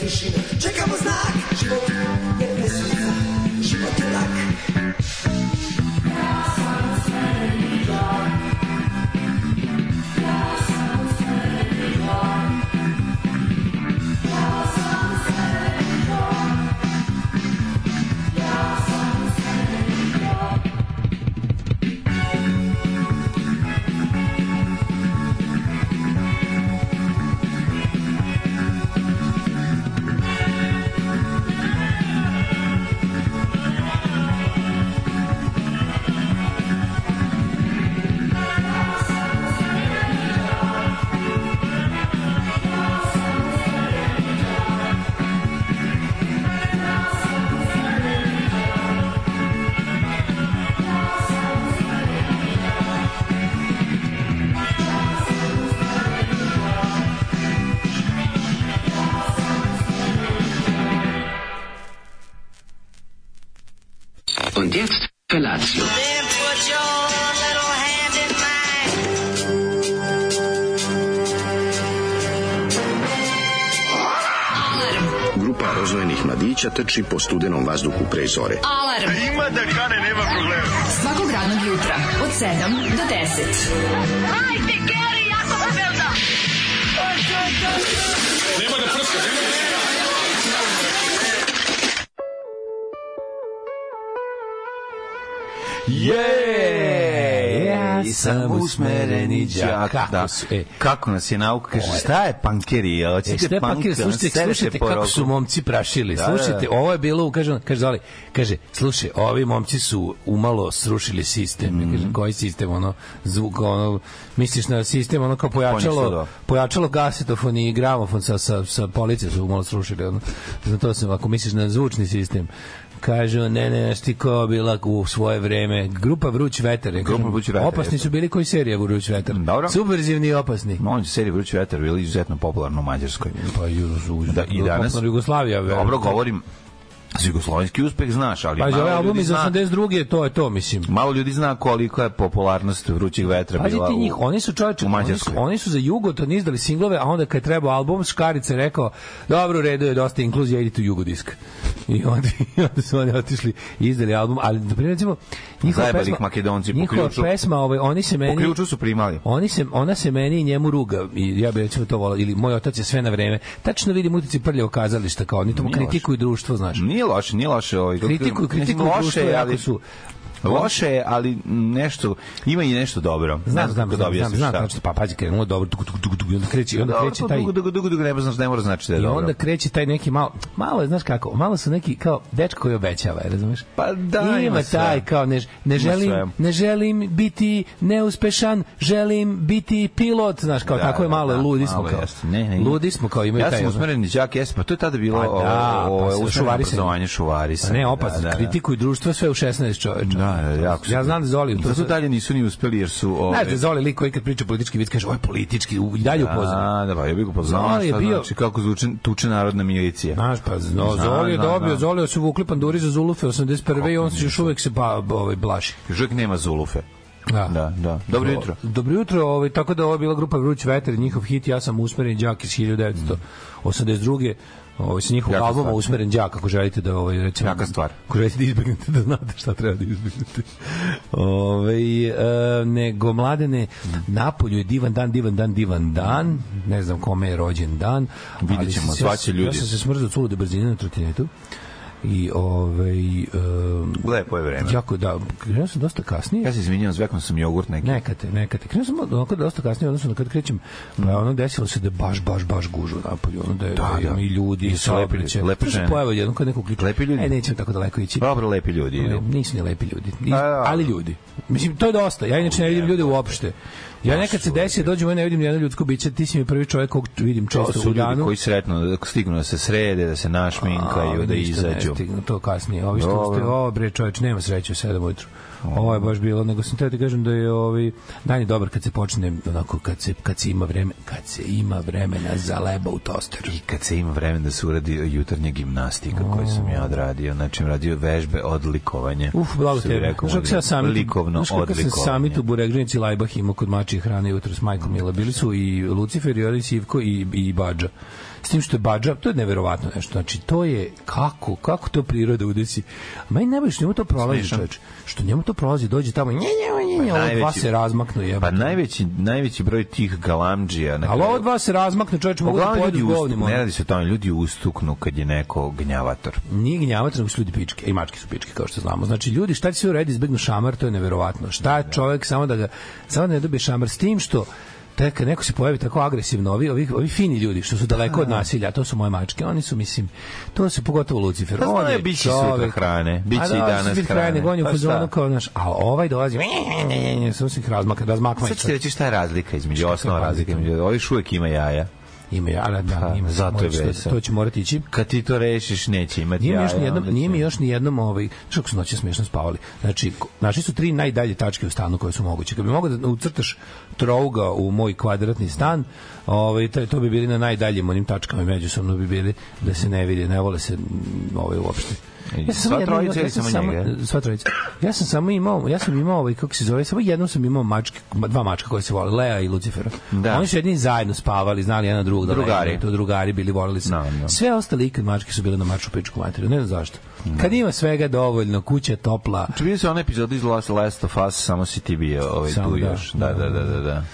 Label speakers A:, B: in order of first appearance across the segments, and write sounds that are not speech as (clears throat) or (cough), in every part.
A: tišine Čekamo znak, život je pesmica Život je lak
B: Und jetzt Felatio.
C: Then put your little hand in mine.
D: Grupa rozvojenih mladića trči po studenom vazduhu pre zore.
E: Alarm. A ima da kane, nema problema. Svakog radnog jutra, od 7 do 10.
F: Je!
G: Ja sam usmereni đak.
F: Da.
G: Kako su- e.
F: Kako nas je nauka, kaže, šta je pankerija?
G: E,
F: Hoćete
G: šta je pakira?
F: panka?
G: Slušajte,
F: Serete
G: slušajte
F: po
G: kako
F: roku.
G: su momci prašili.
F: Da,
G: Slušajte,
F: da.
G: ovo je bilo, kaže, kaže Zoli, kaže, slušaj, ovi momci su umalo srušili sistem. Ja
F: Mhm.
G: Kažem, koji sistem, ono, zvuk, ono, misliš na sistem, ono kao
F: Poništa,
G: pojačalo,
F: da.
G: pojačalo kasetofon i gramofon sa, sa, sa police su umalo srušili. Ono. Za to sam, ako misliš na zvučni sistem, kažu, ne, ne, znaš ti ko bila u svoje vreme. Grupa Vruć vetar. Ja
F: Grupa
G: kažem,
F: Vruć vetar,
G: Opasni
F: jeste.
G: su bili koji serija Vruć vetar?
F: Dobro.
G: Subverzivni i opasni.
F: On serija Vrući vetar bili izuzetno popularno u Mađarskoj.
G: Pa Jugoslavija.
F: Da, i danas-
G: Popularna Jugoslavija.
F: Dobro govorim, za jugoslovenski uspeh znaš, ali
G: Pa
F: malo
G: ovaj album
F: ljudi
G: iz
F: zna-
G: 82. to je to, mislim.
F: Malo ljudi zna koliko je popularnost Vrućih vetra
G: Pazi
F: bila
G: ti njih,
F: u,
G: oni su čoveče,
F: u
G: oni su,
F: Mađarskoj.
G: oni su za Jugoton izdali singlove, a onda kad je trebao album, Škarica je rekao, dobro, u redu je dosta inkluzija, idite u Jugodisk. (laughs) I onda, i onda su oni otišli i izdali album, ali na primjer, recimo, njihova
F: Zajebali
G: pesma,
F: ih Makedonci po
G: njihova
F: ključu.
G: pesma, ovaj, oni se
F: Po
G: meni,
F: ključu su primali.
G: oni se, ona se meni i njemu ruga i ja bih recimo to volao, ili moj otac je sve na vreme tačno vidim utici prljavo kazališta kao oni tomu
F: Nije loše.
G: kritikuju društvo, znaš
F: Nije loše, nije loše. Ovaj, kako
G: kritikuju,
F: kažem,
G: kritikuju
F: mislim,
G: društvo
F: je,
G: jako su
F: Loše je, ali nešto, ima i nešto dobro.
G: Znam, znam,
F: kako
G: znam,
F: da
G: znam,
F: objasniš
G: znam,
F: šta.
G: znači pa pađi krenuo dobro, tuk tuk tuk tuk i onda kreće, i onda
F: Dobro,
G: kreće
F: to
G: taj
F: dugo, dugo, dugo, dugo ne, znaš, ne mora znači da je
G: i
F: dobro.
G: onda kreće taj neki malo, malo je, znaš kako, malo su neki kao dečko koji obećava, je, razumeš?
F: Pa da, ima
G: ima
F: sve.
G: taj kao ne, ne
F: Ima
G: želim,
F: sve.
G: ne želim biti neuspešan, želim biti pilot, znaš, kao
F: Da,
G: tako je
F: da,
G: malo,
F: da,
G: ludi smo
F: malo
G: kao.
F: jeste. Ne, ne,
G: ludi smo kao, imaju
F: ja
G: taj
F: sam
G: ono-
F: usmeren đak, jesam, pa to je tada bilo
G: Pa
F: pa,
G: da,
F: da,
G: pa sve
F: ovo, pa,
G: šuvarisanje.
F: obrazovanje šuvari se.
G: Pa ne, opasno, da, kritikuju društvo sve u 16 čoveča.
F: Da, da, jako. su-
G: ja znam da Zoli, to
F: Zato dalje nisu ni uspeli jer su ove.
G: Znaš da Zoli lik koji kad priča politički vic kaže, ovo je politički, u- i dalje upoznan.
F: A, da, pa ja bih ga poznao,
G: Zoli je
F: šta
G: bio-
F: znači kako zvuči tuče narodna milicija.
G: Znaš, pa no,
F: Znam,
G: Zoli je
F: znam,
G: dobio,
F: znam.
G: Zoli su vukli panduri za Zulufe 81. i on se još uvek se ba, ba, ovaj, blaši.
F: Žek nema Zulufe. Da, da. Dobro
G: Do-
F: jutro.
G: Dobro jutro, ovaj, tako da ovo je bila grupa Vruć vetar, i njihov hit, ja sam usmeren đak iz 1982. Ovaj, sa njihovog
F: Jaka
G: albuma
F: stvar.
G: Usmeren đak, ako želite da ovaj, recimo...
F: Jaka stvar.
G: Ako želite da izbegnete, da znate šta treba da izbegnete. (laughs) Ovaj e, nego, mladene, napolju je divan dan, divan dan, divan dan, ne znam kome je rođen dan.
F: Vidjet
G: ali
F: ćemo,
G: sam se-
F: zvaće ljudi.
G: Ja sam se smrzao od sulude brzine na trotinetu i ovaj um,
F: Lepo je vreme.
G: jako da krenuo sam dosta kasnije
F: Ja se izvinjavam, zvekao sam jogurt neki.
G: Nekate, nekate. Krenuo sam onako dosta kasnije, odnosno na kad krećem, pa ono desilo se da je baš, baš, baš gužva napolju, ono da, je, da, da,
F: da.
G: i ljudi, i
F: I su lepi ljudi,
G: saobraćaj.
F: lepe
G: Pa se
F: žene.
G: Pojava jedno kad neko uključi.
F: Lepi ljudi.
G: E, nećemo tako daleko ići.
F: Dobro, lepi ljudi
G: Ne,
F: idu.
G: nisu ni lepi ljudi, I,
F: A, da.
G: ali ljudi. Mislim, to je dosta. Ja inače ne vidim ljude uopšte. Ja nekad se desi, dođem, ja ne vidim jedno ljudsko biće, ti si mi prvi čovjek kog vidim
F: To
G: često
F: su
G: u
F: ljudi
G: danu.
F: koji sretno stignu da se srede, da se našminkaju,
G: A,
F: da
G: ništa
F: izađu.
G: Ne stignu, to kasnije. Ovi što
F: Dobro.
G: ste, o bre čoveč, nema sreće u 7 ujutru. Ovo je baš bilo, nego sam teo ti kažem da je ovi dan je dobar kad se počne onako kad se kad se ima vreme, kad se ima vremena za leba u tosteru.
F: I kad se ima vremena da se uradi jutarnja gimnastika koju sam ja odradio, znači radio vežbe odlikovanja.
G: Uf, Uh, blago
F: Što bi
G: tebe.
F: rekao,
G: Znaš kako se ja samit,
F: likovno
G: znaš kako se
F: odlikovanje.
G: samit u Buregžinici Lajbah imao kod mačije hrane jutro s majkom Mila. Bili su i Lucifer, i Ori Sivko, i, i Bađa. S tim što je Badža, to je neverovatno nešto. Znači, to je kako, kako to priroda udesi. A meni najbolje što njemu to prolazi,
F: Smešno. Pa
G: čovječ. Što njemu to prolazi, dođe tamo, nje, nje, nje, nje, ova dva
F: najveći-
G: se razmaknu, jebote.
F: Pa najveći, najveći broj tih galamđija... na
G: Ali
F: kraju- Pa
G: ovo dva se razmakne, čovječ, mogu da
F: Uglavnom
G: pojedu
F: pa ljudi
G: s
F: ustu,
G: govnim. ono.
F: ne radi se o tome, ljudi ustuknu kad je neko gnjavator.
G: Nije gnjavac, nego su ljudi pičke. I mačke su pičke, kao što znamo. Znači, ljudi, šta će se uredi izbegnu šamar, to je neverovatno. Šta je čovek samo da ga, samo da ne dobije šamar s tim što tek kad neko se pojavi tako agresivno, ovi, ovi, ovi fini ljudi što su daleko od nasilja, to su moje mačke, oni su, mislim, to su pogotovo Lucifer.
F: Pa
G: On
F: znaju,
G: je
F: bit će sutra
G: čovek-
F: hrane, bit će
G: A
F: i
G: da,
F: danas
G: će biti
F: hrane.
G: nego on je u
F: Pa
G: fazonu
F: šta?
G: kao, znaš, a ovaj dolazi, ne, ne, ne, ne, samo se ih razmaka, razmakma.
F: Sad ću ti reći šta je razlika između
G: Šta je
F: osnova
G: razlika?
F: razlika. Između, ovi uvek ima jaja.
G: Ima, ja, da, da,
F: Pa,
G: ima.
F: zato je
G: morat ću to-
F: veselo.
G: To će morati ići.
F: Kad ti to rešiš, neće imati
G: Nije mi
F: jaja.
G: još nijednom,
F: onda
G: nije
F: će-
G: mi još nijednom ovaj, znaš kako su noće smiješno spavali. Znači, ko- našli su tri najdalje tačke u stanu koje su moguće. Kad bi mogao da ucrtaš trouga u moj kvadratni stan, ovaj, to, to bi bili na najdaljim onim tačkama i međusobno bi bili da se ne vidi, ne vole se mm, ovaj, uopšte.
F: I E, sva
G: jednom
F: trojica
G: imao-
F: ili
G: sam
F: samo njega?
G: sva trojica. Ja sam samo imao, ja sam imao ovaj kako se zove, samo jednom sam imao mačke, dva mačka koje se vole, Lea i Lucifera.
F: Da.
G: Oni su jedni zajedno spavali, znali jedan drugog da
F: Drugari.
G: legne, to drugari bili, voleli se.
F: Da, da.
G: Sve ostale ikad mačke su bile na maču pičku materiju, ne znam zašto. Kad ima svega dovoljno, kuća je topla,
F: Znači, vidio se onaj epizod iz Last, Last of Us, samo si ti bio ovaj,
G: Samo
F: tu
G: da,
F: još. Da, da, da, da. da.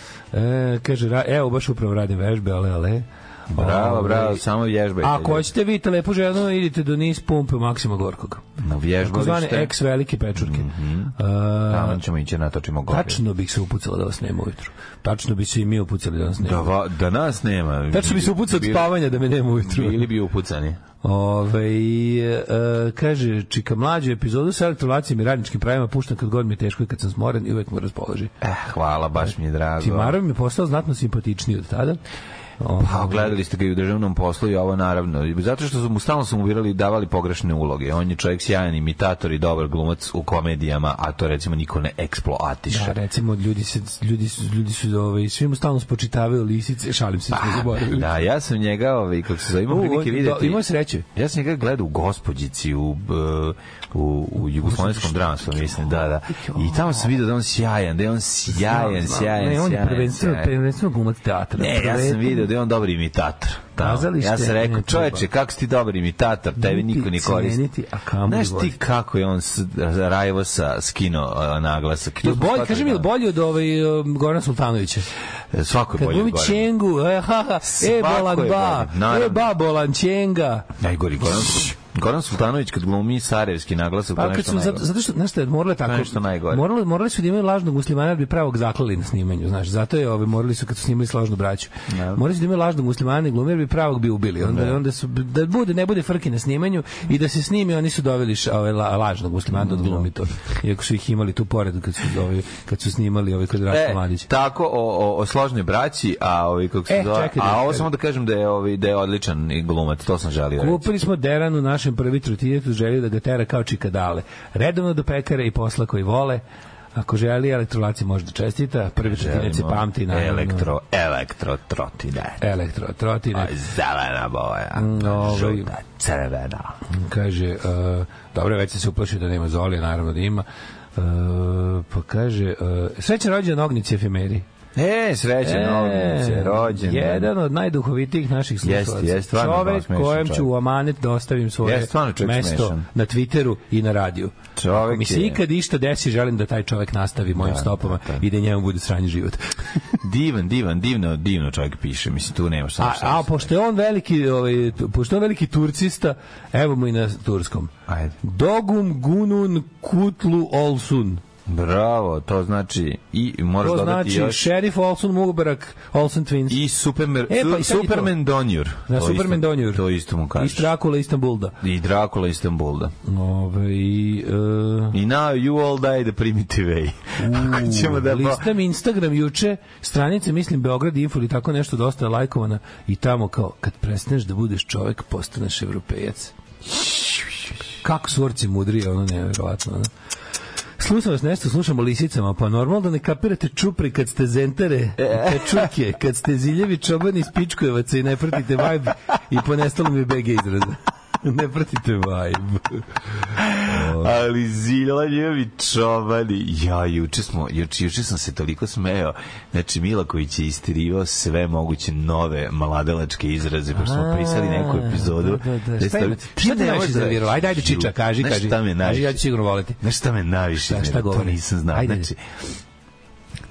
G: e, kaže, ra- evo baš upravo radim vežbe, ale, ale.
F: Bravo,
G: Ovaj,
F: bravo, samo vježbajte.
G: Ako hoćete vidite lepu ženu, idite do niz pumpe Maksima Gorkog.
F: Na
G: Takozvane
F: vježbalište,
G: ex velike pečurke. Mm
F: Mhm. tamo ćemo ići natočimo gore.
G: Tačno bih se upucala da vas nema ujutru. Tačno bi se i mi upucali da vas nema.
F: Da, va, da nas nema.
G: Tačno bi se upucao od
F: Bili-
G: spavanja da me nema ujutru.
F: Bili bi upucani.
G: Ove, e, kaže, čika mlađu epizodu sa elektrolacijom i radničkim pravima puštam kad god mi je teško i kad sam smoren i uvek mu raspoloži.
F: Eh, hvala, baš mi je drago.
G: Timarov mi je postao znatno simpatičniji od tada. O,
F: Pa, gledali ste ga i u državnom poslu i ovo naravno. I Zato što su mu stalno su mu birali i davali pogrešne uloge. On je čovjek sjajan imitator i dobar glumac u komedijama, a to recimo niko ne eksploatiše.
G: Da, recimo, ljudi, se, ljudi su, ljudi su ove, svi mu stalno spočitavaju lisice, šalim se, smo zaboravili.
F: Da, ja sam njega, ovaj, kako se zove, imao
G: U,
F: prilike
G: on-
F: vidjeti.
G: da, imao je sreće.
F: Ja sam njega gledao u Gospodjici, u, b- u, u jugoslovenskom dramstvu, mislim, da, da. I tamo sam vidio da je on sjajan, da je on sjajan, sjajan,
G: ne, on je
F: sjajan,
G: prvenstveno,
F: sjajan.
G: prvenstveno glumac teatra.
F: Ne, ja sam
G: Prve-
F: vidio da je on dobar imitator. Da.
G: Kazalište
F: Ja sam rekao,
G: ne treba.
F: čoveče, kako si ti dobar imitator, tebi
G: Niti
F: niko ne koristi.
G: ceniti, a kamoli
F: Znaš ti
G: voliti.
F: kako je on s- Rajvo sa skino uh, naglasak?
G: Jel bolji, kaži
F: da.
G: mi, jel bolji od ovaj, um, Gorana Sultanovića?
F: Eh, Svako je
G: Kad
F: bolje od
G: glumi
F: Gorana.
G: Čengu, (laughs) e, ha, ha, e,
F: Svako je
G: bolan
F: bolji,
G: ba,
F: naravno.
G: e, ba, bolan Čenga.
F: Najgori Goran, Goran Sultanović kad glumi sarajevski naglasak, to je
G: Pa kad
F: nešto
G: su, zato,
F: najgore.
G: zato što, znaš šta, morali tako,
F: nešto najgore.
G: Morali, morali su da imaju lažnog muslimana, jer bi pravog zaklali na snimanju, znaš, zato je ove, morali su kad su snimali slažnu braću. Morali su da imaju lažnog muslimana i glumi, jer bi pravog bi ubili. Onda, onda su, da bude, ne bude frke na snimanju i da se snimi, oni su doveli š, ove, la, lažnog muslimana da odglumi to. Iako su ih imali tu pored kad su, ove, kad su snimali ove kod Raška
F: E,
G: Mladića.
F: tako o, o, o složnoj braći, a ovi kako se
G: E,
F: zove,
G: čekaj da-
F: a ovo samo da kažem da je ovi da je odličan i glumac, to sam želio reći.
G: Kupili smo Deran u našem prvi trotinetu, želio da ga tera kao čikadale. Redovno do pekare i posla koji vole. Ako želi, elektrolacija može da čestita. Prvi trotinet se
F: Želimo
G: pamti na
F: elektro, elektro trotinet.
G: elektro
F: A,
G: trotinet.
F: zelena boja,
G: Mm, ovaj-
F: žuta, crvena.
G: Kaže, uh, dobro, već sam se uplašio da nema Zolija, naravno da ima. Uh, pa kaže, uh, srećan rođen Ognjici efemeri.
F: E, srećan e, ovdje, rođen.
G: Jedan od najduhovitijih naših
F: Jeste,
G: slušalaca.
F: jeste, stvarno baš
G: čovek
F: smešan
G: kojem
F: čovek.
G: ću u amanet da ostavim svoje
F: Jeste, stvarno čovek
G: mesto
F: smešan.
G: na Twitteru i na radiju.
F: Čovek
G: Ako mi se
F: je-
G: ikad išta desi, želim da taj čovek nastavi mojim stopama i da njemu bude sranji
F: (laughs)
G: život.
F: Divan, divan, divno, divno čovjek piše. Mislim, tu nema Da, šta.
G: A,
F: šta
G: a
F: se-
G: pošto je on veliki, ovaj, tu- pošto je on veliki turcista, evo mu i na turskom.
F: Ajde.
G: Dogum gunun kutlu olsun.
F: Bravo, to znači i moraš
G: To
F: dodati
G: znači
F: još
G: šerif Olsun Mubarak, Olsun Twins.
F: i Superman,
G: E, pa
F: su-
G: i sad i to.
F: Superman Donjur.
G: Na
F: To
G: Superman
F: isto-
G: Donjur.
F: To isto mu kažeš.
G: Iz Drakula Istanbulda.
F: I Dracula iz Istanbulda.
G: Ove, i, e,
F: I now you all die the primitive way. (laughs) Ako ćemo da...
G: listam Instagram juče, stranice, mislim, Beograd Info ili tako nešto dosta je lajkovana i tamo kao, kad prestaneš da budeš čovek, postaneš evropejac. Kako su orci mudrije, ono nevjerovatno. Ono. Slušam vas nešto, slušam o lisicama, pa normalno da ne kapirate čupri kad ste zentare, čuke, kad ste ziljevi čobani iz pičkujevaca i ne pratite vibe i ponestalo mi je BG izraza. ne pratite vibe. ovo.
F: Ali ziljanjevi čobani. Ja, juče, smo, juče, juče sam se toliko smeo. Znači, Milaković je isterivao sve moguće nove maladelačke izraze, pošto smo pisali neku epizodu.
G: Da, da, da.
F: Gde
G: Šta,
F: stav-
G: ima- šta te
F: ne
G: najviše
F: možeš
G: iznerviralo? Ajde, ajde,
F: reći?
G: Čiča, kaži,
F: Znaš
G: kaži.
F: šta me
G: Kaži,
F: najviše?
G: ja ću sigurno voliti.
F: Znaš šta me najviše?
G: Šta- šta
F: iznerviralo?
G: govori?
F: To nisam znao.
G: Ajde.
F: Znači,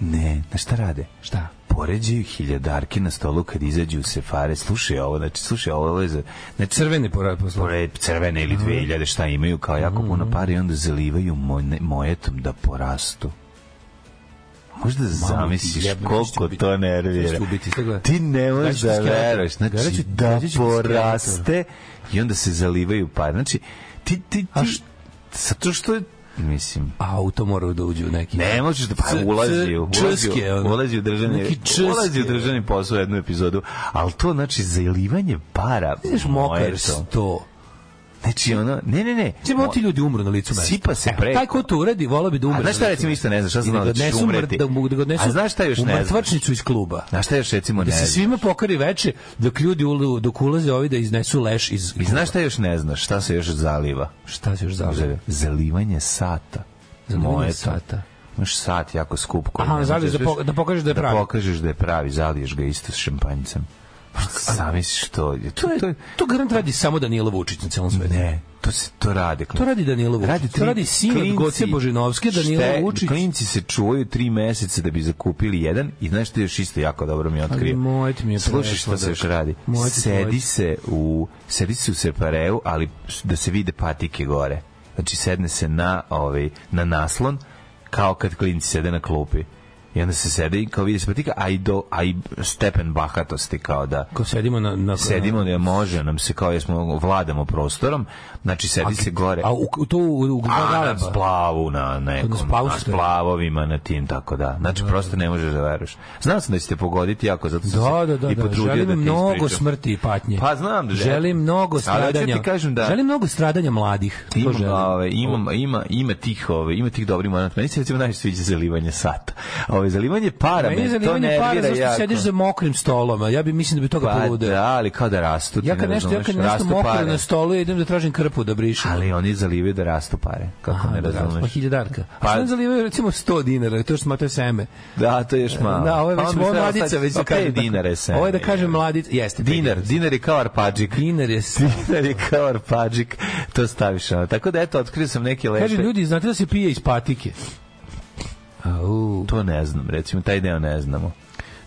F: ne, znaš šta rade?
G: Šta?
F: Poređaju hiljadarke na stolu kad izađu se fare. Slušaj ovo, znači, slušaj ovo. ovo je za- Znači,
G: Crveni porad posla.
F: pored crvene ili 2000 šta imaju kao jako
G: Mhm.
F: puno pare i onda zalivaju mone, mojetom da porastu. Možda zamisliš
G: jebem,
F: koliko
G: ću
F: to
G: Sad
F: nervira.
G: ću ubiti, sad gledaj.
F: Ti ne
G: Gledat
F: možeš
G: ću ti
F: da
G: skeletor.
F: veruješ.
G: Gledat
F: Znači,
G: ću-
F: da
G: gledat ću ti skeletor.
F: poraste i onda se zalivaju pare. Znači, ti, ti,
G: A
F: ti,
G: š-
F: zato što je, mislim,
G: A u to mora da uđe u neki.
F: Ne možeš da pa
G: C- c-
F: ulazi u ulazi,
G: česke,
F: u-
G: ono.
F: ulazi u državni
G: Neki česke.
F: ulazi u državni posao u jednu epizodu, ali to znači zalivanje para.
G: Znaš,
F: moje
G: mokar
F: to.
G: sto.
F: Znači ono, ne, ne, ne.
G: Znači, ti ljudi umru na licu mesta.
F: Sipa se
G: Evo,
F: preko.
G: Taj ko to uradi, volao bi da umre.
F: A znaš šta
G: na licu
F: recimo
G: mesta.
F: isto ne znaš, ja
G: I
F: sam znao da ćeš
G: odnesu mrt-
F: umreti.
G: Da, mu- da ga odnesu
F: A znaš šta još
G: u
F: ne znaš?
G: mrtvačnicu iz kluba.
F: Znaš šta još recimo ne
G: Da se
F: znaš?
G: svima pokari veče, dok ljudi ulu- dok ulaze ovi da iznesu leš iz
F: I
G: kluba.
F: znaš šta još ne znaš? Šta se još zaliva?
G: Šta se još zavljaju?
F: Zalivanje sata.
G: Zalivanje
F: Moje to.
G: sata.
F: Imaš sat jako skup koji
G: Aha,
F: ne možeš
G: zaliješ da
F: uzmeš,
G: po- da pokažeš da je pravi. Pa,
F: Da pokažeš da je pravi, zaliješ ga isto s šampanjcem. Zamisliš što je.
G: To, je, to garant radi samo Danilo Vučić na celom svetu.
F: Ne, to se to rade.
G: To radi Danilo Vučić.
F: Radi
G: To radi sin od
F: klinci-
G: Goce Božinovske, Danilo
F: šte-
G: Vučić.
F: Klinci se čuvaju tri meseca da bi zakupili jedan i znaš što je još isto jako dobro mi je otkrio.
G: Mojt mi je
F: Slušaj
G: prešlo,
F: šta se još
G: dakle.
F: radi.
G: Mojt,
F: Sedi
G: mojt.
F: se u sedi se u separeu, ali da se vide patike gore. Znači sedne se na ovaj na naslon kao kad klinci sede na klupi. I onda se sede i kao vidi se patika, a i, do, a i stepen bahatosti kao da
G: Ko sedimo na... na
F: sedimo da može nam se kao jesmo vladamo prostorom znači sedi se gore
G: A u, u to u, u
F: A, na
G: Galeba.
F: splavu, da, na nekom,
G: Na splavu
F: na
G: ste.
F: splavovima, na tim, tako da. Znači, prosto ne možeš da veruješ. Znao sam da ćete pogoditi jako, zato sam
G: Da,
F: se
G: da, da,
F: i
G: da.
F: potrudio da
G: Želim
F: ti
G: mnogo
F: ispričam.
G: smrti i patnje.
F: Pa znam da
G: Želim mnogo
F: Ali hoću ti
G: stradanja.
F: kažem da-
G: Želim mnogo stradanja mladih. To
F: Imam,
G: želim.
F: ove, imam, ima, ima tih, ove, ima tih dobrih momenata. Meni se recimo najviše sviđa zalivanje sata. Ove, zalivanje para,
G: Meni je
F: me to
G: zanimanje
F: nervira
G: para zašto
F: jako.
G: sediš za mokrim stolom. a Ja bi mislim da bi toga
F: Pa
G: poludeo.
F: da, ali kao da rastu. ti
G: Ja kad
F: ne
G: nešto, ja kad
F: razumeš,
G: nešto
F: rastu
G: mokro
F: pare.
G: na stolu, ja idem da tražim krpu da brišem.
F: Ali oni zalivaju da rastu pare, kako
G: Aha,
F: ne
G: da, da,
F: razumeš.
G: Pa hiljadarka.
F: Pa-
G: Pa, Sada zalivaju recimo 100 dinara, to što smatraju seme.
F: Da, to je još malo.
G: Da, ovo je
F: Pa
G: već
F: onda
G: ovo je
F: treba
G: mladica,
F: sad-
G: već da
F: pa pet
G: kažem. tako.
F: dinara je seme.
G: Ovo je da kažem mladica, jeste. pet
F: Dinar, dinar je kao arpadžik.
G: Dinar
F: (laughs)
G: je seme.
F: Dinar je kao arpadžik, to staviš ono. Tako da, eto, otkrio sam neke lepe...
G: Kaže, ljudi, znate da se pije iz patike? Au.
F: To ne znam, recimo, taj deo ne znamo.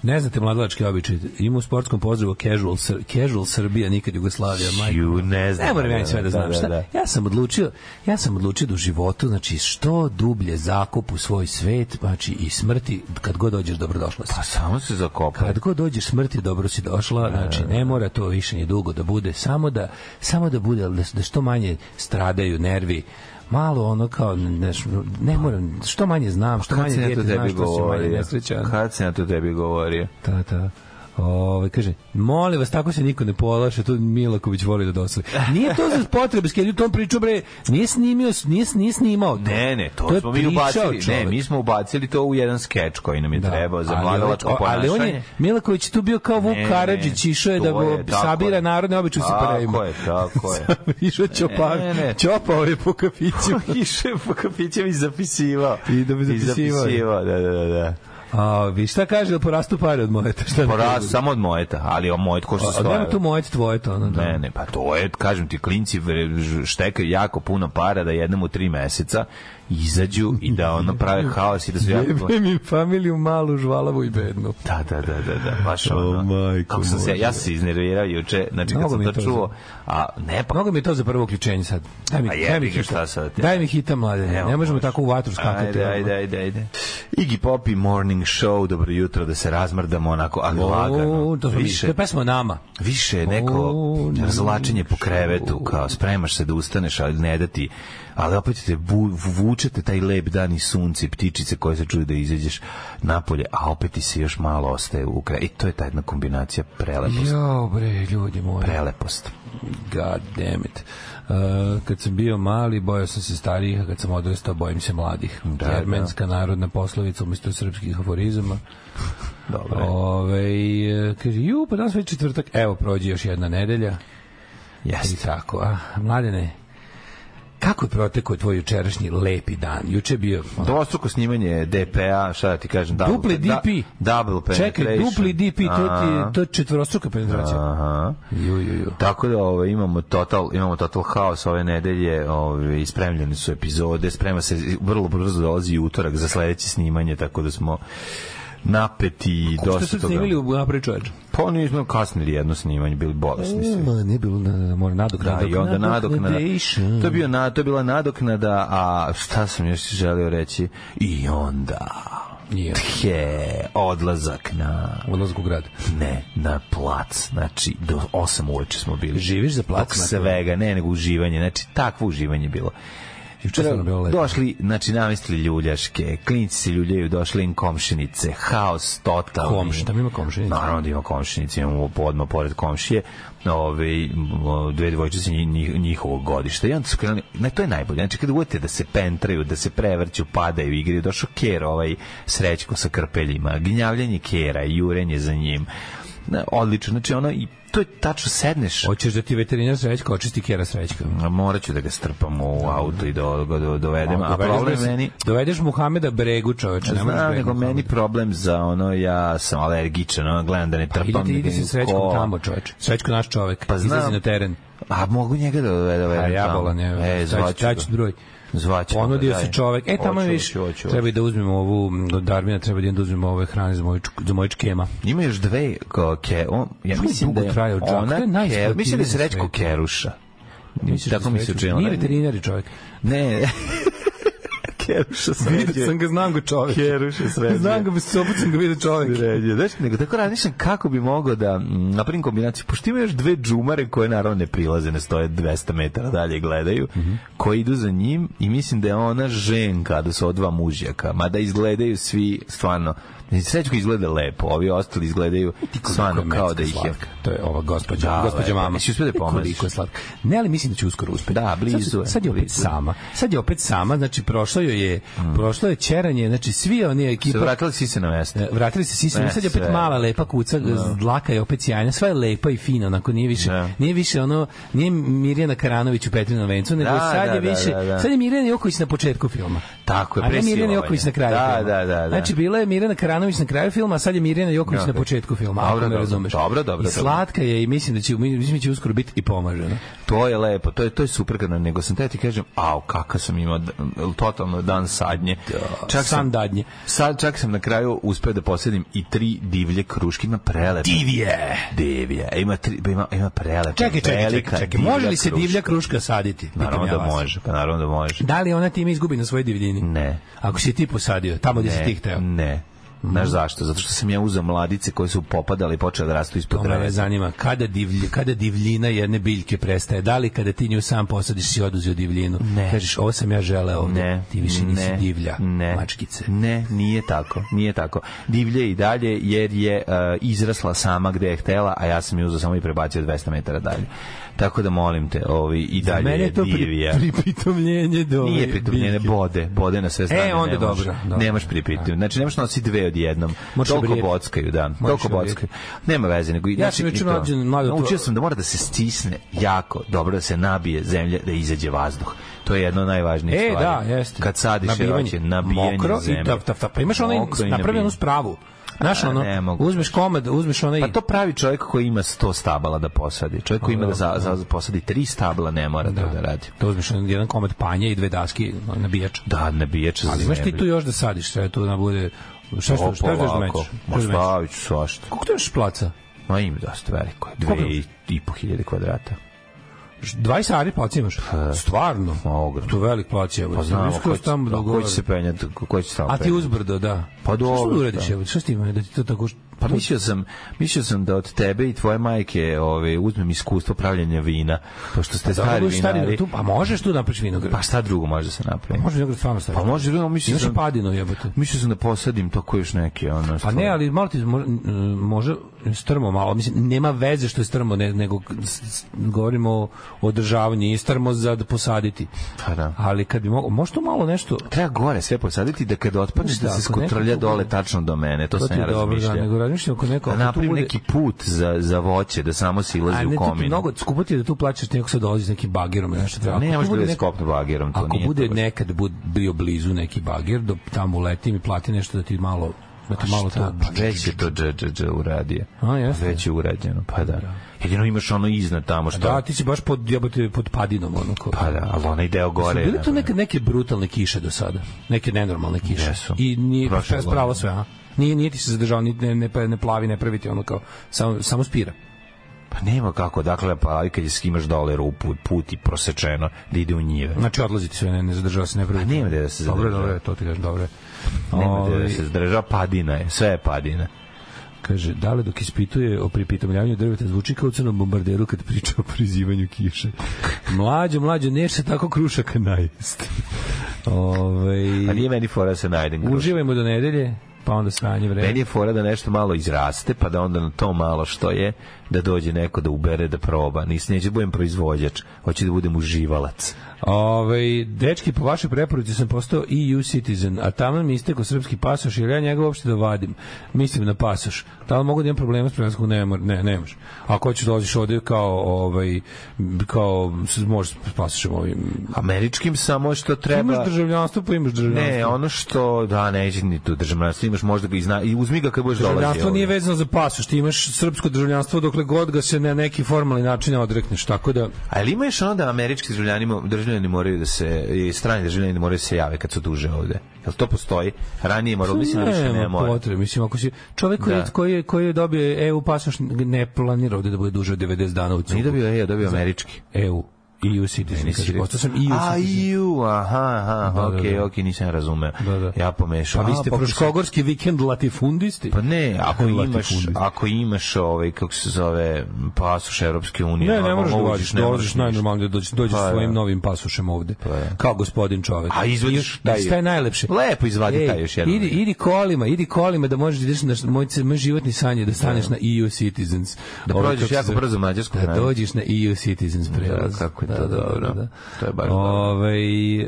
G: Ne znate mladalački običaj. Ima u sportskom pozdravu casual, Sr- casual Srbija, nikad Jugoslavija, Da, majko.
F: Ju, ne znam.
G: Ne moram ja sve da znam šta. Ja sam odlučio, ja sam odlučio da u životu, znači što dublje zakup u svoj svet, znači i smrti, kad god dođeš dobrodošla si.
F: Pa samo se zakopaj.
G: Kad god dođeš smrti dobro si došla,
F: Da,
G: znači ne mora to više ni dugo da bude, samo da samo da bude da, da što manje stradaju nervi. Malo ono kao ne, ne moram, što manje znam, što
F: Kad
G: manje
F: se na to
G: djete zna,
F: tebi
G: što si manje
F: govorio?
G: nesrećan.
F: Kad se na to tebi govorio?
G: Ta, ta. Ove, Ovaj, kaže, molim vas, tako se niko ne polaže, tu Milaković voli da dosli. Nije to za potrebe, jer je u tom priču, bre, nije snimio, nije, nije snimao. to.
F: Ne, ne, to,
G: je
F: smo mi
G: pričao
F: ubacili. Ne,
G: čovek.
F: mi smo ubacili to u jedan skeč koji nam je
G: Da,
F: trebao za
G: ali
F: mladalačko
G: on-
F: ponašanje.
G: Ali on je, Milaković je tu bio kao Vuk
F: Ne, ne,
G: Karadžić, išao je da
F: to
G: bo-
F: je, tako
G: sabira
F: je.
G: narodne običaje u separejima.
F: Tako je, tako je.
G: (laughs) Išao je čopa,
F: Ne, ne.
G: čopao je po kafiću.
F: (laughs) Išao je po kafićem i zapisivao.
G: I da bi zapisivao.
F: zapisivao, da, da, da. da.
G: A, vi šta kaže, jel porastu pare od mojeta? Šta da
F: Poraz, samo od mojeta, ali o mojet ko što
G: A, nema
F: stoje.
G: tu mojet tvoje, to ono, da.
F: da Ne, ne, pa to je, kažem ti, klinci vre- ž- štekaju jako puno para da jednom u tri meseca izađu i da ono prave haos i da
G: (laughs)
F: su jako...
G: Jebe mi familiju malu, žvalavu i bednu.
F: Da, da, da, da, da, baš
G: O,
F: ono.
G: majko
F: Kako sam se,
G: moja.
F: ja sam se iznervirao juče, znači kad
G: Mnogo
F: sam
G: mi
F: to
G: je to
F: čuo, a ne pa...
G: Mnogo mi je to za prvo uključenje sad. Daj mi,
F: A jebi
G: daj mi
F: ga,
G: hita.
F: šta sad?
G: Daj mi hita, mlade.
F: Evo,
G: ne možemo
F: može.
G: tako u vatru skakati.
F: Ajde, ajde, ajde, ajde. Iggy Pop i Morning Show, dobro jutro, da se razmrdamo onako, ali lagano.
G: O, to, smo mi. to
F: Više,
G: je pesma o nama.
F: više je neko
G: O, ne.
F: razlačenje po krevetu, kao spremaš se da ustaneš, ali ne da ti, ali opet te bu, vučete taj lep dan i sunce, i ptičice koje se čuju da izađeš napolje, a opet ti se još malo ostaje u krevetu. I to je ta jedna kombinacija prelepost.
G: Jo, bre, ljudi moji.
F: Prelepost.
G: God damn it. Uh, kad sam bio mali, bojao sam se starijih, a kad sam odrastao, bojim se mladih.
F: Da,
G: Jermenska narodna poslovica umjesto srpskih aforizama.
F: Dobro.
G: Ove, kaže, ju, pa danas već četvrtak. Evo, prođe još jedna nedelja. I
F: Jeste.
G: tako, a, mladene, Kako je protekao tvoj jučerašnji lepi dan? Juče je bio...
F: Dvostruko snimanje DPA, šta da ti kažem, double,
G: Duple
F: da-
G: DP.
F: double penetration. Da.
G: Čekaj, dupli DP, to,
F: Aha.
G: ti, to je četvorostruka penetracija.
F: Aha.
G: Ju, ju, ju.
F: Tako da ovaj, imamo total imamo total haos ove nedelje, ovaj ispremljene su epizode, sprema se vrlo brzo dolazi i utorak za sledeće snimanje, tako da smo napeti i
G: Što
F: dosta
G: ste
F: toga.
G: snimili u naprej čoveč?
F: Pa nismo kasnili jedno snimanje, bili bolesni svi.
G: Ma, nije bilo, da, da, mora nadoknada.
F: Da, i onda nadoknada.
G: Nadoknadation.
F: To je, bio na, to je bila nadoknada, a šta sam još želeo reći? I onda...
G: Nije.
F: He, odlazak na...
G: Odlazak u grad.
F: Ne, na plac. Znači, do 8 uveče smo bili.
G: Živiš za plac,
F: Dok
G: Marko?
F: svega, ne, nego uživanje. Znači, takvo uživanje je bilo.
G: Juče stvarno bilo lepo.
F: Došli, znači, namestili ljuljaške, klinici se ljuljaju, došli im komšinice, haos totalni.
G: Komš- tamo ima komšinice?
F: Naravno da ima komšinice, imamo odmah pored komšije, ove, dve devojčice nji- nji- njihovog godišta. I onda su krenuli, ne, to je najbolje, znači kad uvodite da se pentraju, da se prevrću, padaju, igraju, došao Kero, ovaj srećko sa krpeljima, gnjavljanje Kera, jurenje za njim, Na, odlično, znači ono, i to je tačno, sedneš,
G: Hoćeš da ti veterinar srećka očisti kjera srećka.
F: A morat ću da ga strpam u auto i do, do, do, dovedem, a
G: Dovedeš
F: problem
G: da si-
F: meni...
G: Dovedeš Muhameda Bregu, čoveče. ne možeš
F: Znam,
G: Bregu
F: nego
G: Muhameda.
F: meni problem za ono, ja sam alergičan, ono, gledam da ne
G: Pa
F: trpam.
G: idi,
F: da
G: idi
F: ne-
G: si srećkom
F: ko-
G: tamo, čoveče. Srećko naš čovek.
F: Pa znam.
G: Izlazi na teren.
F: A mogu njega da dovede,
G: A
F: dovedem
G: ja
F: tamo.
G: bolan je.
F: E, zvaću
G: Daću
F: ga.
G: broj.
F: Zvaću ga,
G: Ponudio
F: daj.
G: se čovek. E, tamo
F: Hoću,
G: viš,
F: hoću, hoću,
G: treba i da uzmemo ovu, m, od Darmina treba da idem da uzmemo ove hrane za moj, čuk- za moj čkema.
F: Ima još dve kao ke, on, ja
G: Čuj,
F: mislim da
G: dugo
F: je
G: trajao džak, to
F: ona,
G: je
F: ke,
G: najisplativije
F: mislim da je
G: na
F: Srećko
G: svetu.
F: Keruša.
G: Misliš
F: Tako
G: da
F: mi se
G: sreću?
F: učinilo.
G: Nije veterinari čovek.
F: Ne, (laughs) Keruša sam
G: Vidio sam ga, znam ga čovek.
F: Keruša sređuje.
G: Znam ga, opet sam ga vidio
F: (laughs)
G: čovek.
F: Ređe, znaš, nego tako razmišljam kako bi mogao da mm, napravim kombinaciju, pošto ima još dve džumare koje naravno ne prilaze, ne stoje 200 metara dalje i gledaju,
G: Mhm.
F: koji idu za njim i mislim da je ona ženka, da su od dva mužjaka, mada izgledaju svi stvarno, Srećko izgleda lepo, ovi ostali izgledaju stvarno
G: Koliko je
F: kao
G: mecka
F: da ih je...
G: slatka. To je ova gospođa,
F: Da,
G: da, gospođa
F: lepo.
G: mama.
F: Jesi uspio da je pomažeš?
G: Koliko je slatka. Ne, ali mislim da će uskoro uspeti.
F: Da, blizu
G: Sad, su-
F: je,
G: sad je Mm. opet
F: blizu je.
G: sama. Sad je opet sama, znači prošlo joj je, prošlo je čeranje, znači svi oni
F: Se
G: ekipa
F: vratila si se na mesto.
G: E, Vratili se sisam,
F: Ne,
G: sad je opet
F: sve.
G: mala lepa kuca, no. dlaka je opet sjajna, sva je lepa i fina, onako nije više,
F: Da.
G: nije više ono, nije Mirjana Karanović u Petrinom vencu, nego
F: Da,
G: sad
F: da,
G: je
F: da,
G: više,
F: da, da.
G: sad je Mirjana Joković na početku filma.
F: Tako je,
G: A ne Mirjana
F: presilovanje.
G: Joković na kraju
F: Da,
G: filma.
F: da, da, da.
G: Znači, bila je Mirjana Karanović na kraju filma, a sad je Mirjana Joković
F: Da.
G: na početku filma,
F: Dobro,
G: ako me
F: dobro,
G: razumeš.
F: dobro, dobro,
G: I slatka je i mislim da će, mislim da će uskoro biti i pomažena.
F: To je lepo, to je to je super kada nego sam te ti kažem, au kakav sam imao d- totalno dan sadnje.
G: Čak san Da, dadnje.
F: Sad čak sam na kraju uspeo da posjedim i tri divlje kruške, ima prelepe.
G: Divje!
F: Divlje. E, Ima, tri, ima, ima prelepe.
G: Čekaj, čekaj,
F: velika
G: čekaj, čekaj.
F: divlja
G: Može li se divlja
F: kruška?
G: kruška saditi? Pitam
F: Naravno
G: ja
F: da
G: vas.
F: može, pa naravno da može.
G: Da li ona time izgubi na svojoj divljini?
F: Ne.
G: Ako si ti posadio, tamo gde Da si ti
F: Ne,
G: hteo. Mhm.
F: ne. Znaš zašto? Zato što sam ja uzao mladice koje su popadale i počele da rastu ispod
G: To me
F: dreveta.
G: zanima, kada, divlj, kada divljina jedne biljke prestaje? Da li kada ti nju sam posadiš si oduzeo divljinu?
F: Ne.
G: Kažeš, ovo sam ja želeo ovde.
F: Ne,
G: ti više nisi
F: ne,
G: divlja,
F: ne,
G: mačkice.
F: Ne, nije tako, nije tako. Divlje i dalje jer je uh, izrasla sama gde je htela, a ja sam je uzeo samo i prebacio 200 metara dalje. Tako da molim te, ovi i dalje
G: Mene
F: je
G: je to pri, (laughs)
F: divlja.
G: pripitomljenje do ove
F: Nije pritumljene
G: biljke. E,
F: bode, bode na sve strane.
G: onda
F: ne možeš.
G: dobro, dobro. Da.
F: Nemaš pripitum. Znači nemaš nosi dve odjednom.
G: Možeš
F: Toliko
G: obrijeti.
F: bockaju, da.
G: Možeš
F: Toliko bockaju. Nema veze, nego i- znači
G: Ja sam
F: i
G: juče
F: to.
G: nađen, mlado, to-
F: Naučio sam da mora da se stisne jako, dobro da se nabije zemlja, da izađe vazduh. To je jedno od najvažnijih
G: E,
F: stvari.
G: da, jeste.
F: Kad sadiš
G: Nabivanje.
F: raće, nabijanje
G: Mokro
F: zemlje.
G: i tap, tap, tap. Pa imaš onaj
F: Mokro i
G: napravljenu
F: nabijanje.
G: spravu. Znaš,
F: A,
G: ono,
F: ne mogu.
G: uzmeš komad, uzmeš onaj...
F: Pa to pravi čovjek koji ima 100 stabala da posadi. Čovjek koji ima da za, za, za posadi 3 stabla ne mora to da radi.
G: To uzmeš onaj jedan komad panje i dve daske nabijača.
F: Da, nabijače za
G: Ali imaš ti tu još da sadiš, sve to da bude... Šta što, šta što meč?
F: Ostavit ću svašta.
G: Koliko to još placa?
F: Ma ima dosta veliko, je, dve
G: Koliko?
F: i, i po hiljade kvadrata.
G: 20 ari placa imaš? Stvarno?
F: Pa, Ma, ogromno.
G: To je velik plac je. Pa
F: Znamo ko će,
G: tamo
F: pa, ko će se
G: dogovore.
F: penjati, ko- ko će se tamo
G: A ti
F: penjati?
G: uzbrdo, da.
F: Pa dobro,
G: Šta što uradiš,
F: šta?
G: evo? Šta s time? Da ti to tako...
F: Pa mislio sam, mislio sam da od tebe i tvoje majke ove, uzmem iskustvo pravljenja vina, pošto ste
G: Da,
F: stari
G: budeš stari,
F: vinari.
G: tu, pa možeš tu napraviš vinograd.
F: Pa šta drugo može da se napravi?
G: može vinograd stvarno stari.
F: Pa može drugo, mislio
G: Imaš i
F: sam...
G: padinu, jebote.
F: Mislio sam da posadim tako još neke ono
G: Pa
F: stvari.
G: ne, ali malo ti mo- m, može strmo malo, mislim, nema veze što je strmo, ne, nego s- s- govorimo o održavanju, i strmo za da posaditi.
F: Pa da.
G: Ali kad bi mogo, možda malo nešto...
F: Treba gore sve posaditi da kad otpadneš
G: Šta,
F: da se
G: ako neko
F: skotrlja
G: tu-
F: dole tačno do mene, to,
G: To ti
F: sam
G: je
F: ja
G: dobro, da,
F: razmišljao.
G: nego razmišljam ako neko...
F: Da
G: ako tu
F: napravim
G: bude-
F: neki put za, za voće, da samo se ilazi
G: A ne,
F: u
G: to ti
F: komin.
G: mnogo skupo ti je da tu plaćaš neko sad dolazi s nekim bagerom ili nešto treba.
F: Ne,
G: Ako tu
F: može da
G: bude
F: ide
G: neko-
F: skopno bagerom, to
G: Ako
F: nije
G: bude
F: to baš-
G: nekad bud, bio blizu neki bager, do tamo letim i plati nešto da ti malo da ti malo to.
F: Pa već je to dždždž uradio.
G: A, jeste.
F: Već je urađeno, pa da. Jedino imaš ono iznad tamo što...
G: Da, ti si baš pod jebote pod padinom onako.
F: Pa da, ali onaj deo gore... je
G: Bile tu
F: napravljen.
G: neke neke brutalne kiše do sada. Neke nenormalne kiše.
F: Jesu.
G: I nije
F: Prošle
G: sve
F: godine.
G: spravo sve, aha. Nije, nije ti se zadržao, ni, ne, pa- ne, ne plavi, ne prvi ti ono kao, samo, samo spira.
F: Pa nema kako, dakle, pa i kad je skimaš dole rupu, put i prosečeno, da ide u njive.
G: Znači odlazi ti sve, ne, ne zadržava se, ne prvi.
F: A nema gde da se
G: Dobro,
F: zadržava.
G: dobro, to ti kažem, dobro. je.
F: Nema gde da
G: Ovaj,
F: se zdrža, padina je, sve je padina.
G: Kaže, da li dok ispituje o pripitomljavanju drveta zvuči kao u crnom bombarderu kad priča o prizivanju kiše. Mlađo, mlađo, neš se tako krušaka
F: (laughs)
G: najest. Ove,
F: A nije meni fora da se najdem grušak.
G: uživajmo do nedelje, pa onda sranje vreme.
F: Meni je fora da nešto malo izraste, pa da onda na to malo što je, da dođe neko da ubere, da proba. Nis, neću da budem proizvođač, hoću da budem uživalac.
G: Ove, Ovaj, dečki, po vašoj preporuci sam postao EU citizen, a tamo mi isteko srpski pasoš, jer ja njega uopšte da vadim. Mislim na pasoš. Da li mogu da imam problema s prevaskom? Ne, mor- ne, ne može. Ako hoćeš dolaziš ovde kao, ovaj, kao, možeš s pasošem ovim
F: Američkim samo što treba...
G: Imaš državljanstvo, pa imaš državljanstvo.
F: E, Ne, ono što, da, neće ni tu državljanstvo, imaš možda ga i zna, i uzmi ga kad budeš dolazio.
G: Državljanstvo
F: ovdje.
G: nije vezano za pasoš, ti imaš srpsko državljanstvo dokle god ga se na neki formalni način ne odrekneš, tako da
F: A je li ima još ono da američki državljani, mo- državljani moraju da se, i strani državljani moraju da se jave kad su duže ovde? Jel to postoji? Ranije moralo, mislim da više ne
G: nema
F: mora.
G: potrebe, mislim, ako si čovek koji,
F: Da.
G: je- koji, je, koji je dobio EU pasoš ne planira ovde da bude duže od 90 dana u
F: Nije
G: cugu.
F: dobio, je, dobio američki.
G: EU. EU citizen, kaže, postao sam EU
F: A,
G: citizen.
F: EU, aha, aha,
G: Da, da,
F: okej,
G: da.
F: okej, nisam razumeo.
G: Da, da.
F: Ja pomešao.
G: Pa vi
F: A,
G: ste
F: poput-
G: proškogorski vikend latifundisti?
F: Pa ne, ako imaš,
G: Latifundist.
F: ako imaš ovaj, kako se zove, pasoš Evropske unije,
G: Ne, ne
F: normalno
G: možeš da
F: uđeš,
G: vađiš,
F: ne možeš
G: dolaziš
F: ništa.
G: najnormalnije, dođeš, dođeš
F: Pa,
G: sa svojim
F: da.
G: novim pasošem ovde.
F: da.
G: Kao gospodin čovek.
F: A izvadiš
G: da,
F: taj-
G: šta je najlepše?
F: Lepo izvadi
G: Ej,
F: taj još jedan. ovaj.
G: Idi, idi kolima, idi kolima da možeš da ideš na moj, c- moj životni san je da staneš na EU Citizens.
F: Da
G: Ovo,
F: prođeš
G: kako se
F: jako
G: zove?
F: brzo mađarsku
G: Da
F: granicu. Da,
G: dođeš na EU Citizens prelaz. Da,
F: kako je to dobro. To je baš dobro.
G: Ovaj,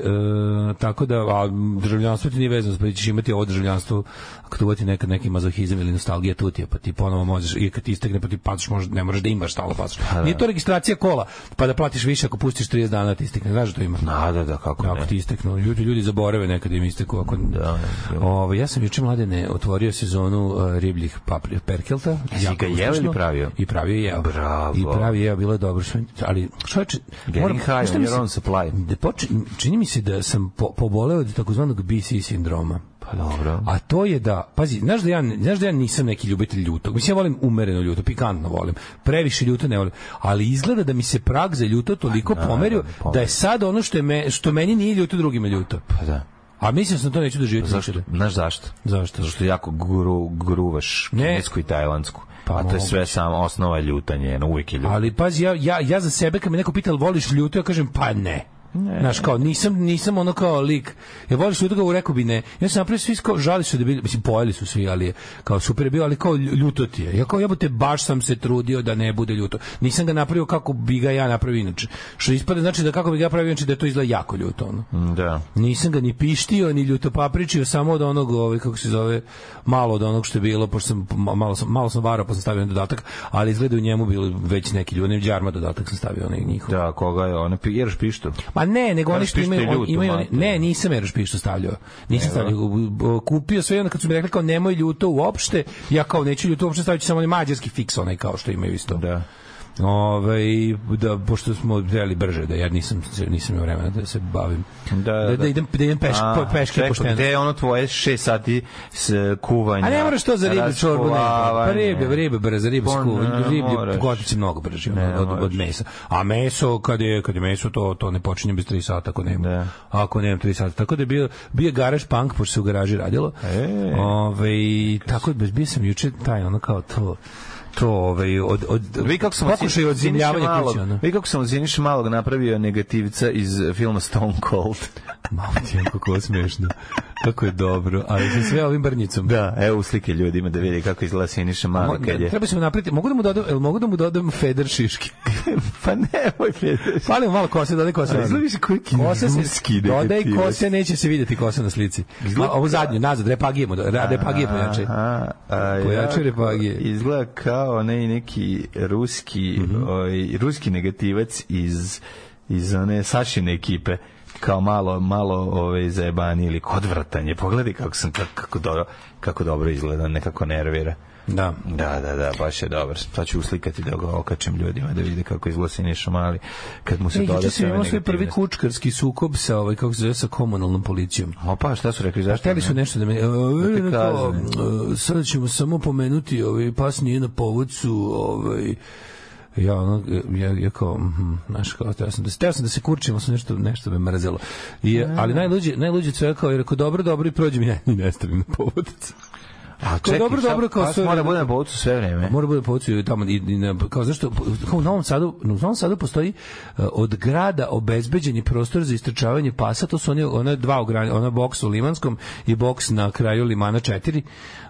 G: e, tako da, a državljanstvo ti nije vezano, pa ćeš imati ovo državljanstvo ako tu ti nekad neki mazohizam ili nostalgija tu ti je, pa ti ponovo možeš, i kad ti istekne, pa ti pasoš, možeš, ne moraš da imaš stalo pasoš.
F: Pa
G: Nije to registracija kola, pa da platiš više ako pustiš 30 dana da ti istekne, znaš da to ima?
F: A, da, da, kako
G: Ako
F: ne.
G: ti isteknu, ljudi, ljudi zaborave nekad im isteku. Ako... Da, Ovo, ja sam juče mladene otvorio sezonu uh, ribljih papri, perkelta.
F: Jesi
G: Jako
F: E, ga jeo
G: uspešno.
F: ili pravio?
G: I pravio je jeo.
F: Bravo.
G: I pravio je jeo, bilo je dobro. Što- Ali čoveče,
F: Getting high
G: znaš šta mi
F: on your
G: se-
F: own supply.
G: Da poč... Čini mi se da sam po, poboleo od takozvanog BC sindroma.
F: Pa dobro.
G: A to je da, pazi, znaš da ja, znaš da ja nisam neki ljubitelj ljutog. Mislim, ja volim umereno ljuto, pikantno volim. Previše ljuto ne volim. Ali izgleda da mi se prag za ljuto toliko pomerio da je sad ono što, je me, što meni nije ljuto, drugima je ljuto.
F: Pa da.
G: A mislim sam to neću doživjeti.
F: Zašto?
G: nikada.
F: Znaš zašto?
G: Zašto?
F: Zato što jako guru, gruvaš
G: Ne.
F: kinesku i tajlandsku.
G: Pa
F: a to je
G: moguće.
F: sve samo osnova ljutanje, no uvijek je ljutanje.
G: Ali pazi, ja, ja, ja za sebe, kad me neko pita, "Jel voliš ljuto? Ja kažem, pa ne. Ne. Znaš, kao, nisam, nisam ono kao lik. Ja voliš ljuto, kao rekao bi ne. Ja sam napravio svi, kao, žali su da bili, mislim, pojeli su svi, ali je, kao, super je bio, ali kao, ljuto ti je. Ja kao, jebote, baš sam se trudio da ne bude ljuto. Nisam ga napravio kako bi ga ja napravio inače. Što ispada, znači da kako bi ga ja pravio, znači da to izgleda jako ljuto, ono.
F: Da.
G: Nisam ga ni pištio, ni ljutopapričio, samo od onog, ovaj, kako se zove, malo od onog što je bilo, pošto sam, ma- malo sam, malo sam varao, pa sam stavio onaj dodatak, ali izgleda u njemu bilo već neki ljudi, džarma dodatak sam stavio onaj njihov.
F: Da, koga je ona Jeraš pištu?
G: Ma ne, nego oni
F: Kažeš,
G: što
F: pišta
G: imaju,
F: je
G: on,
F: ljuto,
G: imaju oni,
F: mate.
G: ne, nisam Eroš Pištu stavljao. Nisam stavljao. bu- bu- Kupio sve i onda kad su mi rekli kao nemoj ljuto uopšte, ja kao neću ljuto uopšte stavit ću samo onaj mađarski fiks onaj kao što imaju isto.
F: Da.
G: Ove, da, pošto smo želi brže, da ja nisam, nisam imao vremena da se bavim.
F: Da, da.
G: da, da idem, da idem peš,
F: A,
G: po- peške
F: čekaj,
G: pošteno.
F: Gde je ono tvoje 6 sati s e, kuvanja?
G: A ne moraš to za riblju čorbu, ne. Pa riblje, ribe brzo, ribe
F: Pa
G: sku,
F: ne moraš.
G: riblje gotici mnogo brže
F: Ne
G: ono, od, od
F: moraš.
G: mesa. A meso kad je kad je meso to to ne počinje bez 3 sata ako nema.
F: Da.
G: Ako nema 3 sata. Tako da je bio bio je garaž punk pošto se u garaži radilo.
F: E.
G: Ovaj tako da bio sam juče taj ono kao to to ovaj od od
F: Vi kako sam
G: pokušaj od zimljavanja kuće ono.
F: Vi kako sam od Siniše malog napravio negativca iz filma Stone Cold.
G: Mamo ti je, kako je ovo smešno. Kako je dobro, ali sa sve ovim brnjicom.
F: Da, evo slike ljudima da vidi kako izgleda Siniša Mali kad je.
G: Treba se napriti. Mogu da mu dodam, el mogu da mu dodam feder
F: (laughs)
G: šiške.
F: pa nemoj prijatelj.
G: Fali mu malo kose, dodaj kose.
F: Ali izgleda više koji
G: Kose
F: ruski
G: se, dodaj
F: detektivac.
G: kose, neće se vidjeti kose na slici. Ma, ovo zadnju, nazad, repagijemo, repagije pojače.
F: Aha, a
G: Pojače
F: jako
G: repagije.
F: Izgleda kao onaj neki ruski,
G: Mhm.
F: oj, ruski negativac iz, iz one Sašine ekipe kao malo malo ove zajebani ili odvrtanje. Pogledaj kako sam kako, kako dobro kako dobro izgleda, nekako nervira.
G: Da.
F: Da, da, da, baš je dobar. Sad ću uslikati da ga okačem ljudima da vide kako izgleda Siniša Mali kad mu se
G: Ej,
F: doda
G: juče sam
F: sve
G: imao svoj prvi
F: negativnosti.
G: kučkarski sukob sa, ovaj, kako se zove, sa komunalnom policijom.
F: Opa, šta su rekli? Zašto?
G: Hteli su
F: ne?
G: nešto da me...
F: te
G: Da kao,
F: kazne.
G: e, sada ćemo samo pomenuti ovaj, pas nije na povodcu, ovaj, ja, ono, ja, ja kao, mhm, znaš, kao, teo sam da se, teo sam da se kurčim, ali sam nešto, nešto me mrzelo. I, ali najluđe, najluđe sve kao, jer ako dobro, dobro i prođem, ja i ne stavim na povodac.
F: A
G: Kao
F: čekaj,
G: dobro,
F: šta-
G: dobro, kao
F: pas
G: sve-
F: mora bude na bolcu sve vreme.
G: Mora bude povodcu i tamo, i, i, na- kao, zašto, kao u Novom Sadu, u Novom Sadu postoji e, od grada obezbeđeni prostor za istrčavanje pasa, to su oni, ona dva ograni, ona boks u Limanskom i boks na kraju Limana 4,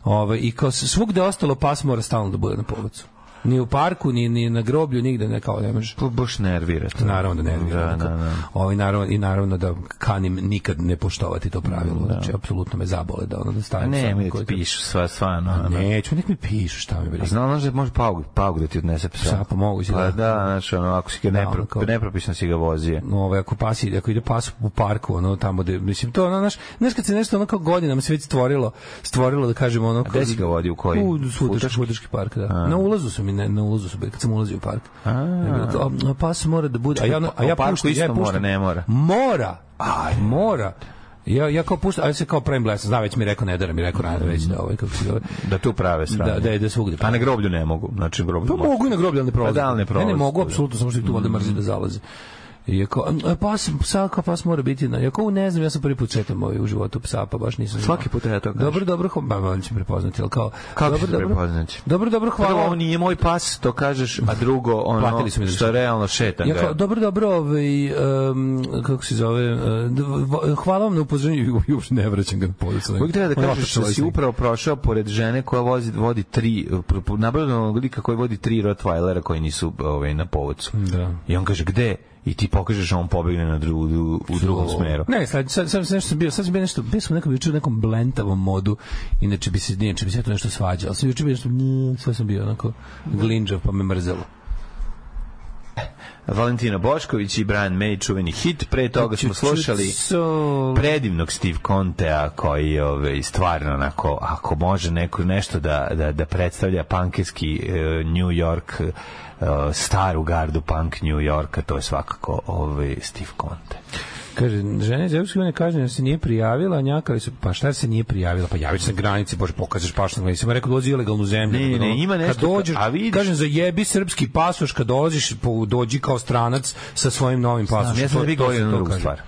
G: ovaj, i kao svugde ostalo pas mora stalno da bude na povodcu. Ni u parku, ni, ni na groblju, nigde ne, kao ne može.
F: To Pa baš nervira. To.
G: Naravno da ne bi.
F: Da, da, da.
G: Ovaj, naravno, I naravno da kanim nikad ne poštovati to pravilo. Znači, apsolutno me zabole da ono da stavim.
F: Ne,
G: samo
F: mi da ti da.
G: koji-
F: pišu, sva, stvarno. ono.
G: Neću, nek mi pišu šta mi briga.
F: Znao znaš da može paug, paug da ti odnese psa.
G: Psa, pa moguće,
F: Pa
G: da.
F: da, znači, ono, ako si ga nepro,
G: ono kao-
F: nepropisno si ga vozio.
G: ovaj ako pas ide, ako ide pas u parku ono tamo gde mislim to ono znaš znaš kad se nešto ono kao godinama se već stvorilo stvorilo da kažemo ono
F: gde si ga vodio, u koji?
G: u Svutaški
F: Futaški?
G: Svutaški park da na ulazu su mi ne, na ulazu su bili kad sam ulazio u park a, a pas mora da bude a ja ono- a
F: u
G: ja
F: parku
G: puštam ja
F: isto mora,
G: puštam.
F: ne mora?
G: mora aj mora Ja, ja kao puštam, ali se kao pravim blesan, zna već mi je rekao ne dara, mi je rekao rano već da ovaj, kako se zove.
F: Da tu prave sranje.
G: Da, da, je- da je svugde.
F: Pa na groblju ne mogu. Znači, groblju
G: Pa
F: može.
G: mogu i na groblje, ali ne prolaze.
F: Pa da, ali ne prolaze.
G: Ne, ne mogu,
F: Da.
G: apsolutno, samo što ih tu valjda mrzi da zalaze. Iako, pas, psa kao pas mora biti na... Iako, ne znam, ja sam prvi put sretam ovaj u životu psa, pa baš nisam...
F: Svaki put ja to kažem.
G: Dobro, dobro, hva- ba, ba, on će prepoznati, ali kao...
F: Kako
G: dobro,
F: ćete
G: dobro,
F: prepoznati?
G: Dobro, dobro,
F: Prvo,
G: hvala.
F: Pa da, ovo nije moj pas, to kažeš, a drugo, ono,
G: Platili su mi za
F: što
G: šetanje.
F: realno šetam
G: Ja kao,
F: ga.
G: dobro, dobro, ovaj, em, kako se zove, e, d- v- hvala vam na upozorenju (laughs) i uopšte ne vraćam ga na policu.
F: Uvijek treba da
G: Ono,
F: kažeš da
G: otišao
F: si
G: sam.
F: upravo prošao pored žene koja vozi, vodi tri, nabrodnog lika koji vodi tri Rottweilera koji nisu ovaj, na povodcu.
G: Da.
F: I on kaže, gde? I ti pokažeš, a on pobegne na dru, u drugom smeru.
G: Ne, sad, sad, sad, sad nešto sam bio, sad sam bio nešto, bio sam nekom juče u nekom blentavom modu, inače bi se, inače bi se ja tu nešto svađao, ali sam juče bio nešto, nj, sve sam bio onako glinđav, pa me mrzelo.
F: Valentina Bošković i Brian May, čuveni hit. Pre toga smo slušali
G: So,
F: predivnog Steve Contea koji je ove, stvarno onako, ako može neko nešto da, da, da predstavlja punkerski e, New York e, staru gardu punk New Yorka, to je svakako ove, Steve Conte.
G: kaže, žena iz Evropske unije kaže da se nije prijavila, a njakali su, pa šta se nije prijavila, pa javit će se na granici, bože, pokažeš pašnu granicu, sam rekao, dođi u ilegalnu zemlju.
F: Ne, ne, ima nešto,
G: Kad dođeš,
F: a vidiš-
G: kažem, zajebi srpski pasoš, kad dolaziš, po- dođi kao stranac sa svojim novim pasošem.
F: Ja sam
G: To-
F: da vi
G: to se
F: govorili
G: to
F: jednu drugu
G: kaže.
F: stvar.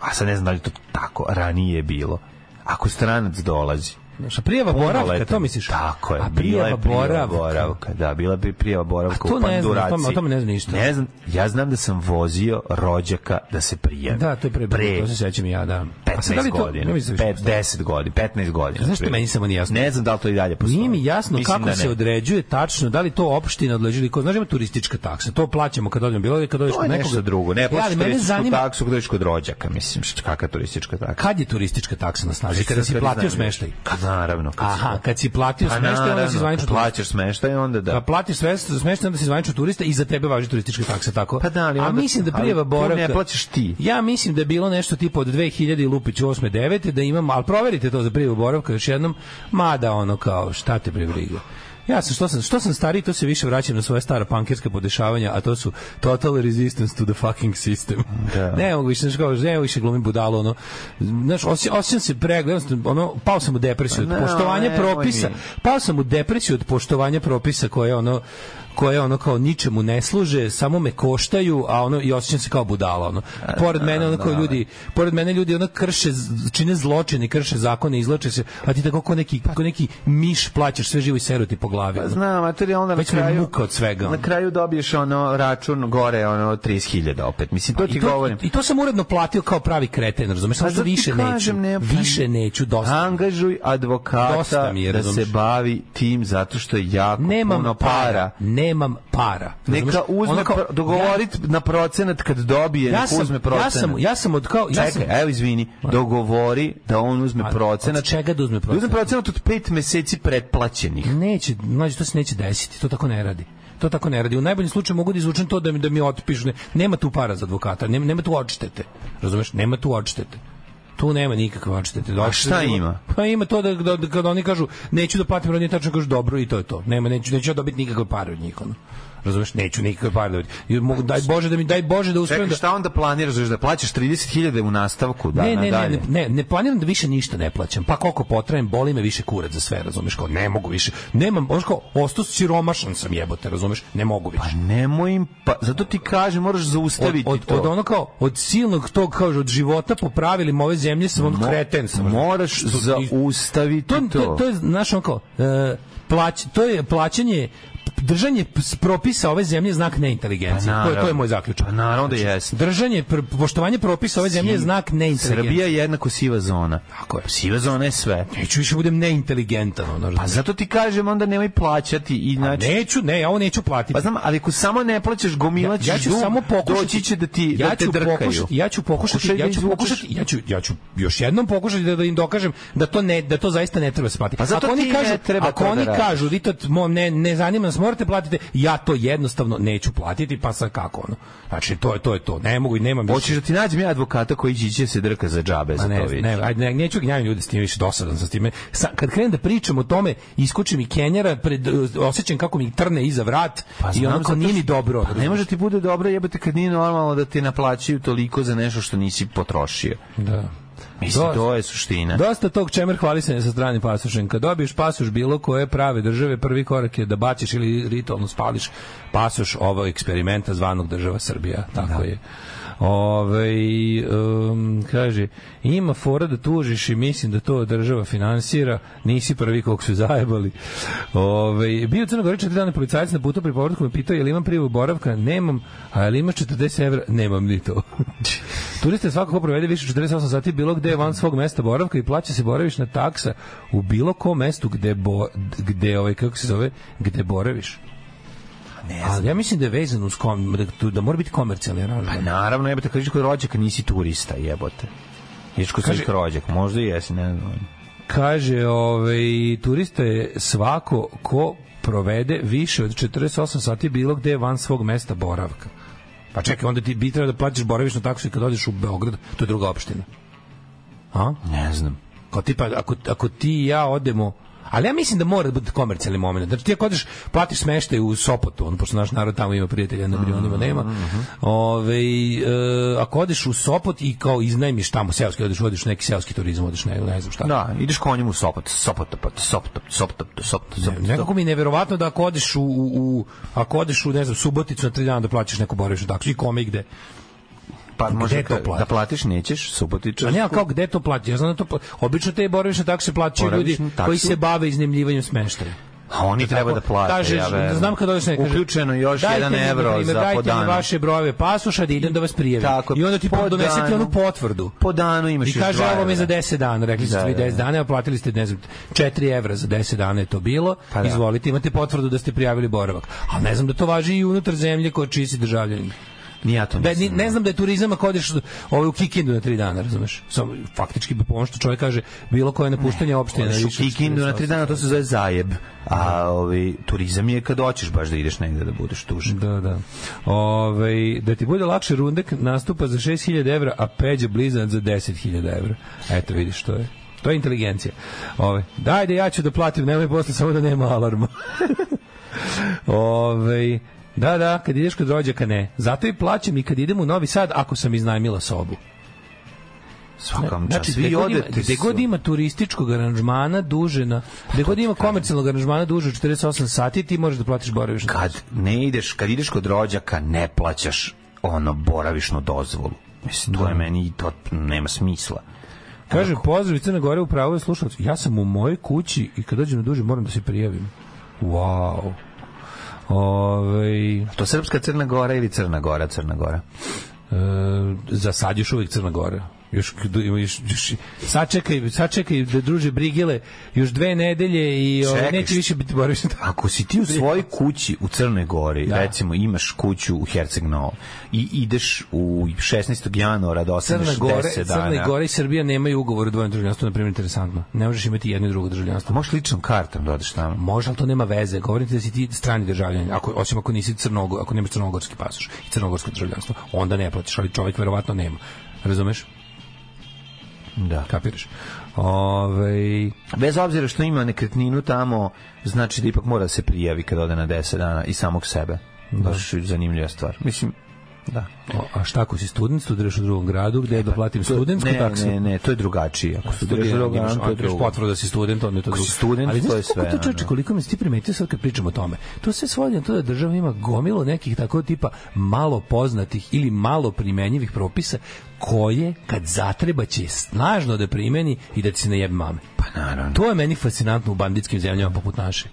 F: A sad ne znam da li to tako ranije je bilo. Ako stranac dolazi,
G: Znaš, a prijava boravka,
F: punoletan,
G: to misliš?
F: Tako je,
G: A
F: bila
G: prijava
F: je prijava
G: boravka.
F: boravka. Da, bila bi prijava boravka
G: A to
F: u
G: ne znam, o
F: Panduraciji.
G: tome- o tome ne znam ništa.
F: Ne znam, ja znam da sam vozio rođaka da se prijavi.
G: Da, to je pre,
F: Pre
G: to se sećam i ja, da. A sad
F: 15
G: da li to-
F: godina,
G: ne mislim da više
F: 10 godina, 15 godina.
G: Znaš što
F: otprilike.
G: meni samo nije jasno?
F: Ne znam da li to i dalje postoji.
G: Nije mi jasno
F: Mislim
G: kako
F: da
G: se
F: ne.
G: određuje tačno, da li to opština odleđuje ili ko, znaš ima turistička taksa, to plaćamo kad odemo bilo gde, kad dođeš
F: To je
G: kod nekoga.
F: nešto drugo. Ne,
G: E,
F: plaćaš
G: ali mene
F: turističku
G: zanima
F: taksu kada dođeš kod rođaka, mislim, šta- kakva turistička taksa.
G: kad je turistička taksa na snazi, kada si
F: Sad
G: platio
F: znam.
G: smeštaj.
F: Kad, naravno. kad si
G: Aha,
F: platio.
G: kad si platio
F: Pa
G: smeštaj, onda si
F: naravno,
G: zvanično
F: kad plaćaš smeštaj, onda da.
G: Da platiš sve za smeštaj, onda si zvanično turista i za tebe važi turistička taksa, tako?
F: Pa da, ali
G: A
F: onda-
G: mislim da
F: ali
G: prijava
F: tu
G: boravka...
F: ne plaćaš ti.
G: Ja mislim da je bilo nešto tipa od 2000 i lupić 8. 9. da imam, ali proverite to za prijavu boravka još jednom, mada ono kao, šta te bre briga. Ja sam, što sam, što sam stariji, to se više vraćam na svoje stara pankerska podešavanja, a to su total resistance to the fucking system.
F: Da.
G: (laughs) Ne mogu više, znaš, kao, ne mogu više glumim budalo, ono, znaš, osje- osjećam se pregledan, ono, pao sam u depresiju, od
F: Ne,
G: poštovanja
F: nemoj
G: propisa,
F: mi.
G: pao sam u depresiju od poštovanja propisa koje ono koje ono kao ničemu ne služe, samo me koštaju, a ono i osjećam se kao budala ono. Pored mene ono
F: Da.
G: kao ljudi, pored mene ljudi ono krše, z- čine zločine, krše zakone, izlače se, a ti tako kao neki, kao neki miš plaćaš sve živo i seru ti po glavi. ono.
F: Pa Znam, a to je onda na
G: Već mi je
F: kraju...
G: muka od svega, ono.
F: Na kraju dobiješ ono račun gore, ono 30.000 opet. Mislim, to da ti
G: Pa I to,
F: govorim.
G: I to sam uredno platio kao pravi kreten, razumeš? Samo
F: Pa
G: što
F: zato ti
G: više neću.
F: kažem, ne, pa-
G: više neću, dosta. mi je.
F: Angažuj advokata
G: Dosta mi je,
F: da se
G: razumeš.
F: bavi tim zato što je jako puno
G: Nemam
F: para.
G: para. Nemam para. Razumeš?
F: Neka uzme
G: Ono kao,
F: pro- dogovorit na procenat kad
G: Ja,
F: dobije,
G: ja,
F: neka uzme
G: sam,
F: procenat.
G: ja, sam, ja sam od kao... Ja sam,
F: Čekaj, evo izvini, dogovori da on uzme
G: A, Pa, od
F: procenat.
G: čega da uzme
F: Da uzme
G: procenat?
F: procenat od pet meseci pretplaćenih.
G: Neće, mlađe, to se neće desiti, to tako ne radi. To tako ne radi. U najboljem slučaju mogu da izvučem to da mi da mi otpišu. Ne, nema tu para za advokata, nema, nema tu odštete. Razumeš? Nema tu odštete. Tu nema nikakve odštete.
F: A šta ima?
G: Pa ima to da, da, da kada oni kažu neću da platim rodnje tačno kažu dobro i to je to. Nema neću neću ja dobiti nikakve pare od njih ono. Razumeš? Neću nikakve pare dobiti. I mogu daj bože da mi daj bože da
F: Čekaj,
G: uspem da
F: šta onda planiraš? Da plaćaš 30.000 u nastavku? Da,
G: ne, ne, ne,
F: nadalje?
G: ne, ne, ne planiram da više ništa ne plaćam. Pa koliko potrajem, boli me više kurac za sve, razumeš? Kao, ne mogu više. Nemam, baš kao, ostao siromašan sam jebote, razumeš? Ne mogu više.
F: Pa nemoj im, pa, zato ti kažem, moraš
G: Od,
F: zaustaviti
G: od,
F: to.
G: od ono kao, od silnog tog, kao od života po pravilima ove zemlje sam ono
F: Mo-
G: kreten sam. razumeš?
F: Moraš zaustaviti
G: to,
F: to.
G: to, to je, znaš, ono kao, e, plać, to je plaćanje držanje p- s- propisa ove zemlje je znak neinteligencije. to, je, to je moj zaključak. Znači,
F: Pa naravno da jeste.
G: Držanje, pr- poštovanje propisa ove zemlje je znak neinteligencije.
F: Srbija je jednako siva zona.
G: Tako je.
F: Siva zona je sve.
G: Neću više da budem neinteligentan. Ono,
F: Pa zato ti kažem, onda nemoj plaćati. I, znači,
G: Neću, ne, ja ovo neću platiti.
F: Pa znam, ali ako samo ne plaćaš, gomilaćeš
G: ja ću
F: dug,
G: samo pokušati
F: doći će da ti
G: ja
F: da te
G: ću
F: drkaju.
G: Pokušati, ja ću pokušati,
F: Pokušaj da
G: ja ću
F: izvučeš-
G: pokušati, ja ću ja ću još jednom pokušati da, da im dokažem da to ne da to zaista ne treba se platiti.
F: Pa zato
G: ako
F: ti
G: oni
F: ne
G: kažu,
F: treba
G: ako
F: to da
G: oni
F: radiš.
G: kažu, vi to mom ne ne zanima nas morate platiti, ja to jednostavno neću platiti, pa sa kako ono. Znači to je to je to. Ne mogu i nemam više.
F: Hoćeš da ti nađem ja advokata koji će ići da se drka za džabe
G: Ma
F: za to
G: ne,
F: vidi.
G: ne, ajde, ne, neću gnjavim ljude s tim više dosadan sa time. Sa, kad krenem da pričam o tome, iskučim i Kenjara, pred, e, osjećam kako mi trne iza vrat i
F: Pa znam,
G: onako
F: zato
G: nije
F: što-
G: mi dobro.
F: Pa ne može ti bude dobro jebate kad nije normalno da ti naplaćaju toliko za nešto što nisi potrošio.
G: Da.
F: Mislim,
G: Dosta.
F: to je suština.
G: Dosta tog čemer hvalisanja sa stranim pasošem. Kad dobiješ pasoš bilo koje prave države, prvi korak je da baciš ili ritualno spališ pasoš ovog eksperimenta zvanog država Srbija. Tako je. Ove, um, kaže, ima fora da tužiš i mislim da to država finansira, nisi prvi kog su zajebali. Ove, bio u Crnoj Gori četiri dana policajac na putu pri povratku me pitao je li imam privu boravka, nemam, a je li imaš 40 evra, nemam ni to. Turiste svakako provede više od 48 sati bilo gde van svog mesta boravka i plaća se boravišna taksa u bilo kom mestu gde, bo, gde ovaj, kako se zove, gde boraviš. Ne Ali ja mislim da je vezan uz kom, da, tu- da mora biti komercijalni aranžman.
F: Pa naravno, jebote, kad ideš kod rođaka nisi turista, jebote. Ideš kod svojih rođaka, možda i jesi, ne znam.
G: Kaže, ovaj, turista je svako ko provede više od 48 sati bilo gde van svog mesta boravka. Pa čekaj, onda ti bi trebalo da plaćaš boravišnu taksu i kad odeš u Beograd, to je druga opština. A?
F: Ne znam.
G: Kao tipa, ako, ako ti i ja odemo Ali ja mislim da mora da bude komercijalni moment. Znači ti ako odeš, platiš smeštaj u Sopotu, on, pošto naš narod tamo ima prijatelja, na milionima nema. Ove, e, ako odeš u Sopot i kao iznajmiš tamo seoski, odeš, odeš u neki seoski turizam, odeš ne, ne znam šta.
F: Da, ideš konjem u Sopot, Sopot, Sopot, Sopot, Sopot, Sopot, Sopot.
G: Nekako mi je neverovatno da ako odeš u, u, u ako odeš u ne znam Suboticu na 3 dana da plaćaš neku boravišnu taksu i kome i gde.
F: pa može
G: gde to
F: ka-
G: platiš?
F: da platiš nećeš, Subotičar.
G: A ne, ali kao gde to plaćaš? Ja znam da to pla- obično te boravišne takse plaćaju ljudi
F: Boravišnu taksu?
G: koji se bave iznajmljivanjem smeštaja.
F: A oni treba da plate.
G: Kažeš,
F: ja verujem.
G: znam kad odeš ne kaže.
F: Uključeno još
G: "Dajte
F: jedan
G: mi, na
F: evro
G: primer,
F: za po
G: Dajte mi
F: danu.
G: vaše brojeve pasoša da idem da vas prijavim.
F: Tako je.
G: I onda ti
F: Po
G: donese ti
F: danu-
G: onu potvrdu.
F: po danu imaš
G: I
F: još
G: kaže,
F: dva
G: evo mi
F: evra."
G: za 10 dana. Rekli ste
F: Da,
G: vi
F: da,
G: 10 dana, a platili ste, ne znam, 4 evra za 10 dana je to bilo.
F: Pa da.
G: Izvolite, imate potvrdu da ste prijavili boravak. Ali ne znam da to važi i unutar zemlje koja čiji si državljanin.
F: Ni ja to
G: Da, ni,
F: mislim.
G: ne znam da je turizam ako odeš ovaj, u Kikindu na tri dana, razumeš? Samo, faktički, po ono što čovjek kaže, bilo koje napuštanje opštine.
F: Odeš
G: na
F: u
G: više od
F: Kikindu na
G: 48
F: Da. tri dana, to se zove zajeb. A ovi, turizam je kad hoćeš baš da ideš negde da budeš tužen.
G: Da, da. Ove, da ti bude lakše, Rundek nastupa za 6000 evra, a Peđa Blizan za 10.000 evra. Eto, vidiš, to je. To je inteligencija. Ove, dajde, ja ću da platim, nemoj posle, samo da nema alarma. (laughs) Ove, da, da, kad ideš kod rođaka, ne. Zato i plaćam i kad idem u Novi Sad, ako sam iznajmila sobu.
F: Svaka vam čast.
G: Znači, gde
F: Vi
G: god, ima,
F: odete
G: gde god
F: sa-
G: ima turističkog aranžmana duže na... Gde god ima komercijalnog aranžmana duže od 48 sati, ti možeš da platiš boravišnu.
F: kad ne ideš, kad ideš kod rođaka, ne plaćaš ono boravišnu dozvolu. Mislim, to je meni, to nema smisla.
G: Kaže, pozdrav iz Crne Gore, upravo je slušalac. Ja sam u mojoj kući i kad dođem na duže moram da se prijavim. Wow. Ove, e,
F: To Srpska Crna Gora ili Crna Gora, Crna Gora?
G: za sad još uvijek Crna Gora. Još, kad ima još, još, sačekaj, sačekaj da druže Brigile još dve nedelje i ove,
F: Čekaj,
G: neće više biti boravišna dozvola.
F: Ako si ti u svojoj kući u Crnoj Gori, da.
G: Da.
F: recimo imaš kuću u Herceg Novom i ideš u 16. januara da ostaneš
G: Crna Gora,
F: 10 dana.
G: Crna Gora i Srbija nemaju ugovor o dvojnom državljanstvu, na primjer, interesantno. Ne možeš imati jedno i drugo državljanstvo.
F: Možeš ličnom kartom da odeš tamo.
G: Može, ali to nema veze. Govorim ti da si ti strani državljanin, ako, osim ako nisi crnogo, ako nemaš crnogorski pasoš i crnogorsko državljanstvo, onda ne platiš, ali čovjek verovatno nema. Razumeš?
F: Da.
G: Kapiraš? Ove,
F: Bez obzira što ima nekretninu tamo, znači da ipak mora da se prijavi kad ode na 10 dana i samog sebe. Baš zanimljiva stvar. Mislim, da.
G: o, a šta ako si student, studiraš u drugom gradu, gde da platim studentsku
F: ne,
G: taksu?
F: Ne, ne, to je drugačije. Ako
G: To
F: studiraš
G: je
F: drugog
G: drugo,
F: dana, to je
G: imaš
F: drugo.
G: potvrdu da si student, onda je to
F: Ako
G: drugo.
F: si student,
G: Ali
F: to
G: znaš
F: je
G: koliko
F: sve,
G: To
F: ono,
G: čoveče,
F: da.
G: koliko mi si ti primetio sad kad pričamo o tome. To se svodi na to da država ima gomilo nekih tako tipa malo poznatih ili malo primenjivih propisa koje kad zatreba će snažno da primeni i da ti se ne jebe mame.
F: Pa naravno.
G: To je meni fascinantno u banditskim zemljama poput naše.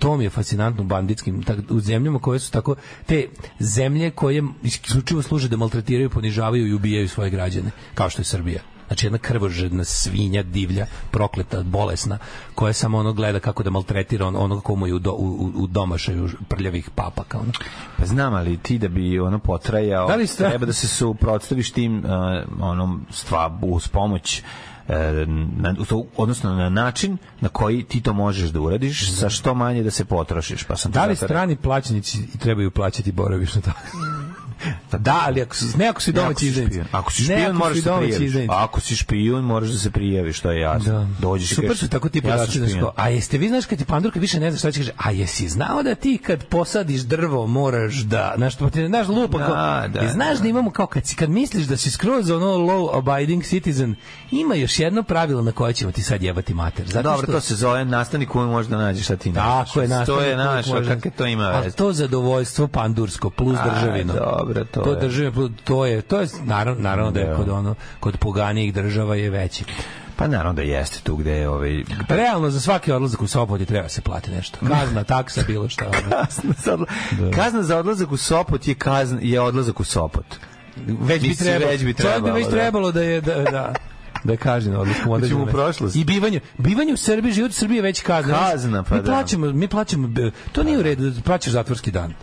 G: To mi je fascinantno u banditskim, tak, u zemljama koje su tako, te zemlje koje isključivo služe da maltretiraju, ponižavaju i ubijaju svoje građane, kao što je Srbija. Znači jedna krvožedna svinja, divlja, prokleta, bolesna, koja samo ono gleda kako da maltretira on, onog komu je u, do, u, u domašaju prljavih papaka. Ono.
F: Pa znam, ali ti da bi ono potrajao,
G: Da
F: da
G: li sta-
F: treba da se suprotstaviš tim uh, onom stvabu uz pomoć uh, na, to, odnosno na način na koji ti to možeš da uradiš sa što manje da se potrošiš pa sam
G: Da li
F: zato- Mm.
G: strani plaćenici trebaju plaćati boravišnu (laughs) taksu? Da, ali ako si, ne ako si
F: Ne, ako
G: domaći
F: si
G: izdajnici.
F: špijun. Ako si
G: Ne
F: špijun,
G: ako
F: moraš
G: si
F: da se
G: domaći
F: prijaviš.
G: izdajnici.
F: Ako si špijun, moraš da se prijaviš, to je jasno.
G: Da.
F: Dođeš i
G: Super
F: kažeš,
G: su tako ti
F: ja sam
G: podaci da
F: špijun.
G: sko. A jeste vi znaš kad ti pandurka više ne zna šta će kaže, a jesi znao da ti kad posadiš drvo moraš da, znaš, pa ti znaš lupa
F: Da,
G: kao,
F: da,
G: I znaš da, imamo kao kad, si, kad misliš da si skroz ono low abiding citizen, ima još jedno pravilo na koje ćemo ti sad jebati mater. Zato
F: Dobro,
G: što,
F: to se zove nastavnik uvijek možda nađe šta ti nađeš.
G: Tako je, naš.
F: To je naš, kakve to ima
G: A
F: veze.
G: to zadovoljstvo pandursko plus
F: A,
G: državino.
F: dobro, to
G: to
F: je.
G: državino, plus- to je, to je naravno, naravno da je
F: Da.
G: kod ono kod poganijih država je veći.
F: Pa naravno da jeste tu gde je ovaj...
G: Realno za svaki odlazak u Sopot je treba se plati nešto. Kazna, taksa, bilo šta. (laughs) ono.
F: Kazna za, odla- (laughs) kazna za odlazak u Sopot je, kazna, je odlazak u Sopot.
G: Već bi
F: Mislim,
G: trebalo.
F: već bi
G: Čovjek bi već trebalo
F: trebalo, da.
G: da je da da (laughs) da je kažnjen odlaskom u
F: Hoćemo
G: određeno
F: u
G: vreme.
F: prošlost?
G: I bivanje, bivanje u Srbiji, život u Srbiji je već kazna. Znači,
F: Kazna, pa
G: mi
F: da.
G: plaćamo, mi plaćamo, be- to nije u redu, da plaćaš zatvorski dan.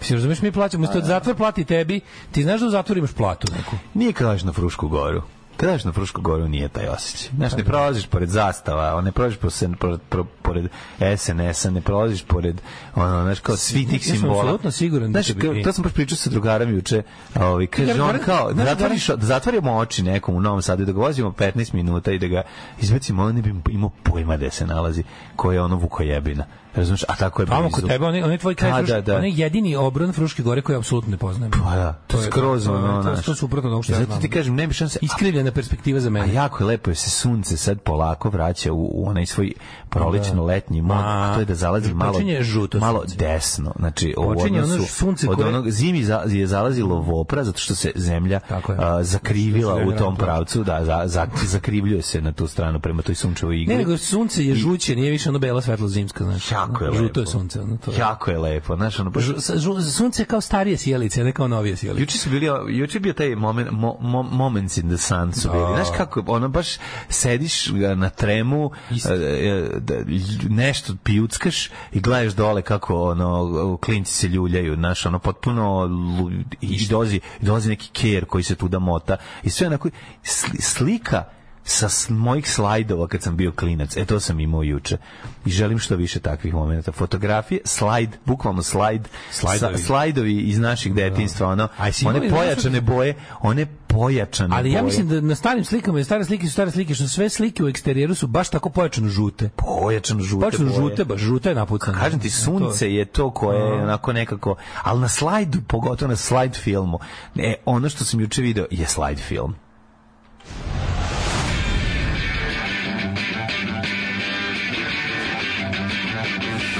G: Mislim, razumeš, mi plaćamo, isto zatvor plati tebi, ti znaš da u zatvoru imaš platu neku.
F: Nije kad odeš na Frušku goru. Kad odeš na Frušku goru nije taj osjećaj. Znaš, ne prolaziš pored zastava, ne prolaziš pored, pored, pored SNS-a, ne prolaziš pored, ono, znaš, kao svih tih
G: Ja sam
F: simbola.
G: apsolutno siguran da
F: Znaš,
G: će
F: kao-
G: biti-
F: to sam baš pričao sa drugarom juče, ovaj, kaže
G: Goran,
F: on
G: Goran,
F: kao,
G: znaš,
F: zatvoriš, zatvorimo oči nekom u Novom Sadu i da ga vozimo 15 minuta i da ga izbacimo, on ne bi imao pojma gde se nalazi, koja je ono vukojebina. Razumeš, a tako je
G: Tamo
F: blizu.
G: Pa kod tebe, on je, on je tvoj kraj,
F: Da,
G: Fruške-
F: da, da.
G: on je jedini obron Fruške gore koji apsolutno ne poznajem.
F: Pa da, to, je skroz
G: to je-
F: ono,
G: to je-
F: znaš.
G: to je suprotno od onog što ja
F: Zato
G: znam.
F: ti kažem, nema šanse. A
G: Iskrivljena perspektiva za
F: A
G: mene.
F: jako je lepo jer se sunce sad polako vraća u, u onaj svoj prolećno letnji mod, a to je da zalazi malo
G: počinje žuto
F: malo
G: sunce.
F: desno. Znači, u
G: Počinje ono
F: odnosu
G: sunce
F: od
G: koje-
F: onog zimi za, je zalazilo vopra zato što se zemlja
G: Tako je.
F: a, zakrivila
G: Što se
F: u tom
G: zemlja
F: pravcu, da za, za, zakrivljuje se na tu stranu prema toj sunčevoj igli.
G: Ne, nego sunce je žuće, nije više ono bela svetlo zimska, znaš.
F: Jako je
G: Žuto
F: lepo.
G: je sunce, ono to. je.
F: Jako je lepo, znaš, ono baš
G: Žu- sa- žu- sunce je kao starije sjelice, a ne kao novije sjelice.
F: Juče su bili, juče je bio taj moment, mo, mo, moments in the sun su bili.
G: Da.
F: Znaš kako, ono baš sediš e, na tremu, e, e, da, lj- nešto pijuckaš i gledaš dole kako ono klinci se ljuljaju, znaš, ono potpuno lu- i dozi, dozi neki ker koji se tu da mota i sve onako sli- slika sa s- mojih slajdova kad sam bio klinac. E to sam imao juče. I želim što više takvih momenata. Fotografije, slajd, bukvalno slajd,
G: Slajdovi. Da.
F: sa- slajdovi iz naših detinjstva, ono,
G: A jesi
F: E, one
G: imao i
F: pojačane boje, one pojačane
G: Ali
F: boje.
G: ja mislim da na starim slikama, jer stare slike su stare slike, što sve slike u eksterijeru su baš tako pojačano žute.
F: pojačano žute
G: Pojačano
F: boje.
G: žute, baš žute je napucano. E,
F: Kažem ti, sunce je to koje je onako nekako, ali na slajdu, pogotovo na slajd filmu, e, ono što sam juče video je slajd film.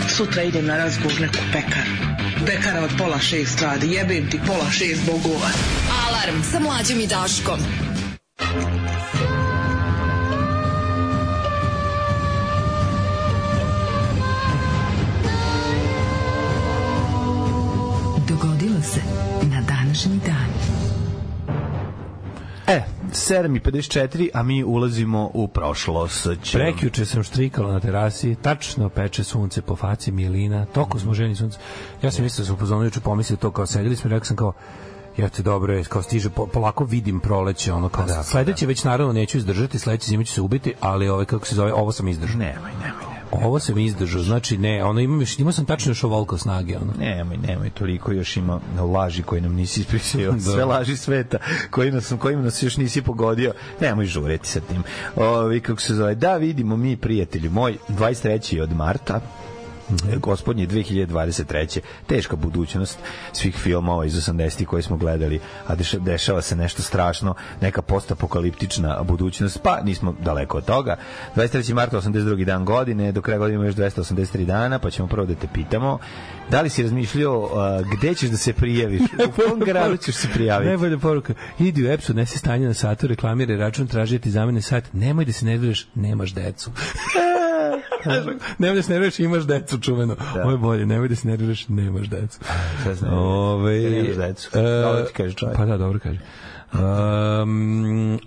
A: Sutra idem na razgovor neku pekaru. Pekara od pola šest radi, jebem ti pola šest bogova.
E: Alarm sa mlađom i Daškom. Dogodilo se na današnji dan.
F: E, 7.54, a mi ulazimo u prošlost.
G: Prekjuče sam štrikala na terasi, tačno peče sunce po faci Milina, toko smo ženi sunce. Ja sam mislio da sam upozorno juče pomislio to kao sedeli smo, i rekao sam kao, jete dobro, je, kao stiže, po, polako vidim proleće, ono kao, da, sledeće već naravno neću izdržati, sledeće zime ću se ubiti, ali ove, kako se zove, ovo sam izdržao.
F: Nemoj, nemoj, nemoj.
G: Ovo sam izdržao, znači ne, ono imam još, imao sam tačno još ovoliko snage, ono.
F: Nemoj, nemoj, toliko još ima laži koje nam nisi ispričao, Da. sve laži sveta koji nas, kojim nas još nisi pogodio, nemoj žureti sa tim. Ovi, kako se zove, da vidimo mi, prijatelju moj, 23. od marta, gospodnje 2023. Teška budućnost svih filmova iz 80-ih koje smo gledali, a deša- dešava se nešto strašno, neka postapokaliptična budućnost, pa nismo daleko od toga. 23. marta, 82. dan godine, do kraja godine ima još 283 dana, pa ćemo prvo da te pitamo, da li si razmišljao uh, gde ćeš da se prijaviš? U kom gradu ćeš se prijaviti?
G: Najbolja poruka. Idi u EPS-u, nesi stanje na satu, reklamiraj račun, traži da ti zamene sat. Nemoj da se nerviraš, nemaš
F: (laughs)
G: decu. nemoj da se nerviraš, imaš decu, čuveno. Da. Ovo je bolje, nemoj da se nerviraš, nemaš decu.
F: Šta se nerviraš?
G: Ove, e,
F: Nemaš decu. Dobro ti kaže čovjek.
G: Pa da, dobro kaže. Um, mm,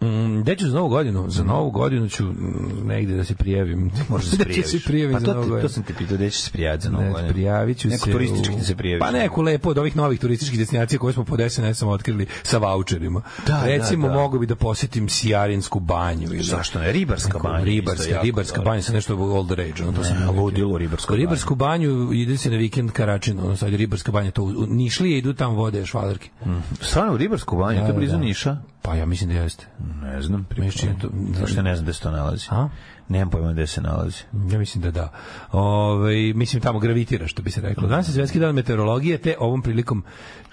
G: mm, mm, gde ću za novu godinu? Za novu godinu ću mm, negde da se prijavim.
F: Možda se
G: (laughs) da ću se prijavim
F: prijaviš. Pa
G: za
F: to,
G: novu
F: ti,
G: godinu.
F: to sam te pitao, gde ćeš se prijaviti za novu
G: Ne,
F: godinu?
G: Znači, prijavit ću
F: Neko
G: se.
F: turistički
G: u-
F: da se prijaviš.
G: Pa neku lepo od ovih novih turističkih destinacija koje smo pod SNS-om otkrili sa vaučerima.
F: Da,
G: Recimo,
F: da, da.
G: mogu bi da posetim Sijarinsku banju. Ili
F: Zašto ne? Ribarska
G: Neku
F: banja. isto
G: Ribarska,
F: jako
G: ribarska
F: dobro.
G: banja sa nešto old age. Ono, to sam uvijek-
F: ludilo ribarska
G: U Ribarsku banju ide se na vikend Karačin, ono sad je ribarska banja, to u- u Nišlije idu tamo vode švalerke.
F: Mm. Stvarno u Ribarsku banju, to je
G: Da,
F: blizu
G: da.
F: Niša.
G: Pa ja mislim da jeste.
F: Ne znam,
G: Mislim, to-
F: Zašto ne znam gde se to nalazi?
G: A?
F: Nemam pojma gde se nalazi.
G: Ja mislim da da. Ove, mislim tamo gravitira, što bi se reklo. Danas je Svetski dan meteorologije, te ovom prilikom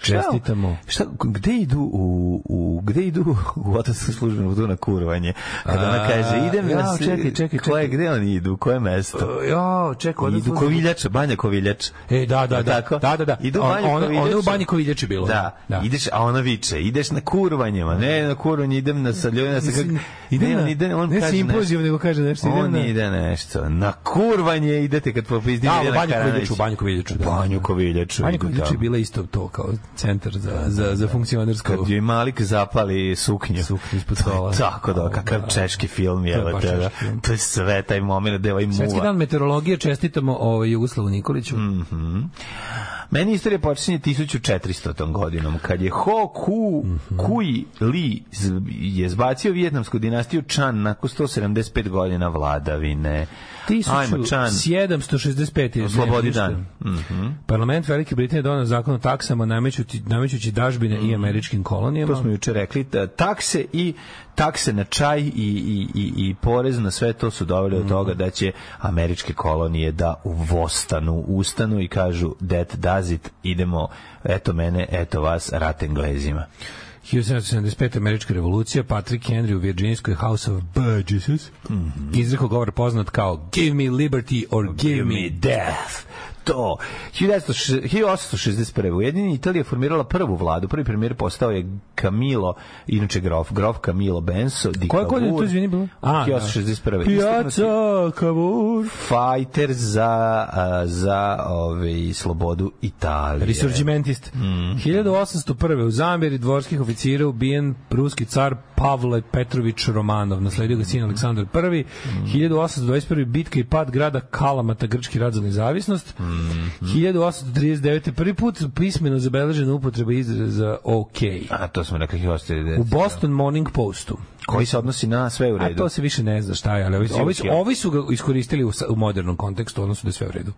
G: čestitamo.
F: Šta, gde idu u, u gde idu (laughs) u otac službenu vodu na kurvanje? Kada ona
G: A,
F: kaže, idem
G: jao,
F: na se-
G: čekaj, čekaj, E,
F: Koje,
G: čekaj.
F: gde oni idu, u koje mesto?
G: Jo, čekaj, odnosno-
F: Idu Koviljača, Banja Koviljača.
G: E, da, da,
F: Jel
G: da.
F: tako?
G: Da, da, da.
F: Idu u
G: On-
F: Banju
G: ono- ono je u
F: Koviljaču.
G: Banji Koviljači bilo,
F: Da.
G: da.
F: Ideš, a ona viče, ideš na kurvanjima. Ne, na kurvanje idem na sa ljudima, sa kako.
G: Idem
F: Ne,
G: na-
F: on ide, on
G: ne
F: kaže
G: simpozijum,
F: nešto.
G: nego kaže nešto, idem
F: On
G: na-
F: ide nešto. Na kurvanje idete kad popizdi
G: Da,
F: Miljana
G: u Banju
F: Karanović.
G: Koviljaču, u Banju Koviljaču, da.
F: Banju Da. Koviljaču.
G: Banja
F: idu
G: Koviljača je
F: tamo.
G: bila isto to kao centar za, za, za funkcionersko...
F: kad je Malik zapali suknju.
G: Suknju ispod
F: To je
G: stola.
F: Tako da, kakav
G: Da.
F: češki film je.
G: To je baš
F: To je, da.
G: češki film.
F: to je sve taj moment gde ovaj
G: Svetski
F: muva.
G: dan meteorologije čestitamo ovaj Jugoslavu Nikoliću. Mm.
F: Meni istorija počinje 1400. godinom, kad je Ho Ku,
G: Mhm.
F: Kui Li z- je zbacio vijetnamsku dinastiju Chan nakon 175 godina vladavine. Ajmo, Chan.
G: 1765. je
F: Slobodi
G: nešto.
F: dan. Mhm.
G: Parlament Velike Britanije donao zakon o taksama namećući, namećući dažbine i američkim kolonijama.
F: To smo juče rekli, ta- takse i takse na čaj i, i, i, i porez na sve to su
G: Mhm.
F: doveli do toga da će američke kolonije da uvostanu, ustanu i kažu that does it, idemo, eto mene, eto vas, rat englezima.
G: 1775. američka revolucija, Patrick Henry u Virginijskoj House of Burgesses mm -hmm. izrekao govor poznat kao Give me liberty or give,
F: Give me death. To. 1861. Ujedinjena Italija je formirala prvu vladu. Prvi premijer postao je Camilo, inače grof, grof Camilo Benso. di
G: Koja godina je to,
F: Cavour,
G: izvini, bilo? A, da.
F: 1861. Istaknuti-
G: Piazza Cavour.
F: fajter za a, za ove slobodu Italije.
G: Risorgimentist. Mm. 1801. u Zambjeri dvorskih oficira ubijen ruski car Pavle Petrović Romanov. Nasledio ga sin Aleksandar I. 1821. bitka i pad grada Kalamata, grčki rad za nezavisnost. 1839. prvi put pismeno zabeležena upotreba izraza OK.
F: A to smo rekli
G: U
F: 1890.
G: Boston Morning Postu.
F: Koji se odnosi na sve u
G: A
F: redu.
G: to se više ne zna šta je, ali ovi, ovi,
F: Ruski, ja.
G: ovi su ga iskoristili u, sa- u modernom kontekstu, odnosno da je sve u redu.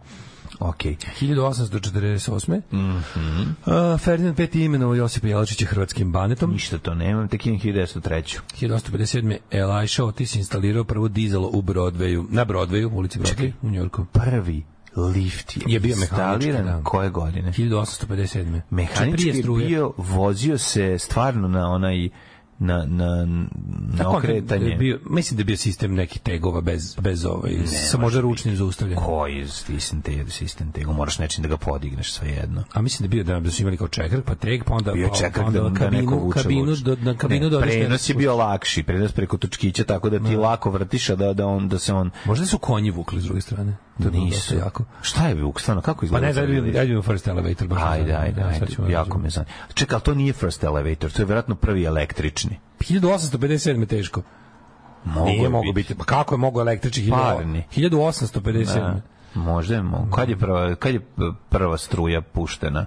F: Okej.
G: 1848. Mm
F: Mhm.
G: -hmm. uh, Ferdinand V imenovao Josipa Jelačića hrvatskim banetom.
F: Ništa to nemam, tek imam 1903.
G: 1857. Elisha Otis instalirao prvo dizelo u Broadwayu, na Broadwayu, u ulici Broadway, u Njorku.
F: Prvi lift je,
G: Je bio mehanički,
F: instaliran
G: da.
F: koje godine?
G: 1857. Znači,
F: Mehanički
G: prije
F: je
G: struje.
F: bio, vozio se stvarno na onaj na, na, na
G: Tako on kad je
F: okretanje.
G: Bio, mislim da je bio sistem nekih tegova bez, bez ovaj, sa
F: može
G: možda ručnim zaustavljanjem.
F: Koji sistem te, sistem te, moraš nečim da ga podigneš svejedno.
G: A mislim da je bio da, da su imali kao čekar, pa teg, pa onda,
F: bio
G: pa,
F: čekar
G: pa onda
F: da, da neko
G: kabinu,
F: vuče
G: kabinu,
F: vuče.
G: do, na kabinu da
F: Ne,
G: do
F: prenos je bio lakši, prenos preko točkića, tako da ti lako vrtiš, a da, da, on, da se on...
G: Možda su konji vukli s druge strane. To je bilo dosta
F: Nisu.
G: jako.
F: Šta je Vuk stvarno? Kako
G: Pa
F: izgleda?
G: ne,
F: taj
G: ajde
F: lift?
G: ajde vidimo first elevator. baš me
F: Ajde,
G: zanima.
F: ajde,
G: Evo, pa sad
F: ajde,
G: ćemo-
F: jako me zanima. Čekaj, ali to nije first elevator, to je vjerojatno prvi električni.
G: 1857 teško.
F: Mogu
G: Nije
F: je
G: mogu biti. Pa kako je mogo električni?
F: Parni.
G: 1857.
F: Da, možda je mogu.
G: Mm.
F: Kad je prva, kad je prva struja puštena?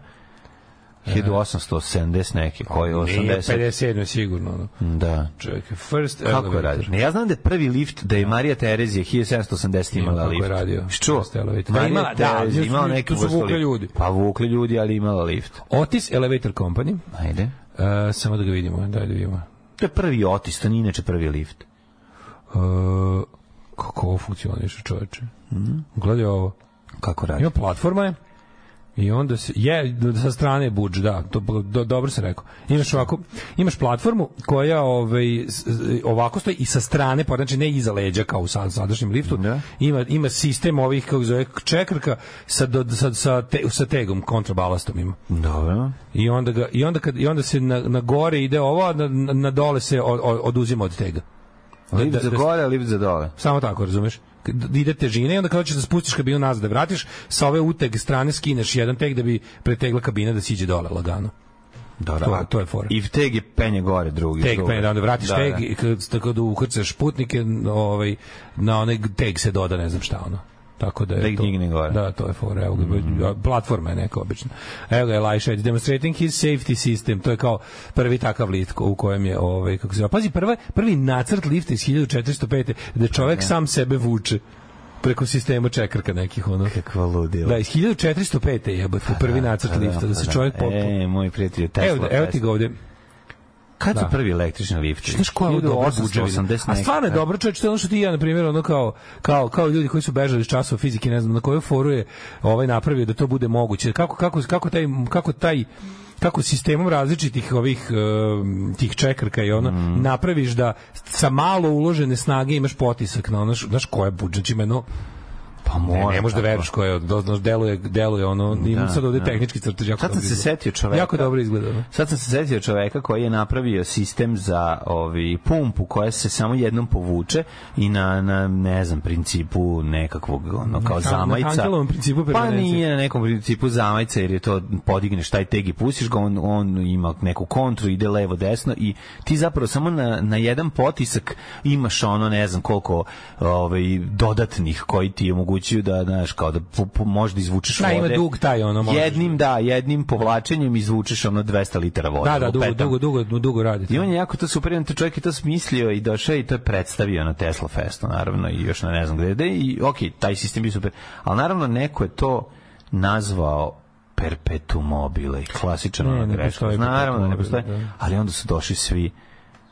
F: 1870 neki, koji je
G: E. Pa Nije
F: 80.
G: 57 sigurno. ono.
F: Da.
G: Čovjek, je first
F: Kako
G: elevator.
F: je radio? Ne, ja znam da je prvi lift, da je Marija Terezija 1780 imala
G: Kako je
F: lift.
G: radio?
F: Što?
G: First elevator. Pa
F: Marija
G: imala, da,
F: Terezija
G: tu su-
F: imala neki
G: tu su
F: vrstu
G: vukli
F: lifta.
G: ljudi.
F: Pa vukli ljudi, ali imala lift.
G: Otis Elevator Company.
F: Ajde.
G: E, samo da ga vidimo, daj da vidimo.
F: To je prvi otis, to nije inače prvi lift.
G: E, kako ovo funkcioniše, čoveče?
F: Mhm.
G: Gledaj ovo.
F: Kako radi?
G: Ima platforma je. I onda se, je, do- sa strane je budž, da, to, do, dobro se rekao. Imaš ovako, imaš platformu koja ovaj, s- s- ovako stoji i sa strane, pa znači ne iza leđa kao u sad, sadašnjem liftu,
F: Da.
G: ima, ima sistem ovih, kako zove, čekrka sa, do, sa, sa, te, sa tegom, kontrabalastom ima.
F: Dobro.
G: I onda, ga, i onda, kad, i onda se na, na gore ide ovo, a na, na na dole se o, o, oduzima od tega.
F: Lift
G: Da-
F: za
G: da-
F: gore, lift za dole.
G: Samo tako, razumeš? Kad Ide težina i onda kada hoćeš da spustiš kabinu nazad da vratiš, sa ove uteg strane skineš jedan teg da bi pretegla kabina da siđe dole lagano.
F: Dobro.
G: To je- to je fora.
F: I teg je penje gore drugi.
G: Teg
F: drugi.
G: pa da onda vratiš
F: Da,
G: teg
F: da.
G: i kad, tako da ukrcaš putnike, ovaj, na onaj teg se doda ne znam šta ono. Tako da je
F: Da ih digne gore. Mhm.
G: Da, to je fora. Evo ga, platforma je neka obična. Evo ga Elisha, it's demonstrating his safety system. To je kao prvi takav lift ko- u kojem je ovaj kako se zove. Pazi, prva, prvi nacrt lifta iz 1405. da čovek sam sebe vuče preko sistema čekrka nekih ono.
F: Kakva ludila.
G: Da, iz 1405. je
F: Pa
G: jebote, prvi nacrt lifta, da se čovjek popu...
F: E, moj prijatelj, Tesla.
G: Evo, da- evo ti ga ovde.
F: Kad su
G: Da.
F: prvi električni lifti?
G: Znaš koja je ovo dobra budževina? A stvarno je
F: da.
G: dobro, čovječ, to je ono što ti i ja, na primjer, ono kao, kao, kao ljudi koji su bežali iz časova fizike, ne znam, na koju foru je ovaj napravio da to bude moguće. Kako, kako, kako taj, kako taj kako sistemom različitih ovih em, tih čekrka i ono
F: Mm.
G: napraviš da sa malo uložene snage imaš potisak na ono š- znaš koja je budžet znači ima jedno
F: Pa
G: ne,
F: mora.
G: ne možeš da
F: tako. Da,
G: veruješ koja je do- znaš, deluje deluje ono imam sad ovde tehnički crtež jako
F: Sad sam
G: dobro
F: se
G: izgleda.
F: setio čoveka.
G: jako dobro izgleda ono.
F: Sad sam se setio čoveka koji je napravio sistem za ovi pumpu koja se samo jednom povuče i na, na ne znam, principu nekakvog
G: Na
F: ono, kao
G: tan- na
F: zamajca.
G: Tangelovom principu
F: pa
G: permanencije.
F: nije na nekom principu zamajca jer je to podigneš taj teg i pustiš ga, on, on ima neku kontru, ide levo, desno i ti zapravo samo na, na jedan potisak imaš ono ne znam koliko ovaj, dodatnih koji ti omogućuju da, znaš, kao da pu, pu, možda izvučeš
G: Da, ima
F: vode.
G: dug taj, ono, možeš.
F: Jednim, da, jednim povlačenjem izvučeš ono 200 litara vode.
G: da da dugo
F: lupetam.
G: dugo dugo dugo radi
F: I on je jako to super, jedan to čovjek je to smislio i došao i to je predstavio na Tesla Festu, naravno, i još na ne znam gde, Da, i ok, taj sistem bi super, ali naravno neko je to nazvao perpetuum mobile i klasičan
G: Ne,
F: ona
G: ne
F: greška.
G: postoji
F: Naravno da ne
G: perpetuum
F: postoji,
G: mobile, da.
F: ali onda su došli svi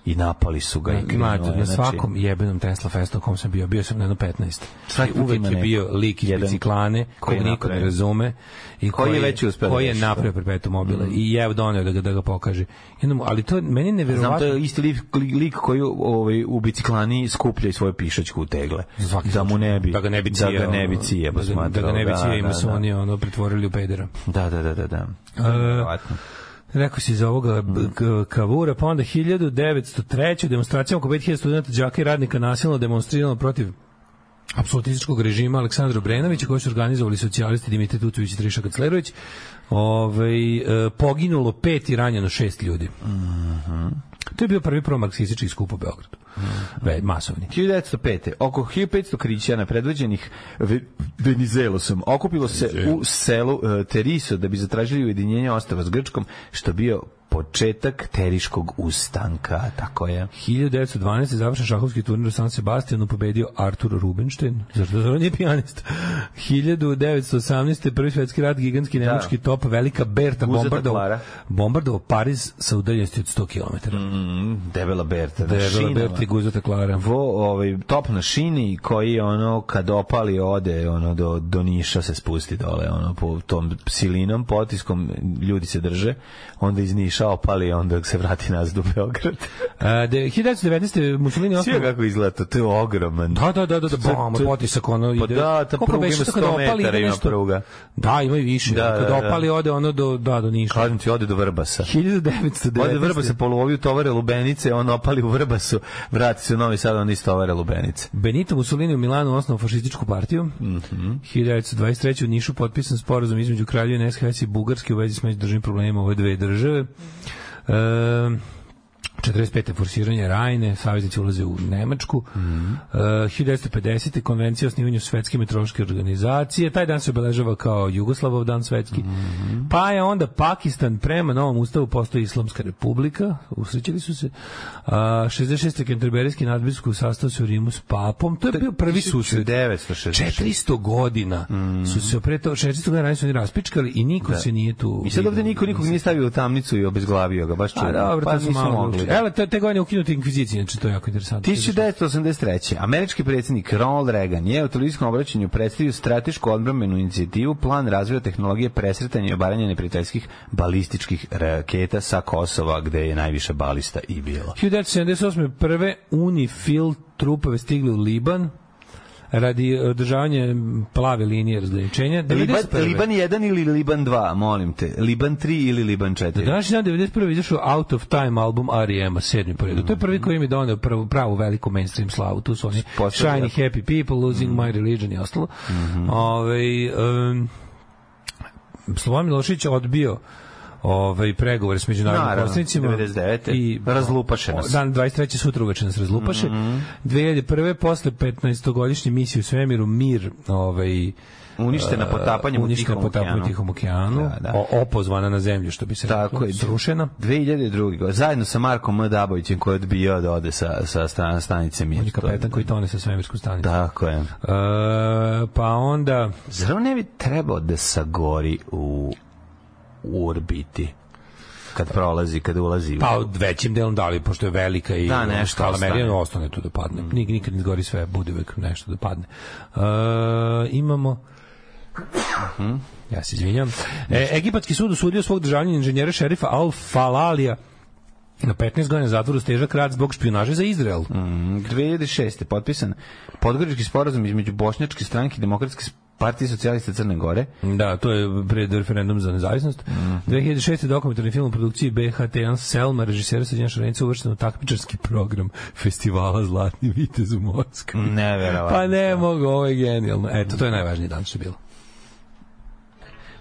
F: i napali su ga. i krenulo
G: Mlađe,
F: je,
G: na
F: znači-
G: ovaj, svakom jebenom Tesla festu u kom sam bio, bio sam na jedno 15.
F: Svaki put
G: Uvek
F: ima
G: je
F: neko.
G: bio lik iz
F: Jedan
G: biciklane,
F: koji
G: kog
F: je
G: niko ne
F: napravio.
G: razume. I
F: Koji je već uspeo da
G: Koji je
F: reši to.
G: napravio perpetuum mobile i je doneo da ga, da ga pokaže. Jednom, ali to je meni
F: Znam, to
G: neverovatno.
F: je isti lik, lik koji ovaj, u biciklani skuplja i svoju pišačku u tegle.
G: Za svaki
F: Da mu
G: slučaj.
F: ne bi,
G: da ga ne bi
F: da
G: cije,
F: ga ne bi
G: ono,
F: cije,
G: da ga, da
F: posmatrao,
G: ga ne bi
F: da,
G: cije,
F: da,
G: ima su
F: da.
G: oni E, ono pretvorili u pedera.
F: Da, da, da, da, da. Verovatno.
G: Rekao si iz ovoga b- k- kavura, pa onda 1903. demonstracijama oko 5000 studenta, đaka i radnika nasilno demonstrirano protiv apsolutističkog režima Aleksandra Brenovića koji su organizovali socijalisti Dimitrij Tucović i Triša Kaclerović ovaj, e, poginulo pet i ranjeno šest ljudi to je bio prvi promarksistički skup u Beogradu Ve, masovni
F: 1905. Oko 1500 krićana predvođenih Ve- Venizelosom okupilo se u selu e, Teriso da bi zatražili ujedinjenje ostava s Grčkom, što je bio početak teriškog ustanka, tako je.
G: 1912. je završen šahovski turnir u San Sebastianu pobedio Artur Rubinštein. Zašto zar on je pijanist? (laughs) 1918. prvi svetski rat, gigantski
F: Da.
G: nemački top, velika Berta
F: Uzeta
G: bombardovao
F: Klara.
G: bombardovao Pariz sa udaljenosti od 100 km.
F: Debela Berta. na
G: Da je
F: Mm, šinama.
G: Berta i Guzeta Klara.
F: Vo, ovaj, top na šini koji ono kad opali ode ono do, do Niša se spusti dole ono po tom silinom potiskom ljudi se drže onda iz Niša Balša opali onda dok se vrati nas do Beograd.
G: Uh, 1919. Mussolini
F: Sve
G: osnovu...
F: kako izgleda to, to je ogroman.
G: Da, da, da, da, da, bom,
F: to-
G: potisak ono
F: Pa
G: ide.
F: da, ta
G: Koliko
F: pruga
G: beše
F: ima
G: to kada
F: 100
G: opali,
F: metara,
G: ide
F: ima
G: nešto-
F: pruga.
G: Da, ima i više.
F: Da,
G: Kad
F: da, da.
G: opali ode ono do, da, do Niša.
F: Kažem ti, ode do Vrbasa.
G: 1919.
F: Ode do Vrbasa, polovovi tovare lubenice, on opali u Vrbasu, vrati se u Novi Sad, on isto tovare lubenice.
G: Benito Mussolini u Milanu osnovao fašističku partiju. Mm -hmm. 1923. u Nišu potpisan sporazum između kraljevine SHS i Bugarske u vezi s međudržnim problemima ove dve države. Ehm 45. forsiranje Rajne, saveznici ulaze u Nemačku. Mm -hmm. e, 1950. konvencija o osnivanju Svetske metrološke organizacije. Taj dan se obeležava kao Jugoslavov dan svetski. Mm -hmm. Pa je onda Pakistan prema novom ustavu postoji Islamska republika. Usrećili su se. A, 66. kenterberijski nadbiskup sastao se u Rimu s papom. To je bio prvi susret.
F: 960.
G: 400 godina mm. su se pre to 400 godina ranije su oni raspičkali i niko da. se nije tu
F: I sad ovde niko nikog nije stavio u tamnicu i obezglavio ga, baš čudno.
G: A dobro,
F: Pa
G: to su
F: nisu
G: malo
F: mogli,
G: mogli.
F: da.
G: Ele, te, te godine je ukinuta inkvizicija, znači to je jako interesantno.
F: 1983. Američki predsjednik Ronald Reagan je u televizijskom obraćanju predstavio stratešku odbramenu inicijativu plan razvoja tehnologije presretanja i obaranja neprijateljskih balističkih raketa sa Kosova, gde je najviše balista i bilo.
G: 1978. prve Unifil trupove stigle u Liban radi e, održavanja plave linije razgraničenja.
F: Liban,
G: 91..
F: Liban 1 ili Liban 2, molim te. Liban 3 ili Liban 4.
G: Do današnji dan 91. izašao Out of Time album R.E.M.-a, sedmi po redu. To je prvi
F: Mhm.
G: koji mi doneo pravu, pravu veliku mainstream slavu. Tu su oni
F: Postavlja. Mhm.
G: Shiny Happy People, Losing My Religion i ostalo. Mm -hmm. Ove, um, Slobodan Milošić odbio ovaj pregovore s međunarodnim
F: Naravno,
G: poslanicima
F: 99.. Razlupaše nas. Mhm.
G: Dan 23. sutra uveče nas razlupaše. Mm -hmm. 2001. posle 15-godišnje misije u svemiru Mir, ovaj
F: Uništena potapanjem u
G: uništena
F: Tihom
G: potapanjem u
F: okeanu.
G: Tihom okeanu,
F: Da, da.
G: o- opozvana na zemlju, što bi se
F: Tako
G: reklo,
F: je. da.
G: srušena.
F: 2002. Zajedno sa Markom M. Dabovićem koji je odbio da ode sa, sa stan, stanice Mir.
G: On je kapetan
F: da.
G: koji tone sa svemirskom stanicom.
F: Tako je.
G: E, pa onda
F: Zar on ne bi trebao da sagori u, u orbiti? Kad prolazi, kad ulazi.
G: pa većim delom dali pošto je velika i
F: Da, nešto
G: skala
F: ostane.
G: Merijan ostane tu da padne. Mm. Nik, nikad ne gori sve, bude uvek nešto da padne. E, imamo
F: Mhm.
G: Ja se izvinjam. E, Egipatski sud osudio svog državljana inženjera šerifa Al-Falalija na 15 godina zatvoru stežak rad zbog špionaže za Izrael. Mm.
F: Mm, 2006. potpisan podgorički sporazum između Bošnjačke stranke i Demokratske partije socijalista Crne Gore.
G: Da, to je pred referendum za nezavisnost.
F: Mhm.
G: Mm. 2006. dokumentarni film u produkciji BHT1 Selma, režisera Srednja Šarenica, uvršten u takmičarski program festivala Zlatni vitez u Moskvi.
F: Mm, Neverovatno.
G: Pa ne mogu, ovo je genijalno. Eto, to je najvažniji dan što je bilo.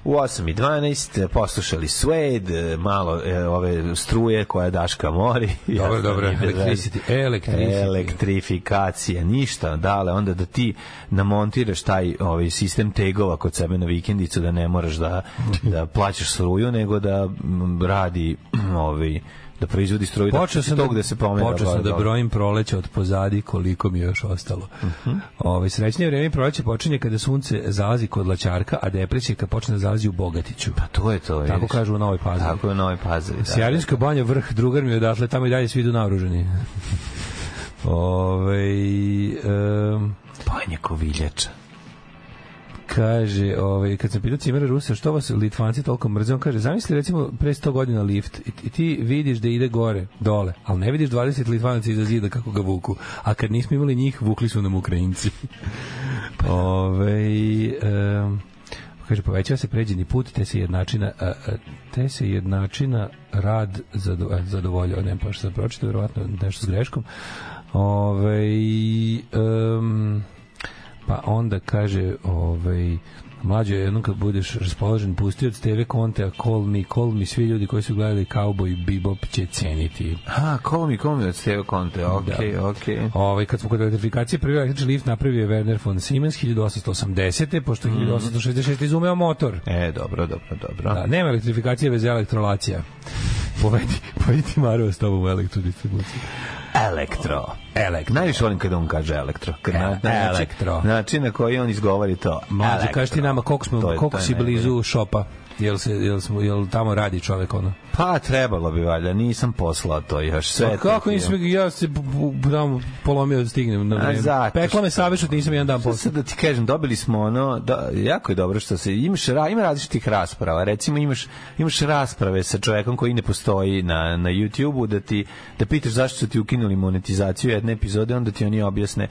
F: U 8.12 poslušali Suede, malo e, ove struje koja daška mori.
G: (laughs) Dobro,
F: Jasno,
G: dobro,
F: nije bez veze.
G: electricity, electricity.
F: Elektrifikacija, ništa. Dale, onda da ti namontiraš taj ovaj, sistem tegova kod sebe na vikendicu, da ne moraš da, da plaćaš struju, nego da m, radi ovaj, da proizvodi struju.
G: Počeo
F: da,
G: sam, da,
F: tog da se pomera.
G: počeo sam da brojim proleće od pozadi koliko mi je još ostalo. Uh
F: Mhm.
G: -huh. Ove, srećnije vreme proleće počinje kada sunce zalazi kod lačarka, a depresija kada počne da zalazi u Bogatiću.
F: Pa to je to.
G: Tako
F: vidiš.
G: kažu u Novoj Pazari.
F: Tako je u Novoj Pazari. da.
G: Sjarinska banja vrh, drugar mi je odatle, tamo i dalje svi idu
F: (laughs)
G: Ovaj, naoruženi. Ove, um,
F: Banja Koviljača.
G: kaže, ove, kad sam pitao Cimera Rusa što vas Litvanci toliko mrze, on kaže, zamisli recimo pre 100 godina lift i, i ti vidiš da ide gore, dole, ali ne vidiš 20 Litvanaca iza zida kako ga vuku, a kad nismo imali njih, vukli su nam Ukrajinci. ove, um, kaže, povećava se pređeni put, te se jednačina, a, a, te se jednačina rad zado, a, zadovoljio, ne pa što sam pročitao, verovatno nešto s greškom. Ove, um, pa onda kaže, ovaj, mlađe, jednom kad budeš raspoložen, pusti od TV Kontea, call me, call me, svi ljudi koji su gledali Cowboy Bebop će ceniti.
F: A, komi, komi od Steve Conte. Okej, okay, da. okej. Okay.
G: Ovaj kad smo kod elektrifikacije prvi električni lift napravio je Werner von Siemens 1880. pošto je 1866 izumeo motor.
F: E, dobro, dobro, dobro.
G: Da, nema elektrifikacije bez elektrolacija. Povedi, povedi Maro s tobom u elektrodistribuciju.
F: Elektro.
G: Elektro.
F: Najviše volim kada on kaže elektro. Kad na, na,
G: E, elektro.
F: Način na koji on izgovori to.
G: Mlađe,
F: Elektro.
G: kaži ti nama koliko, smo,
F: To je-
G: koliko
F: to je
G: si
F: najbolje.
G: blizu šopa. Jel, se, jel, smo, jel tamo radi čovek ono?
F: Pa trebalo bi valjda, nisam poslao to još. Sve
G: Pa kako
F: tek
G: nisam,
F: imam.
G: ja se b- b- tamo polomio da stignem na
F: A
G: vreme.
F: zato
G: Pekla me
F: što-
G: saveš, nisam jedan dan
F: Sad
G: posle.
F: sad da ti kažem, dobili smo ono, da, jako je dobro što se, imaš, ra, ima različitih rasprava, recimo imaš, imaš rasprave sa čovekom koji ne postoji na, na YouTube-u, da ti, da pitaš zašto su ti ukinuli monetizaciju jedne epizode, onda ti oni objasne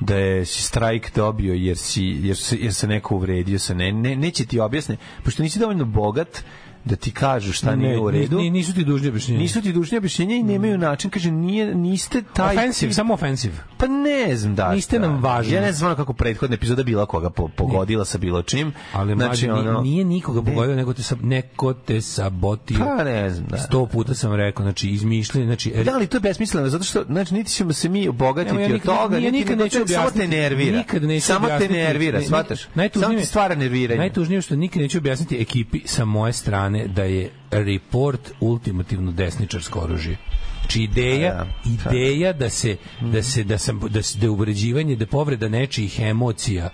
F: da je si strajk dobio jer, si, jer, se, jer se neko uvredio, se ne, ne, neće ti objasne, pošto nisi dovoljno bogat da ti kažu šta nije u redu.
G: ni- nisu ti dužni da objašnjenja.
F: Nisu ti dužni objašnjenja i nemaju način, kaže, nije, niste taj...
G: Ofensiv, samo ofensiv.
F: Pa ne znam da.
G: Niste
F: šta.
G: nam važni.
F: Ja ne znam ono kako prethodna epizoda bila koga po, pogodila sa bilo čim.
G: Ali znači, mlađe, ono, nije nikoga pogodio, nego te, sab, neko te sabotio.
F: Pa ne znam da.
G: Sto puta sam rekao, znači, izmišljen, znači...
F: Da, ali to je besmisleno, zato što znači, niti ćemo se mi obogatiti
G: Evo, ja
F: od
G: nikad-
F: toga,
G: ja
F: niti
G: nikad
F: nego
G: neću
F: čovjek samo te
G: objasniti,
F: nervira.
G: nikad neću
F: samo te
G: objasniti,
F: nervira,
G: ne- ne-
F: shvataš? Samo
G: najtužnije
F: ti
G: mi-
F: stvara nerviranje.
G: Najtužnije je što nikad neću objasniti ekipi sa moje strane da je report ultimativno desničarsko oružje. Znači ideja,
F: Da, da.
G: ideja da se da se da sam da se da je uvređivanje, da je povreda nečijih emocija,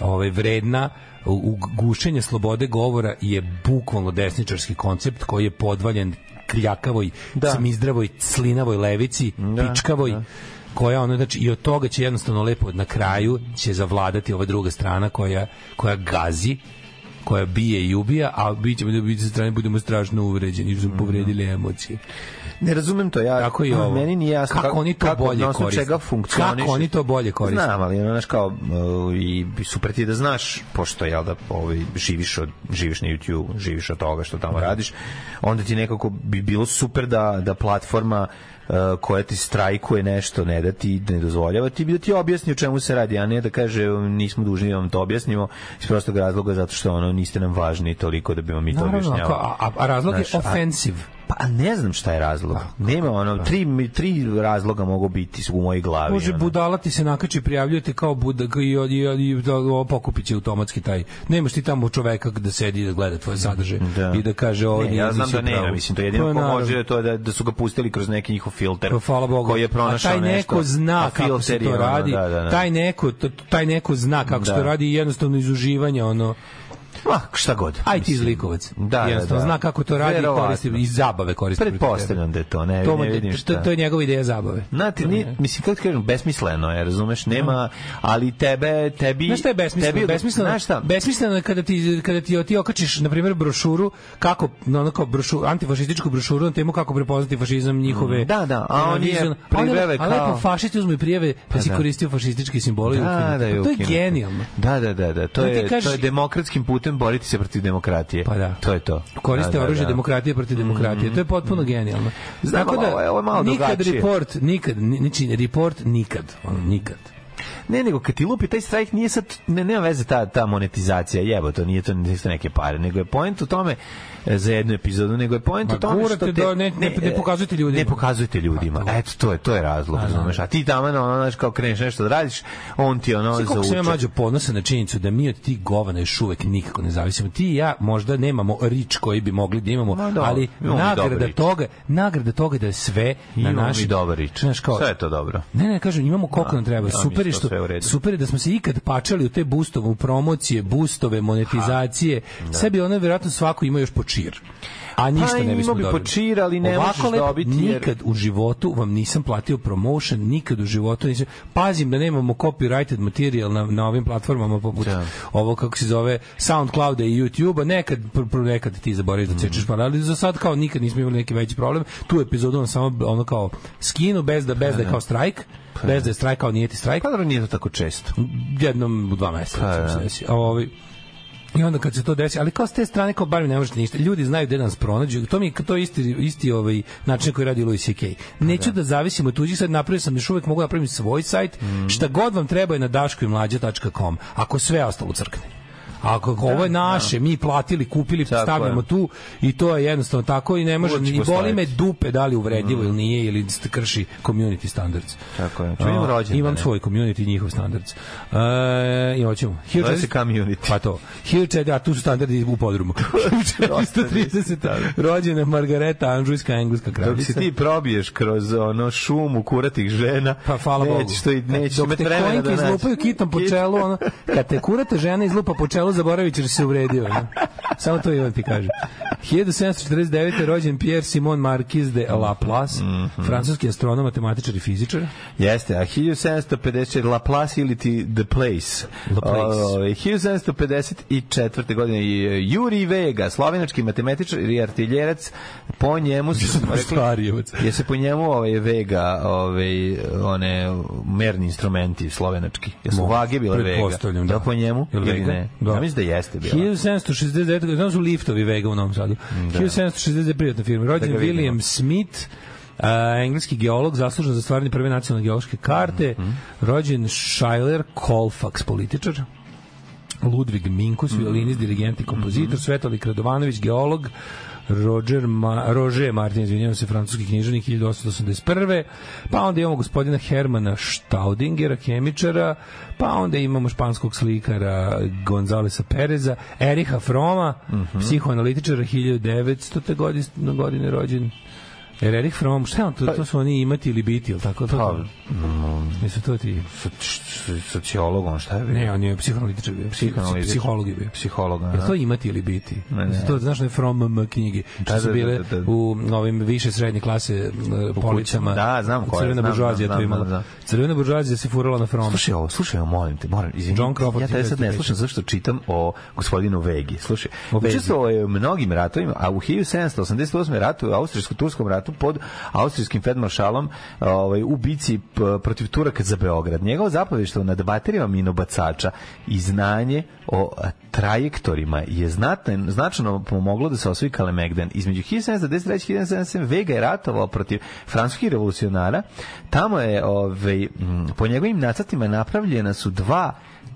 G: ovaj vredna u- u gušenje slobode govora je bukvalno desničarski koncept koji je podvaljen kljakavoj,
F: Da.
G: da. smizdravoj, slinavoj levici, da, pičkavoj, da koja ono znači i od toga će jednostavno lepo na kraju će zavladati ova druga strana koja koja gazi koja bije i ubija, a bit ćemo da biti sa strane budemo strašno uvređeni, što smo povredili emocije.
F: Ne razumem to ja.
G: Tako i ovo.
F: (laughs) Meni nije jasno
G: Kako oni to bolje
F: na osnovu
G: koriste?
F: čega funkcioniše.
G: Kako oni to bolje koriste?
F: Znam, ali ono, znaš kao uh, i bi super ti je da znaš, pošto jel da ovaj živiš od živiš na YouTube, živiš od toga što tamo radiš, onda ti nekako bi bilo super da da platforma uh, koja ti strajkuje nešto, ne da ti ne dozvoljava, ti bi da ti objasni o čemu se radi, a ne da kaže nismo dužni da vam to objasnimo iz prostog razloga zato što ono niste nam važni toliko da bi vam mi to
G: Naravno,
F: objašnjavali.
G: ako, a, a- a razlog je
F: Znaš, a-
G: ofensiv.
F: Pa a ne znam šta je razlog. Nema ono tri mi- tri razloga mogu biti u mojoj glavi.
G: Može
F: ono.
G: budala ti se nakači, prijavljujete kao budak i, i, i, i da, ovo pokupit će automatski taj. Nemaš ti tamo čoveka da sedi i da gleda tvoje sadržaje
F: Da.
G: i da kaže ovo
F: Ne,
G: nije,
F: ja znam
G: nisi
F: da
G: u
F: nema,
G: pravu.
F: mislim to je jedino
G: Pa,
F: ko
G: naravno.
F: može je to da da su ga pustili kroz neki njihov filter.
G: Pa, hvala Bogu.
F: Koji je
G: A
F: pronašao
G: taj
F: nešto.
G: neko zna
F: a
G: kako se
F: filter je
G: to
F: ono,
G: radi.
F: Da, da, da.
G: Taj neko t- taj neko zna kako se
F: Da.
G: to radi i jednostavno iz uživanja ono
F: Ma, šta god.
G: aj Pa ti
F: mislim.
G: zlikovac.
F: Da, da,
G: jednostavno
F: da.
G: zna kako to radi i
F: Verovatno.
G: koristi iz zabave koristi. protiv
F: Pretpostavljam da je to, ne,
G: tebe. To,
F: ne
G: mu-
F: vidim
G: što,
F: šta.
G: to je njegova ideja zabave.
F: Znate, nije, mislim, kako ti kažem, besmisleno je, razumeš, nema, ali tebe, tebi...
G: Znaš šta je besmisleno?
F: tebi-
G: besmisleno,
F: Znaš šta?
G: besmisleno je kada ti, kada ti, ti okačiš, na primjer, brošuru, kako, no, ono kao brošu, antifašističku brošuru na temu kako prepoznati fašizam njihove...
F: Da, da, a
G: ono,
F: oni je
G: vizualno- a oni-
F: privele
G: A lepo
F: kao-
G: fašisti uzmu i prijeve
F: Pa
G: da si
F: da.
G: koristio fašistički simbole i
F: Da,
G: ukinuti.
F: da je
G: To je
F: ukinuto.
G: genijalno.
F: Da, da, da, da. To
G: Da ti
F: je,
G: kažeš-
F: to je demokratskim putem boriti se protiv demokratije.
G: Pa da.
F: To je to.
G: Koriste
F: Da, da,
G: oružje
F: da.
G: demokratije protiv demokratije. To je potpuno genijalno.
F: Znam,
G: Tako da
F: ali ovo je- ovo je malo
G: nikad
F: drugačije.
G: report, nikad, ni- znači report nikad, ono, nikad.
F: Ne, nego kad ti lupi taj strajk nije sad, ne, nema veze ta, ta monetizacija, jebo, to nije to nisu neke pare, nego je point u tome e, za jednu epizodu, nego je point
G: Ma,
F: u tome što te... e,
G: gurate do- ne- ne- ne pokazujete ljudima.
F: Ne pokazujete ljudima. Eto, to je, to je razlog, razumeš. A ti tamo, ono, znaš, kao kreneš nešto da radiš, on ti ono
G: Sve koliko sam ja
F: zauče.
G: mlađo ponosan na činjenicu da mi od tih govana još uvek nikako ne zavisimo. Ti i ja možda nemamo rič koji bi mogli da imamo,
F: Ma dobro,
G: ali
F: imamo mi dobar
G: nagrada
F: rič.
G: toga, nagrada toga je da je sve na
F: Imamo
G: naši
F: mi dobar rič.
G: Znaš, kao,
F: Sve je to dobro.
G: Ne, ne, kažem, imamo koliko nam treba.
F: da,
G: super, je
F: mislim,
G: što,
F: sve u redu.
G: super je da smo se ikad pačali u te boostove, u promocije, boostove, monetizacije.
F: da.
G: Sve bi ono vjerojatno svako ima još počir. A ništa ne bismo
F: Pa imao bi
G: dobili.
F: po čir, ali ne
G: Ovako
F: možeš
G: lepo,
F: dobiti, jer-
G: Nikad u životu vam nisam platio promotion, nikad u životu nisam... Pazim da nemamo copyrighted materijal na, na ovim platformama poput
F: Da.
G: ovo kako se zove SoundClouda i YouTube-a, nekad, pr, pr, nekad ti zaboraviš da cečeš par, ali za sad kao nikad nismo imali neki veći problem. Tu epizodu on samo ono kao skinu bez da, bez da je kao strajk, bez da je strajk kao nije ti strajk,
F: Pa dobro, nije to tako često.
G: jednom u dva meseca
F: Pa,
G: recimo,
F: da.
G: se desi. A ovaj I onda kad se to desi, ali kao s te strane kao bar mi ne možete ništa. Ljudi znaju gde da nas pronađu. To mi je- to je isti isti ovaj način na koji radi Louis CK.
F: Pa
G: Neću da zavisim od tuđih, sad napravio sam još uvek mogu da napravim svoj sajt.
F: Mm.
G: Šta god vam treba je na daškoimlađa.com. Ako sve ostalo crkne. Ako ako ovo je naše, mi platili, kupili,
F: Da, Tako je.
G: stavljamo tu i to je jednostavno tako i ne može
F: Uvek će
G: i boli me
F: postojati. Mm.
G: dupe da li uvredljivo ili nije ili st- krši community standards.
F: Tako je. Čujem rođendane.
G: Imam svoj community i njihov standard. E, I hoćemo.
F: Zove se community. Da
G: Pa to. 1400, a tu su standardi u
F: (laughs)
G: podrumu. 1430. rođena Margareta Anžujska, engleska kraljica.
F: Da. Dok se ti probiješ kroz ono šumu kuratih žena,
G: Pa hvala Bogu.
F: nećeš to i nećeš
G: Dok
F: imati
G: te
F: vremena
G: kojenke
F: da nađeš.
G: izlupaju kitom po čelu, ono, kad te kurate žena izlupa po čelu, malo zaboravit jer si se uvredio. Ne? Samo to Ivan ti kaže. 1749. rođen Pierre Simon Marquis de Laplace,
F: Mhm.
G: francuski astronom, matematičar i fizičar.
F: Jeste, a 1754 Laplace ili ti The Place. Ovaj,
G: Laplace.
F: Ove, 1754. godine je Juri Vega, slovenački matematičar i artiljerac, po
G: (laughs)
F: njemu su smo rekli-
G: Starijevac.
F: je se po njemu ovaj Vega, ovaj one merni instrumenti slovenački. Jesu
G: Moguće,
F: vage bile Vega.
G: pretpostavljam, da.
F: Jel po njemu
G: Jel
F: ili
G: Vega?
F: ne?
G: Da.
F: Ja mislim da jeste bila.
G: 1769. Znam su liftovi Vega u Novom Sadu. 1769. privatna firma. Rođen
F: Da ga vidimo.
G: William Smith, a, engleski geolog, zaslužen za stvaranje prve nacionalne geološke karte.
F: Mhm.
G: Rođen Schuyler Colfax, političar. Ludvig Minkus, violinist,
F: Mhm.
G: dirigent i kompozitor, Svetolik Radovanović, geolog, Roger Ma, Rože Martin, izvinjavam se, francuski književnik 1881. Pa onda imamo gospodina Hermana Staudingera, hemičara, pa onda imamo španskog slikara Gonzalesa Pereza, Eriha Froma,
F: Mhm.
G: psihoanalitičara 1900. godine, godine rođen. Jer Erich Fromm, šta je on, to,
F: Pa-
G: to su oni imati ili biti, ili tako? To, to,
F: mm.
G: nisu to ti...
F: sociolog, on šta je bio?
G: Ne, on je psihoanalitičar bio.
F: Psihoanalitičar.
G: Psiholog je bio.
F: Psiholog, da.
G: Jel
F: aha.
G: to imati ili biti?
F: Ne, ne.
G: To znaš one From M knjige, što
F: Da,
G: su
F: da,
G: bile
F: da, da, da.
G: u ovim više srednje klase e, policama.
F: Da, znam koje,
G: Crvena
F: znam,
G: buržuazija
F: znam,
G: to
F: znam,
G: imala.
F: znam.
G: Crvena buržuazija se furala na From.
F: Slušaj ovo, slušaj ovo, molim te, moram, izvini.
G: John Crawford
F: ja te
G: je
F: sad ne
G: bio
F: slušam zašto čitam o gospodinu Vegi. Slušaj,
G: O Vegi.
F: učestvovao je u mnogim ratovima, a u 1788. ratu, u austrijsko-turskom ratu pod austrijskim feldmaršalom ovaj, u bici p- protiv Turaka za Beograd. Njegovo zapovještvo nad baterijama minobacača i znanje o a, trajektorima je znatno, značajno pomoglo da se osvoji Kalemegdan. Između 1710 i 1777 Vega je ratovao protiv francuskih revolucionara. Tamo je, ovaj, mm, po njegovim nacatima napravljena su dva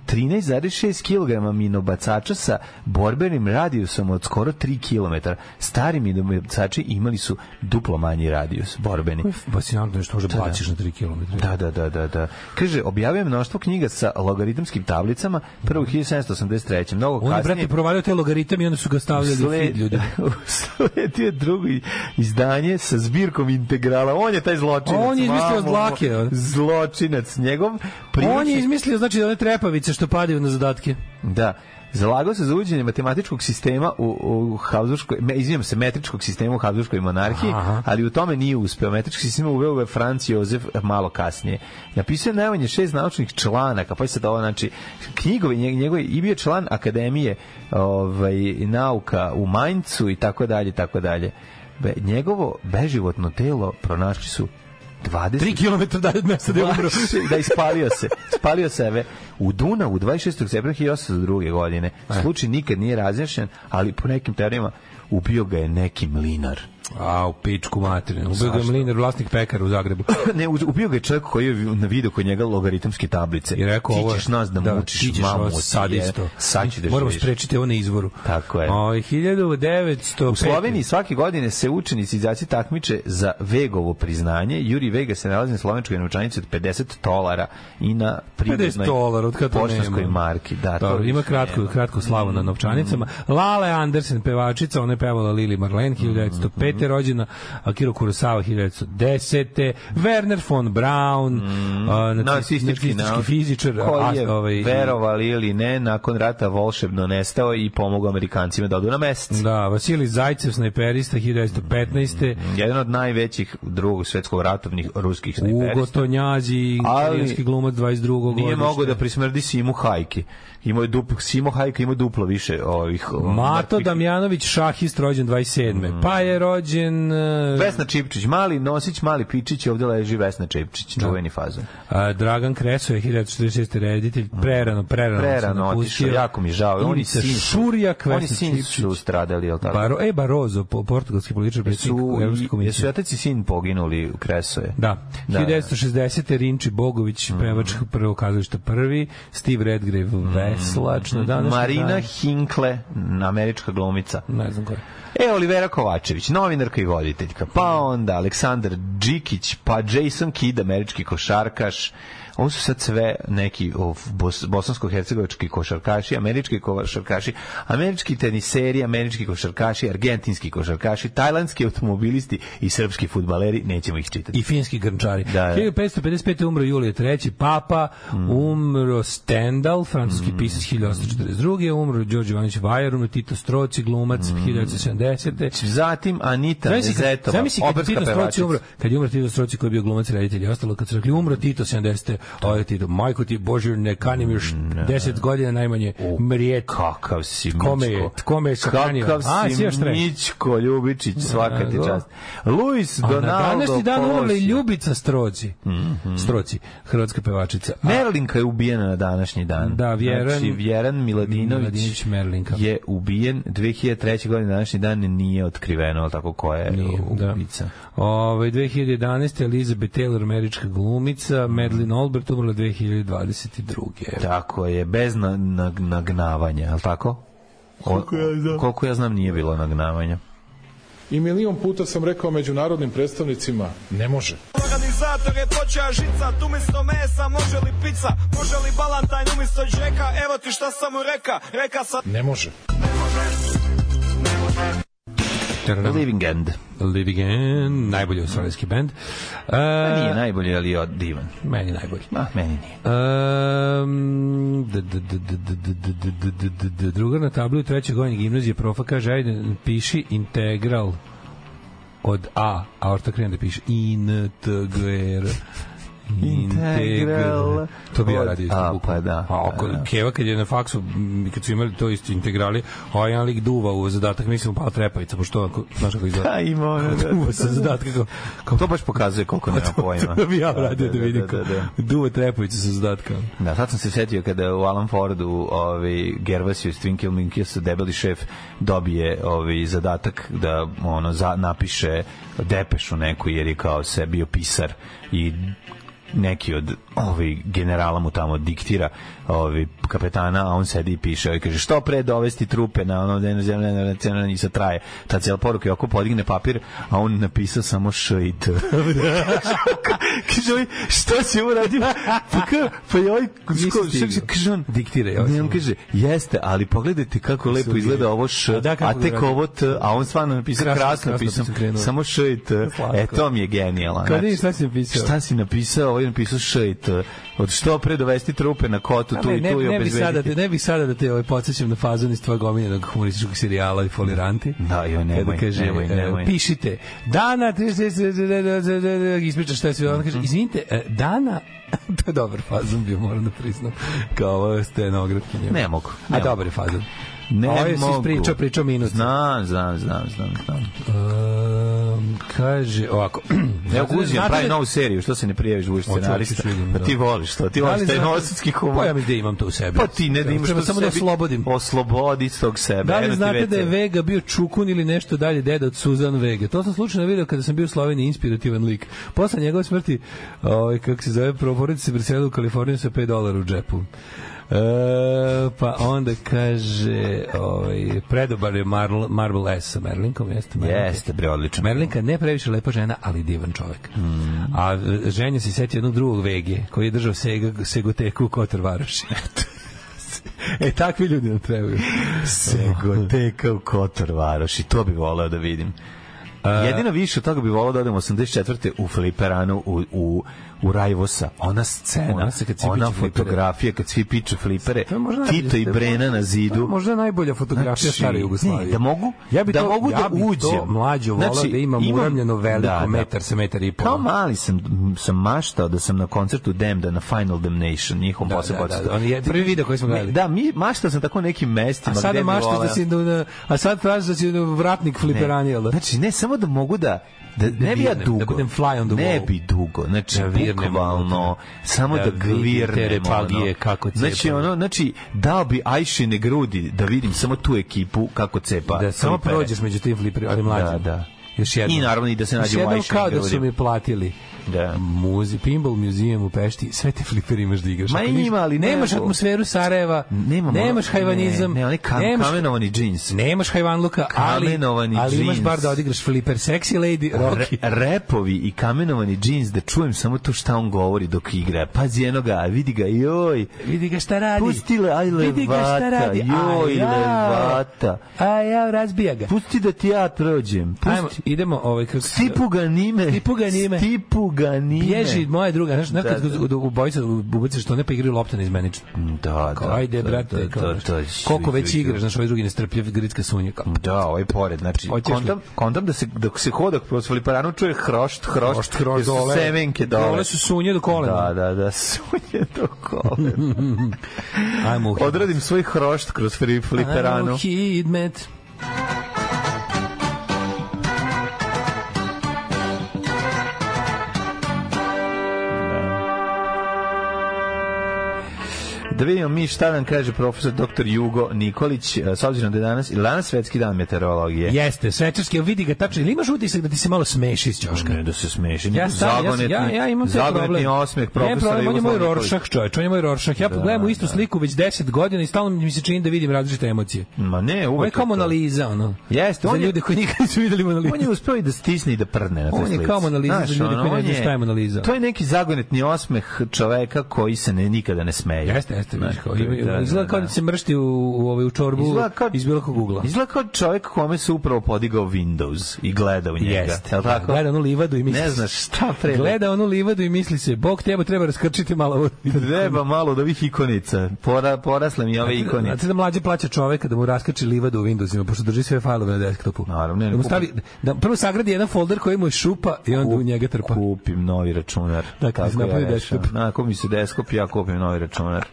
F: 13,6 kg minobacača sa borbenim radijusom od skoro 3 km. Stari minobacači imali su duplo manji radijus, borbeni.
G: Fascinantno je što da može baciš na 3 km.
F: Da, da, da, da, da. Kaže, objavio je mnoštvo knjiga sa logaritmskim tablicama, prvo u 1783. Mnogo
G: On je, Mm. brate,
F: kasnije...
G: provalio te logaritam i onda su ga stavljali u feed
F: (laughs)
G: ljudi.
F: Sledio je drugo i- izdanje sa zbirkom integrala. On je taj zločinac.
G: On je izmislio
F: mamo,
G: zlake, on.
F: Zločinac. Njegov
G: On je
F: priručnik-
G: izmislio, znači, one trepavice što padaju na zadatke.
F: Da. Zalagao se za uvođenje matematičkog sistema u, u Habsburgskoj, me, izvinjam se, metričkog sistema u Habsburgskoj monarhiji,
G: Aha.
F: ali u tome nije uspeo. Metrički sistem uveo je Franc Jozef malo kasnije. Napisao je najmanje šest naučnih članaka, pa je sad ovo, znači, knjigove njeg- njegove, i bio je član Akademije ovaj, nauka u Maincu i tako dalje, i tako dalje. Be, njegovo beživotno telo pronašli su 20
G: 3 km dalje od mesta da je umro.
F: (laughs) da ispalio se, spalio sebe u Dunavu 26. septembra 1802. godine.
G: E.
F: Slučaj nikad nije razjašnjen, ali po nekim teorijama ubio ga je neki mlinar. (laughs)
G: A, u pičku materinu. Ubio ga je
F: Zašto?
G: mlinar, vlasnik pekara u Zagrebu.
F: Ne, uz- ubio ga je čovjek koji je na video kod njega logaritamske tablice.
G: I rekao ovo
F: ti ćeš nas da, mučiš,
G: ti ćeš
F: mamu,
G: vas
F: ti
G: sad
F: je-
G: isto.
F: Sad ću da
G: Moramo
F: živiš.
G: sprečiti ovo na izvoru. Ovaj,
F: Tako je.
G: O, 1905.
F: U Sloveniji svake godine se učenici i đaci takmiče za Vegovo priznanje. Juri Vega se nalazi na slovenskoj novčanici od 50 dolara i na
G: 50
F: prigodnoj
G: dolara, od kada to
F: poštanskoj
G: nema.
F: marki. Da, to
G: Dobro, Pa, ima
F: više Mm.
G: kratku,
F: nema.
G: kratku slavu na novčanicama. Lale Andersen, pevačica, ona je pevala Lili Marlen,
F: Mm-hmm.
G: 1905. rođena, Akiro Kurosawa, 1910. Werner von Braun, a, naci-
F: Mm. nacistički,
G: nacistički
F: nau-
G: Znači, fizičar,
F: koji
G: a,
F: je,
G: ovaj,
F: verovali ili ne, nakon rata volšebno nestao i pomogao Amerikancima da odu na mesec.
G: Da, Vasilij Zajcev, snajperista, 1915.
F: Jedan od najvećih drugog svetskog ratovnih ruskih
G: Ugo
F: snajperista.
G: Tonjazi,
F: Ali-
G: italijanski glumac 22.
F: Nije
G: godište.
F: mogao da prismrdi Simu Hajki. Imao je duplo, Simo Hajka ima duplo više ovih...
G: Mato
F: mrtvih.
G: Damjanović, šahist, rođen
F: Mm.
G: 27. Pa je rođen... e,
F: Vesna Čipčić, mali nosić, mali pičić, ovdje leži Vesna Čipčić,
G: Da.
F: čuveni fazon.
G: A, Dragan Kreso je 1946. reditelj, prerano, prerano, se
F: Mm. Prerano
G: napustio.
F: otišao, jako mi žao. Oni
G: Ivica
F: sin su-
G: Šurjak,
F: Oni
G: Vesna
F: sin su
G: Čipčić.
F: stradali, jel tako?
G: Baro, e, Barozo, po, portugalski političar,
F: Su,
G: predsjednik Evropske
F: i- jesu
G: komisije.
F: otac i sin poginuli u Kresoje.
G: Da.
F: Da, Mm. da, da.
G: 1960. Rinči Bogović, pevač prvog kazališta prvi, Steve Redgrave, veslač, na današnji
F: Mm. Mhm. Marina
G: dan-
F: Hinkle, američka glumica.
G: Ne znam ko je.
F: E, Olivera Kovačević, novinar novinarka i voditeljka. Pa
G: Mhm.
F: onda Aleksandar Đikić, pa Jason Kidd, američki košarkaš. Ovo su sad sve neki of- bos- bosansko-hercegovički košarkaši, američki košarkaši, američki teniseri, američki košarkaši, argentinski košarkaši, tajlandski automobilisti i srpski futbaleri, nećemo ih čitati.
G: i finski grnčari.
F: Da, Mm. da.
G: 1555. umro Julije III. Papa, umro Stendhal, francuski
F: Mm.
G: pisac 1842. Umro Đorđe Ivanović Vajar, umro Tito Stroci, glumac
F: Mm.
G: 1970.
F: Zatim Anita Nezetova,
G: zamisli kad da je
F: operska
G: Tito Stroci umro,
F: pevačica.
G: kad je umro Tito Stroci koji je bio glumac, reditelj i ostalo, kad su rekli umro Tito 70.
F: Da.
G: A je Tito, majko ti Bože, ne kanim još
F: Mm,
G: 10 godina najmanje mrijeti.
F: Kakav si Mičko.
G: Kome je- kome je sahranio?
F: Kakav
G: A, si
F: si
G: još treći.
F: Mičko Ljubičić, svaka ti
G: Nego.
F: čast. Luis
G: A
F: Donaldo Mhm.
G: na današnji dan umrla i
F: Polosi.
G: Ljubica Stroci. Stroci, hrvatska pevačica. A-
F: Merlinka je ubijena na današnji dan.
G: Da, Vjeran-
F: znači, Vjeran Miladinović,
G: Miladinović Merlinka.
F: je ubijen 2003. godine na današnji dan nije otkriveno, ali tako ko je
G: Nije, da.
F: ubica.
G: Ove, 2011. Ovaj, Elizabeth Taylor, američka glumica, Madeleine Albright umrla 2022.
F: Tako je, bez na, na, nagnavanja, ali tako? Koliko ja, znam. koliko ja znam nije bilo nagnavanja.
H: I milion puta sam rekao međunarodnim predstavnicima, ne može.
I: Organizator je počeo žica, tu umjesto mesa može li pizza, može li balantajn umjesto džeka, evo ti šta sam mu reka, reka sam...
H: Ne može.
G: Da.
F: Living End.
G: Live Again, najbolji australijski band. E,
F: Pa Nije najbolji, ali je divan.
G: Meni najbolji.
F: Ma, meni nije.
G: Um, d- d- d- d- d- d- d- d- d- d- d- d- druga na tablu u trećoj godini gimnazije profa kaže ajde piši integral od A, a orta krene da piše integral.
F: Integral.
G: To bi ja
F: Od
G: radio
F: A,
G: isto bukvalno.
F: pa da,
G: A
F: pa
G: oko
F: da.
G: Keva kad je na faksu, m, kad su imali to isto integrali, a ovaj jedan lik duva u zadatak, mislim pala trepavica, pošto ako, znaš kako
F: (laughs)
G: izgleda.
F: A, ima ono, da,
G: Duva sa
F: da, da.
G: zadatka, kao, kao
F: To baš pokazuje koliko nema pojma.
G: (laughs) to bi ja radio da
F: da,
G: vidim.
F: Da, da, da.
G: Duva trepavica sa zadatka.
F: Da, sad sam se setio kada u Alan Fordu ovaj, Gervasio iz Twinkle Minkies debeli šef dobije ovaj, zadatak da ono, za, napiše depešu neku jer je kao se bio pisar i neki od ovi generala mu tamo diktira ovi kapetana a on sedi i piše i kaže što pre dovesti trupe na ono da zemlja i se traje ta cijela poruka je oko podigne papir a on napisao samo š i t (laughs) kaže ovi, što si uradio pa, ka- pa je ovaj
G: Nisi
F: ko-
G: stigao.
F: šta- kaže on
G: Diktira je ovaj
F: ne on
G: samo.
F: kaže jeste ali pogledajte kako lepo izgleda ovo š
G: A da, kako
F: a
G: ga
F: tek
G: radi?
F: ovo t a on stvarno napisao
G: Krasno, krasno
F: krasno pisao
G: pisao, krenuo.
F: samo š i t
G: Slatko.
F: e to mi je genijalan
G: Kao vidim
F: znači.
G: šta si napisao.
F: Šta si napisao? Ovo je napisao šajt. Od što pre dovesti trupe na kotu tu
G: ne,
F: i tu
G: ne,
F: i
G: ne bih sada,
F: obezbediti.
G: da- ne bih sada da te ovaj podsjećam na fazon iz tvojeg omiljenog humorističkog serijala i foliranti.
F: Da, joj, nemoj,
G: Kada kaže,
F: nemoj,
G: e,
F: nemoj.
G: Pišite. Dana, ispričaš šta je sve, ona
F: Mhm.
G: kaže, izvinite, e, Dana, (laughs) to je dobar fazon bio, moram da priznam, kao ovo stenografkinja.
F: Ne mogu, ne
G: da- A dobar je fazon. A ovaj si ispričao, pričao minut.
F: Znam, znam, znam, znam, znam.
G: Um, kaže ovako.
F: (clears throat) Evo Guzijan
G: Znate
F: pravi
G: da-
F: novu seriju, što se ne prijaviš da budeš
G: Hoću,
F: scenarista?
G: hoću, vidim,
F: Pa
G: da.
F: ti voliš to, ti
G: Da li
F: voliš taj
G: znate-
F: novosadski
G: Pa ja
F: humor.
G: mislim da imam to u sebi.
F: Pa ti ne da imaš
G: Treba
F: to
G: samo
F: u
G: da
F: sebi.
G: oslobodim.
F: Oslobodi s tog sebe.
G: Da
F: eno
G: li
F: ti
G: znate da je
F: WC.
G: Vega bio čukun ili nešto dalje deda od Suzan Vega? To sam slučajno video kada sam bio u Sloveniji inspirativan lik. Posle njegove smrti, ovaj, kako se zove, proporodica se preselila u Kaliforniju sa 5 dolara u džepu. E, pa onda kaže ovaj, predobar je Marl, Marble S sa Merlinkom, jeste Merlinka?
F: Jeste, bre, odlično.
G: Merlinka ne previše lepa žena, ali divan čovek. A e, ženja se seti jednog drugog Vege, koji je držao sega, segoteku u Kotor Varoši. (laughs) e, takvi ljudi nam trebaju. (laughs)
F: Segoteka u Kotor Varoši, to bi voleo da vidim. Jedino više od toga bi volao da odem 84. u Fliperanu u, u, u Rajvosa. Ona scena, ona,
G: Ona se kad svi
F: ona
G: piču flipere.
F: fotografija kad svi piču flipere,
G: To je možda najbolje
F: Tito i
G: što je-
F: Brena na
G: To je
F: zidu.
G: možda najbolja fotografija
F: Znači,
G: stare Jugoslavije.
F: ne, da mogu-
G: ja bi
F: da
G: to,
F: mogu
G: ja
F: da
G: bi to,
F: uđem.
G: mlađo volao
F: Znači,
G: da imam,
F: imam-
G: uramljeno veliko
F: Da, da.
G: metar sa metar i pol.
F: Kao mali sam, sam maštao da sam na koncertu Demda na Final Damnation, njihom
G: Da,
F: posebno
G: da, da, da. On je prvi video koji smo gledali.
F: Da, mi, maštao sam tako nekim mestima.
G: a sada
F: gde bi
G: maštaš da
F: voleo-
G: si, na- a sad tražiš da si vratnik fliperani, jel da?
F: Znači, ne samo da mogu da da, ne bi ja
G: virnem,
F: dugo.
G: da budem fly on the
F: Ne
G: wall.
F: bi dugo. Znači,
G: Da virnem
F: bukvalno,
G: unutra.
F: samo da,
G: Da
F: da
G: vidim te
F: glirnem.
G: repagije
F: ono.
G: kako
F: Znači,
G: cepaju.
F: ono, znači, dao bi Ajšine grudi da vidim samo tu ekipu kako cepa.
G: da samo
F: klipere.
G: prođeš među tim fliperima, ali mlađim.
F: Da, da.
G: Još jednom.
F: I naravno i da se
G: Još
F: nađe u
G: jednom
F: Ajšine
G: kao da
F: grudi.
G: su mi platili.
F: Da.
G: Muzi, Pinball Museum u Pešti, sve te flipere imaš da igraš.
F: Ma
G: Ako niš-
F: ima, ali ne
G: Nemaš
F: mogu.
G: atmosferu Sarajeva,
F: Nemamo,
G: nemaš hajvanizam,
F: Ne, ne oni kam,
G: nemaš,
F: kamenovani džins.
G: nemaš hajvanluka, ali,
F: Kamenovani
G: ali imaš
F: džins.
G: bar da odigraš fliper sexy lady,
F: Re,
G: Rocky.
F: repovi i kamenovani džins da čujem samo to šta on govori dok igra. Pazi eno ga, vidi ga, joj.
G: Vidi ga šta radi.
F: Pustila, aj
G: Vidi ga šta
F: levata,
G: radi.
F: joj
G: Aj, jao.
F: levata.
G: Aj, ja, razbija ga.
F: Pusti da ti ja prođem. Pusti.
G: Ajmo, idemo ovaj kako se-
F: Stipu ga nime.
G: Stipu ga nime.
F: Stipu ga nime.
G: Bježi moja druga, znaš, znaš
F: Da,
G: kad
F: da.
G: u- u- u bojica ubaciš što ne pa igraju lopta neizmenično.
F: Da,
G: Kao,
F: da.
G: ajde,
F: to,
G: brate,
F: to,
G: kao,
F: to,
G: znaš,
F: to, to,
G: koliko
F: to,
G: već
F: to,
G: igraš, znaš, ovaj drugi nestrpljiv gritska sunja, kao,
F: Da, ovaj pored, znači
G: Hoćeš li?
F: kontam, kontam da se dok se hodak kroz fliparanu čuje hrošt, hrošt,
G: Hrošt, hrošt,
F: jer su
G: dole.
F: semenke dole.
G: Dole su sunje do kolena.
F: Da, da, da, (laughs) sunje do kolena. da.
G: ajmo u hit.
F: Odradim svoj hrošt kroz fri-
G: Ajmo u
F: fliperanu.
G: hidmet.
F: Da vidimo mi šta nam kaže profesor dr. Jugo Nikolić, eh, s obzirom da je danas, ili danas svetski dan meteorologije.
G: Jeste, svečarski, vidi ga tačno, ili imaš utisak da ti se malo smeši iz ćoška?
F: Ne, da se smeši.
G: Ja, sam, ja, sam-
F: zagonetni,
G: ja, ja imam taj
F: zagonetni
G: problem.
F: osmeh profesora Da,
G: Ne, problem, on je moj
F: Jugoslava Nikolića.
G: Rorschach, čovječ, on je moj Rorschach. Ja pogledam u istu sliku već 10 godina i stalno mi se čini da vidim različite emocije.
F: Ma ne,
G: Ovo je
F: uvek.
G: kao
F: to.
G: Mona Lisa, ono.
F: Jeste,
G: Za
F: on je-
G: ljude koji nikad nisu videli Mona Lisa.
F: On je uspeo i da stisne i da prdne na toj
G: On je
F: slici.
G: kao Mona Lisa
F: Znaš,
G: za ljude koji ne
F: on
G: znaju
F: je-
G: šta je Mona Lisa.
F: To je neki zagonetni osmeh čoveka koji se ne, nikada ne smeje.
G: Jeste, jeste, vidiš kao.
F: Da,
G: ima-
F: da,
G: Izgleda kao
F: da.
G: da se mršti u, u, ovaj, u čorbu
F: Izgleda kao-
G: iz bilo kog ugla.
F: Izgleda kao čovjek kome se upravo podigao Windows i gleda u njega.
G: Jeste. da,
F: Jel tako?
G: Gleda onu livadu i misli
F: Ne znaš šta treba.
G: Gleda onu livadu i misli se, Bog teba treba raskrčiti malo ovo.
F: Treba malo od ovih ikonica. Pora, porasle mi ove ikonice.
G: Znate da mlađe plaća čoveka da mu raskači livadu u Windowsima, pošto drži sve failove na desktopu.
F: Naravno, ne,
G: da mu
F: kupi-
G: stavi, da prvo sagradi jedan folder koji mu je šupa i onda u njega trpa.
F: Kupim novi računar.
G: Dakle,
F: Tako
G: napravi
F: ja rešavam. Da,
G: desktop.
F: Ako mi se deskop, ja kupim novi računar.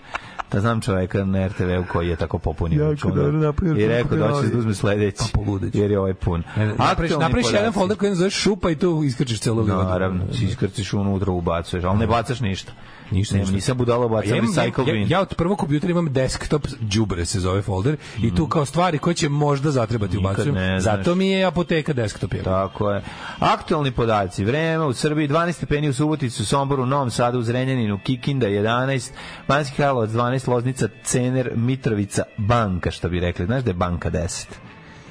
F: Da znam čoveka na RTV-u koji je tako popunio
G: Jako
F: računar.
G: dobro napravio,
F: I rekao da
G: kupio
F: hoće
G: novi.
F: da uzme sledeći.
G: Pa poludeću.
F: Jer je ovaj pun.
G: Ne, ne, Napraviš,
F: Aktualni
G: napraviš jedan
F: podaci.
G: folder koji mu zoveš šupa i tu iskačeš celu livadu.
F: Naravno, si iskrciš unutra, ubacuješ, ali ne bacaš ništa.
G: Ništa,
F: Ne,
G: ništa.
F: Nisam budala
G: Ja,
F: bacam
G: imam- ja,
F: recycle
G: ja,
F: bin.
G: ja od prvog kompjutera imam desktop đubre se zove folder i tu kao stvari koje će možda zatrebati
F: Mm. Nikad ne
G: ubacujem.
F: znaš. Da.
G: Zato mi je apoteka desktop je.
F: Tako je. Aktualni podaci. Vreme u Srbiji 12 stepeni u Subotici, u Somboru, Novom Sadu, u Zrenjaninu, Kikinda 11, Banski Karlovac 12, Loznica, Cener, Mitrovica, Banka, što bi rekli. Znaš da je Banka 10?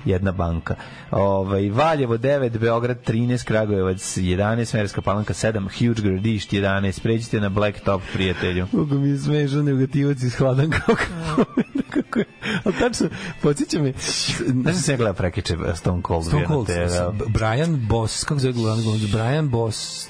F: jedna banka. Ovaj Valjevo 9, Beograd 13, Kragujevac 11, Smerska Palanka 7, Huge Gradišt 11. Pređite na Blacktop prijatelju.
G: Kako mi je smešan negativac iz hladan (laughs) kako. kako je. Ali tačno, podsjeća me...
F: Znaš da se ja gleda prekiče Stone Cold?
G: Stone
F: bio na
G: Cold,
F: TV, da.
G: s- Brian Boss, kako se zove glavni glumac? Brian Boss,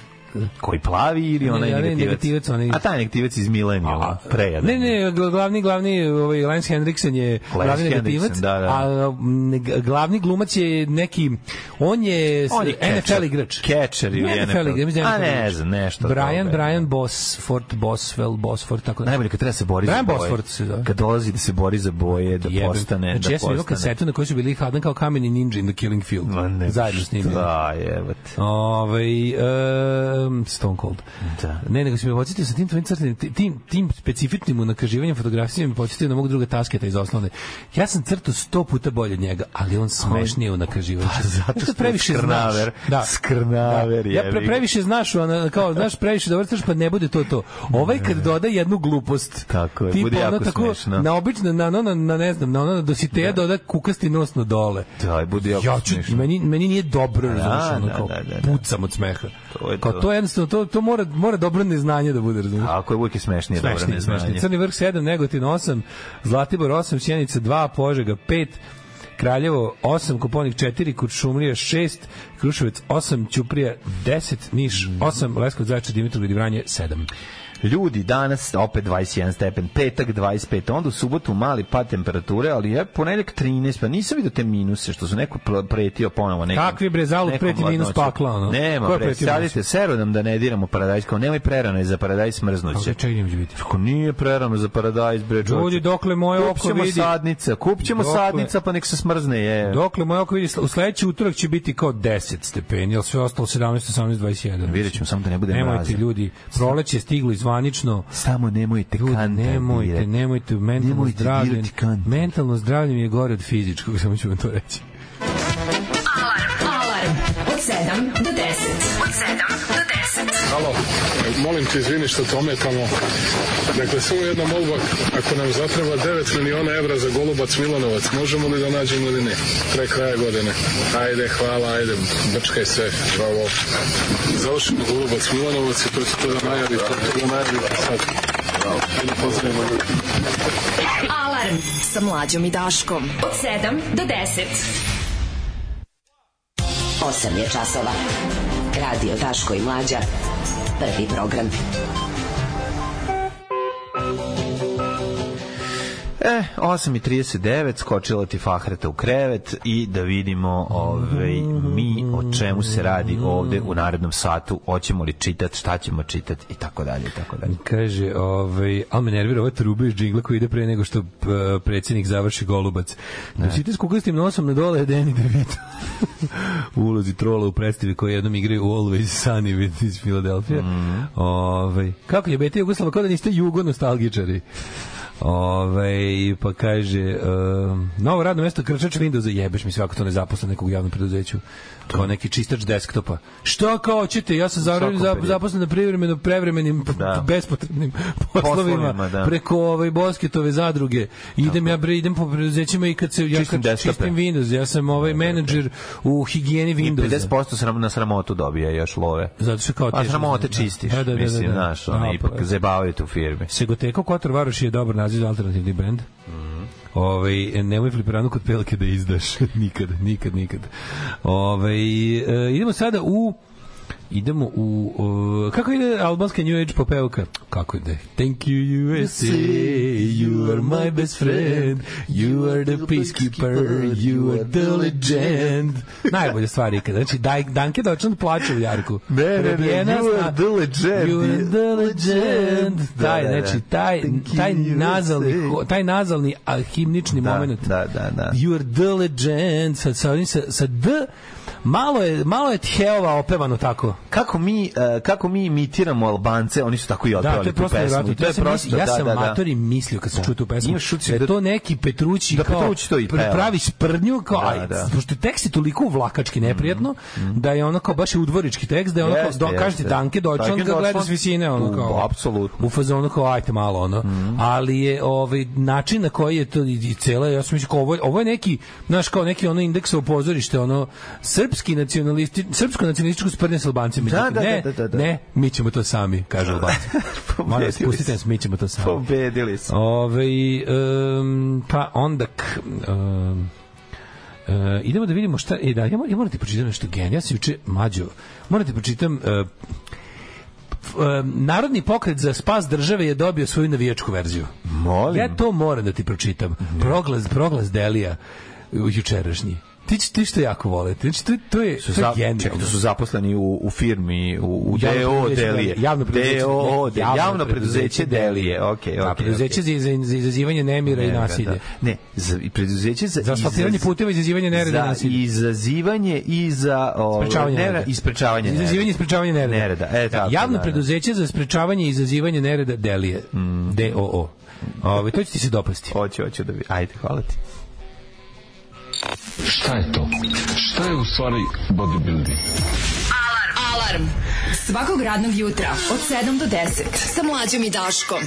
F: Koji plavi ili onaj
G: Ne, onaj
F: negativac?
G: negativac, onaj-
F: A taj negativac iz Milenijuma, prejadan.
G: Ne, ne, gl- glavni glavni ovaj Lance Henriksen je glavni negativac,
F: Henriksen, da, da.
G: a ne, glavni glumac je neki on je, s-
F: On je catcher.
G: NFL igrač.
F: Catcher ili
G: Ne,
F: NFL
G: NFL igrač, mislim da je
F: A,
G: NFL
F: ne
G: igrač.
F: znam, nešto od
G: Brian
F: toga. da.
G: Brian Bosford, Boswell, Bosford tako
F: Najbolje kad treba se bori
G: Brian
F: za boje.
G: Bosford se zove.
F: Kad dolazi da se bori za boje, da
G: Jebem.
F: postane,
G: Znači,
F: da
G: ja sam imao
F: postane.
G: kasetu na kojoj su bili hladan kao kameni ninja in the killing field.
F: Ma ne,
G: Zajedno s njim.
F: Da, jebate.
G: Ove, um, Stone Cold.
F: Da.
G: Ne, nego si me podsjetio sa tim tvojim crtanim, ti- tim, tim specifičnim unakaživanjem fotografije me podsjetio na mog druga tasketa iz osnovne. Ja sam crtao sto puta bolje od njega, ali on smešnije unakaživač. Pa,
F: zato što je skrnaver.
G: Da.
F: Skrnaver,
G: da. Ja
F: jebi
G: pre,
F: ga.
G: previše znaš, ona, kao, znaš, previše dobro crtaš, pa ne bude to to. Ovaj kad doda jednu glupost,
F: Tako je,
G: tipa
F: bude
G: ono
F: jako
G: tako,
F: smešno.
G: Na obično, na, na, na, na, ne znam, na ono, na dositeja doda kukasti nos na dole.
F: Da, bude jako
G: Ja ću,
F: smešno.
G: meni, meni nije dobro, razumiješ,
F: da,
G: ono
F: da,
G: kao,
F: da, da.
G: pucam od smeha.
F: To je
G: kao,
F: to.
G: to je jednostavno, to, to mora, mora dobro neznanje da bude, razumiješ.
F: Ako je uvijek je smešnije, dobro
G: Smešnije,
F: neznanje.
G: smešnije. Crni vrh 7, Negotin 8, Zlatibor 8, Sjenica 2, Požega 5, Kraljevo 8, Koponik 4, Kuršumlija 6, Kruševac 8, Ćuprija 10, Niš 8, Leskovac Zaječar, Dimitrov i Vranje 7.
F: Ljudi, danas opet 21 stepen, petak 25, onda u subotu mali pad temperature, ali je ponedeljak 13, pa nisam vidio te minuse što su neko pl- pretio ponovo nekim.
G: Kakvi bre, zalud
F: nekom
G: preti minus
F: hladnoćom.
G: pakla, ono.
F: Nema,
G: Ko je
F: bre,
G: pretio
F: sadite, seru nam da ne diramo paradajz, kao nemoj prerano je za paradajz smrznuće.
G: Kako čega njemu će biti?
F: Ako nije prerano za paradajz, bre, čovječe.
G: Ljudi, dokle moje
F: Kupit
G: oko
F: ćemo
G: vidi...
F: sadnica, kupit ćemo
G: Dokle-
F: sadnica, pa nek se smrzne, je.
G: Dokle moje oko vidi, u sledeći utorak će biti kao 10 stepeni, ali sve ostalo 17, 18, 21.
F: Vidjet ćemo, samo da ne bude
G: Nemojte
F: mraza.
G: ljudi, proleće je stiglo i zvanično.
F: Samo nemojte
G: Ljudi,
F: kantar
G: nemojte,
F: dirati.
G: nemojte, mentalno
F: Nemojte
G: zdravlje.
F: dirati kantar.
G: Mentalno zdravlje mi je gore od fizičkog, (laughs) samo ću vam to reći.
E: Alarm. Alarm. Od 7 do 10. Od 7 do 10.
H: Halo, molim te izvini što te ometamo. Dakle, samo jedna molba, ako nam zatreba 9 miliona evra za Golubac Milanovac, možemo li da nađemo ili ne? Pre kraja godine. Ajde, hvala, ajde, brčkaj sve, bravo. Završimo Golubac Milanovac i preko toga najavi, to je najavi sad. Ajde, pozdravimo ljudi.
E: Alarm sa mlađom i Daškom. Od 7 do 10.
J: 8 je časova. Radio Daško i Mlađa. Prvi program.
F: E, 8.39, skočila ti Fahreta u krevet i da vidimo ove, mi o čemu se radi ovde u narednom satu, hoćemo li čitati, šta ćemo čitati i tako dalje i tako dalje.
G: Kaže, ovaj, ali me nervira ova truba iz džingla koji ide pre nego što p, predsjednik završi golubac.
F: Da.
G: Dođite s kukastim nosom na dole, Deni DeVito. (laughs) u ulozi trola u predstavi koji jednom igraju u Always Sunny with- iz Filadelfije.
F: Mhm.
G: Mm. Ovaj, kako je bete Jugoslava, kao da niste jugo nostalgičari. Ove, pa kaže um, novo radno mesto krčač Windowsa jebeš mi svako to ne zaposlen nekog javnog preduzeću kao neki čistač desktopa što kao hoćete ja sam završen
F: svakom
G: za,
F: periodu.
G: zaposlen na privremenom prevremenim
F: Da.
G: da. bespotrebnim (laughs) poslovima,
F: Poslovima, da.
G: preko ovaj Bosketove zadruge idem ja bre idem po preduzećima i kad se ja
F: Čistim
G: kad
F: desktope. Da,
G: čistim Windows ja sam ovaj menadžer u higijeni
F: I
G: Windowsa
F: 50% sram, na sramotu dobija još love.
G: zato što kao
F: A
G: teško-
F: sramote čistiš,
G: Da, da, da, da,
F: mislim,
G: da.
F: znaš,
G: A,
F: ono,
G: pa-
F: ipak zabavaju te u firmi.
G: Segoteko Kotor Varoš je dobar naziv za alternativni brend. Mm Ove, nemoj fliperanu kod pelke da izdaš. (laughs) nikad, nikad, nikad. Ove, e, idemo sada u idemo u o, kako ide albanska new age popevka kako ide thank you USA you are my best friend you are the peacekeeper you are the legend najbolje stvari ikada znači daj, Danke Dočan plače u Jarku
F: Ne, ne, ne,
G: Prebijena
F: you are
G: zna-
F: the legend.
G: you are the legend
F: Da,
G: taj,
F: da, da.
G: znači taj,
F: Thank you,
G: taj
F: USA.
G: nazalni ho- taj nazalni a, himnični
F: Da,
G: moment
F: da, da, da.
G: you are the legend sa, sa, onim- sa, sa d malo je, malo je Tjeova opevano tako
F: Kako mi, e, kako mi imitiramo Albance, oni su tako i
G: Da, to
F: odpevali
G: je
F: tu
G: prosto
F: pesmu.
G: nevjerojatno.
F: I To je
G: sam
F: prosto,
G: mislio- ja
F: da,
G: sam
F: da, da.
G: amator i mislio kad sam
F: Da.
G: čuo tu pesmu.
F: Imaš utisak
G: da je
F: da-
G: to neki Petrući
F: da
G: kao
F: Petrucci to i
G: pr-
F: peva.
G: pravi sprdnju kao
F: Da,
G: aj,
F: da. Mm,
G: pošto tekst je toliko vlakački neprijatno da je ono kao baš je udvorički tekst da je ono kao
F: Jeste,
G: do, kažete
F: jeste.
G: Danke Deutschland
F: Danke
G: ga gleda
F: Deutschland.
G: s visine ono
F: U,
G: kao.
F: apsolutno. Mm.
G: U fazonu kao ajte malo ono. Ali je ovaj način na koji je to i, i cela ja sam mislio kao ovo, je- ovo je neki znaš kao neki ono indeks opozorište ono srpski nacionalisti srpsko nacionalističko sprdnje s Albancima.
F: Da, da,
G: ne,
F: da, da, da.
G: ne, mi ćemo to sami,
F: (laughs)
G: kaže Albanci. Molim vas, pustite nas, mi ćemo to sami.
F: Pobedili su.
G: Ove, um, pa onda... K, um, Uh, idemo da vidimo šta... E, da, ja, mor- ja moram ti pročitam nešto genijalno. Ja sam juče mađo. Moram ti pročitam... Uh, f- um, Narodni pokret za spas države je dobio svoju navijačku verziju.
F: Molim.
G: Ja to moram da ti pročitam. Proglas, proglas Delija u- jučerašnji. Ti, ć- ti što jako volite. Znači, to, to je,
F: su
G: to je
F: za,
G: genijalno.
F: čekaj, to su zaposleni u, u firmi, u, u
G: Javno
F: DO
G: preduzeće
F: Delije.
G: Javno preduzeće,
F: DO,
G: ne,
F: javno, javno preduzeće Delije. Ok, ok.
G: Da, preduzeće za, za, za izazivanje nemira i nasilja.
F: Da. Ne, za, i preduzeće za...
G: Za asfaltiranje
F: izaz-
G: puteva i izazivanje nereda i
F: za
G: nasilja.
F: izazivanje i za ovaj, o,
G: Sprečavanje nereda.
F: i sprečavanje nereda.
G: Izazivanje i sprečavanje nereda.
F: Nereda, e,
G: Da,
F: tako,
G: javno
F: da, da.
G: preduzeće za sprečavanje i izazivanje nereda Delije.
F: Mm.
G: DOO. Ove, Ovaj, to će ti se dopasti.
F: Hoću, hoću da bi... Ajde, hvala ti.
B: Šta je to? Šta je u stvari bodybuilding?
E: Alarm. Alarm. Svakog radnog jutra od 7 do 10 sa mlađom i Daškom.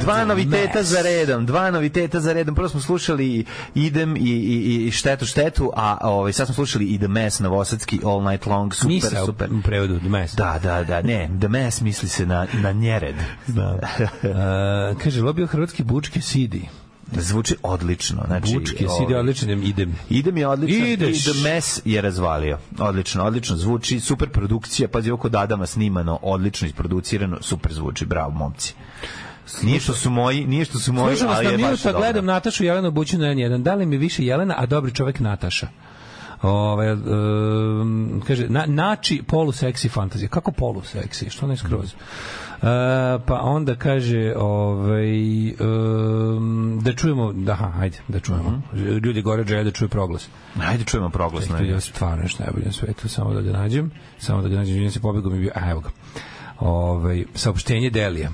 F: Dva noviteta
E: Max.
F: za redom, dva noviteta za redom. Prvo smo slušali Idem i, i, i štetu štetu, a ovaj, sad smo slušali i The Mess Novosadski All Night Long. Super,
G: Misa
F: super.
G: u prevodu, mes.
F: Da, da, da, ne, The Mess misli se na, na njered.
G: Znam.
F: Da.
G: E, kaže, lobio hrvatski bučke sidi.
F: (laughs) Zvuči odlično. Znači,
G: Bučke
F: ovaj,
G: sidi, odlično idem.
F: Idem je odlično
G: Ideš.
F: i The Mess je razvalio. Odlično, odlično zvuči, super produkcija, pazi ovo kod Adama snimano, odlično isproducirano, super zvuči, bravo momci. Nije što su moji, nije što su moji,
G: Slušam vas
F: ali
G: na
F: je baš
G: minuta,
F: dobro.
G: gledam Natašu i Jelenu Bućinu na N1. Da li mi više Jelena, a dobri čovek Nataša? Ove, um, kaže, na, nači poluseksi fantazija. Kako poluseksi? Što ne skroz? Uh, pa onda kaže ovaj, um, da čujemo da, aha, ajde, da čujemo
F: Mhm.
G: ljudi gore žele da čuju proglas
F: Ajde čujemo proglas.
G: to je stvarno nešto najbolje na svetu, samo da ga nađem, samo da ga nađem, izvinjam se, pobegao mi je bio, a evo ga. Ove, Ovaj, saopštenje Delija.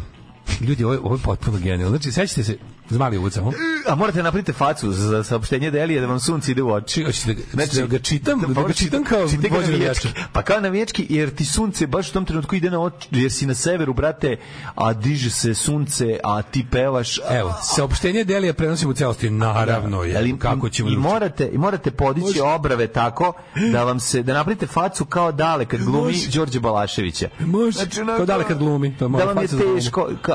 G: Ljudi, ovo, je- ovo je potpuno genijalno. Znači, sećate se, zmali uvuca, samo.
F: A morate napraviti facu za saopštenje Delije da vam sunce ide u oči. Znači,
G: Či- hoćete da ga- da ga čitam? Da ga
F: moraš
G: čitam
F: čita-
G: kao
F: čitaj ga
G: vođa
F: navijački.
G: navijača.
F: Pa kao navijački, jer ti sunce baš u tom trenutku ide na oči, jer si na severu, brate, a diže se sunce, a ti pevaš. a-
G: Evo, saopštenje Delija prenosimo u celosti, naravno, je,
F: Da, Ali
G: kako ćemo da-
F: i
G: drugčije.
F: morate i morate podići obrave tako da vam se da napravite facu kao dale kad glumi
G: Može.
F: Đorđe Balaševića.
G: Može,
F: Znači, onako-
G: kao dale kad glumi. To mora
F: da vam je
G: faca za glumu.
F: teško. ka-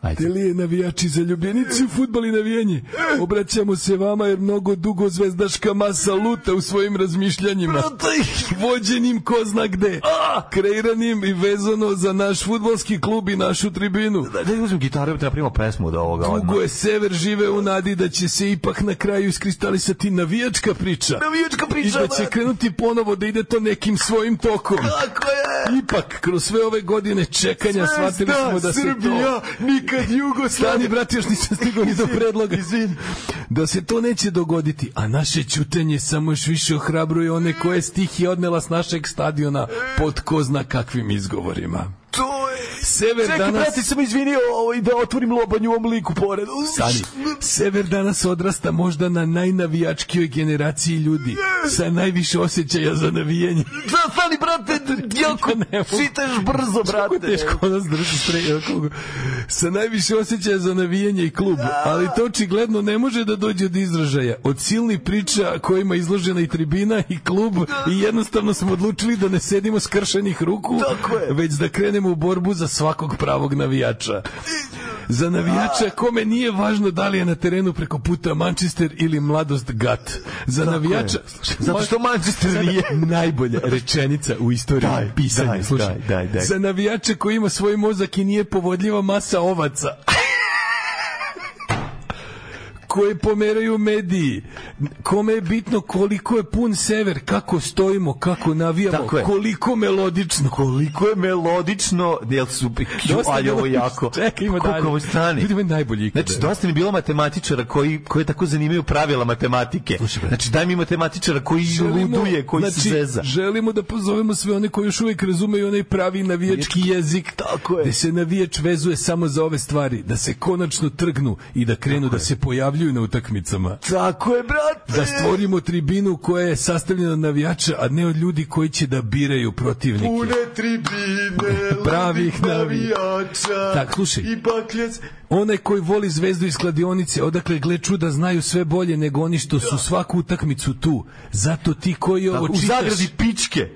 F: Ajde. E.
G: Delije navijači zaljubljenici u futbal i navijanje. Obraćamo se vama jer mnogo dugo zvezdaška masa luta u svojim razmišljanjima.
F: Da
G: Vođenim ko zna gde. Kreiranim i vezano za naš futbalski klub i našu tribinu.
F: Da, da uzmem gitaru da napravimo pesmu od ovoga odmah.
G: Dugo je sever žive u nadi da će se ipak na kraju iskristalisati navijačka priča.
F: Navijačka
G: I
F: priča.
G: da će krenuti ponovo da ide to nekim svojim tokom.
F: Tako je.
G: Ipak, kroz sve ove godine čekanja shvatili smo da se to...
F: Srbija, nikad Jugoslavija.
G: Stani, brate, još nisam stigao ni do predloga. Da se to neće dogoditi, a naše ćutanje samo još više ohrabruje one koje stih je odnela s našeg stadiona pod ko zna kakvim izgovorima.
F: To je...
G: Sever
F: Čekaj,
G: danas...
F: brate, sam izvinio ovaj, da otvorim lobanju u ovom liku pored.
G: Stani, Sever danas odrasta možda na najnavijačkijoj generaciji ljudi sa najviše osjećaja za navijanje.
F: Da, stani, brate,
G: (laughs)
F: jako
G: ne mogu.
F: čitaš brzo,
G: Kako
F: brate.
G: je teško nas drži stre- ovako, sa najviše osjećaja za navijanje i klub,
F: Da.
G: ali to očigledno ne može da dođe od izražaja. Od silnih priča kojima je izložena i tribina i klub
F: Da.
G: i jednostavno smo odlučili da ne sedimo skršenih ruku,
F: Tako je.
G: već da krenemo u borbu za svakog pravog navijača. Za
F: Da.
G: navijača kome nije važno da li je na terenu preko puta Manchester ili mladost Gat. Za navijača...
F: Zato što Manchester
G: Sada
F: nije...
G: najbolja rečenica u istoriji
F: Daj,
G: pisanja.
F: daj,
G: Slušaj,
F: daj, daj, daj.
G: Za navijače koji ima svoj mozak i nije povodljiva masa ovaca (laughs) koje pomeraju mediji, kome je bitno koliko je pun sever, kako stojimo, kako navijamo,
F: Tako je.
G: koliko melodično.
F: Koliko je melodično, jel su...
G: Dosta
F: ali ovo je
G: melodično.
F: jako...
G: Čekaj, ima
F: Koliko
G: dalje.
F: ovo stani.
G: Ljudi, ovo je najbolji ikada.
F: Znači, dosta mi je bilo matematičara koji, koji tako zanimaju pravila matematike.
G: Slušaj, bre.
F: Znači, daj mi matematičara koji luduje, koji
G: znači,
F: se zeza.
G: Želimo da pozovemo sve one koji još uvijek razumeju onaj pravi navijački jezik.
F: Tako je.
G: Da se navijač vezuje samo za ove stvari, da se konačno trgnu i da krenu da se pojavljuju na utakmicama.
F: Tako je, brate.
G: Da stvorimo tribinu koja je sastavljena od navijača, a ne od ljudi koji će da biraju protivnike.
F: Pune tribine,
G: Pravih
F: pravih
G: navi-
F: navijača.
G: Tak, slušaj.
F: I bakljec.
G: Onaj koji voli zvezdu iz kladionice, odakle gle čuda znaju sve bolje nego oni što su svaku utakmicu tu. Zato ti koji ovo
F: Da. U
G: čitaš...
F: zagradi pičke.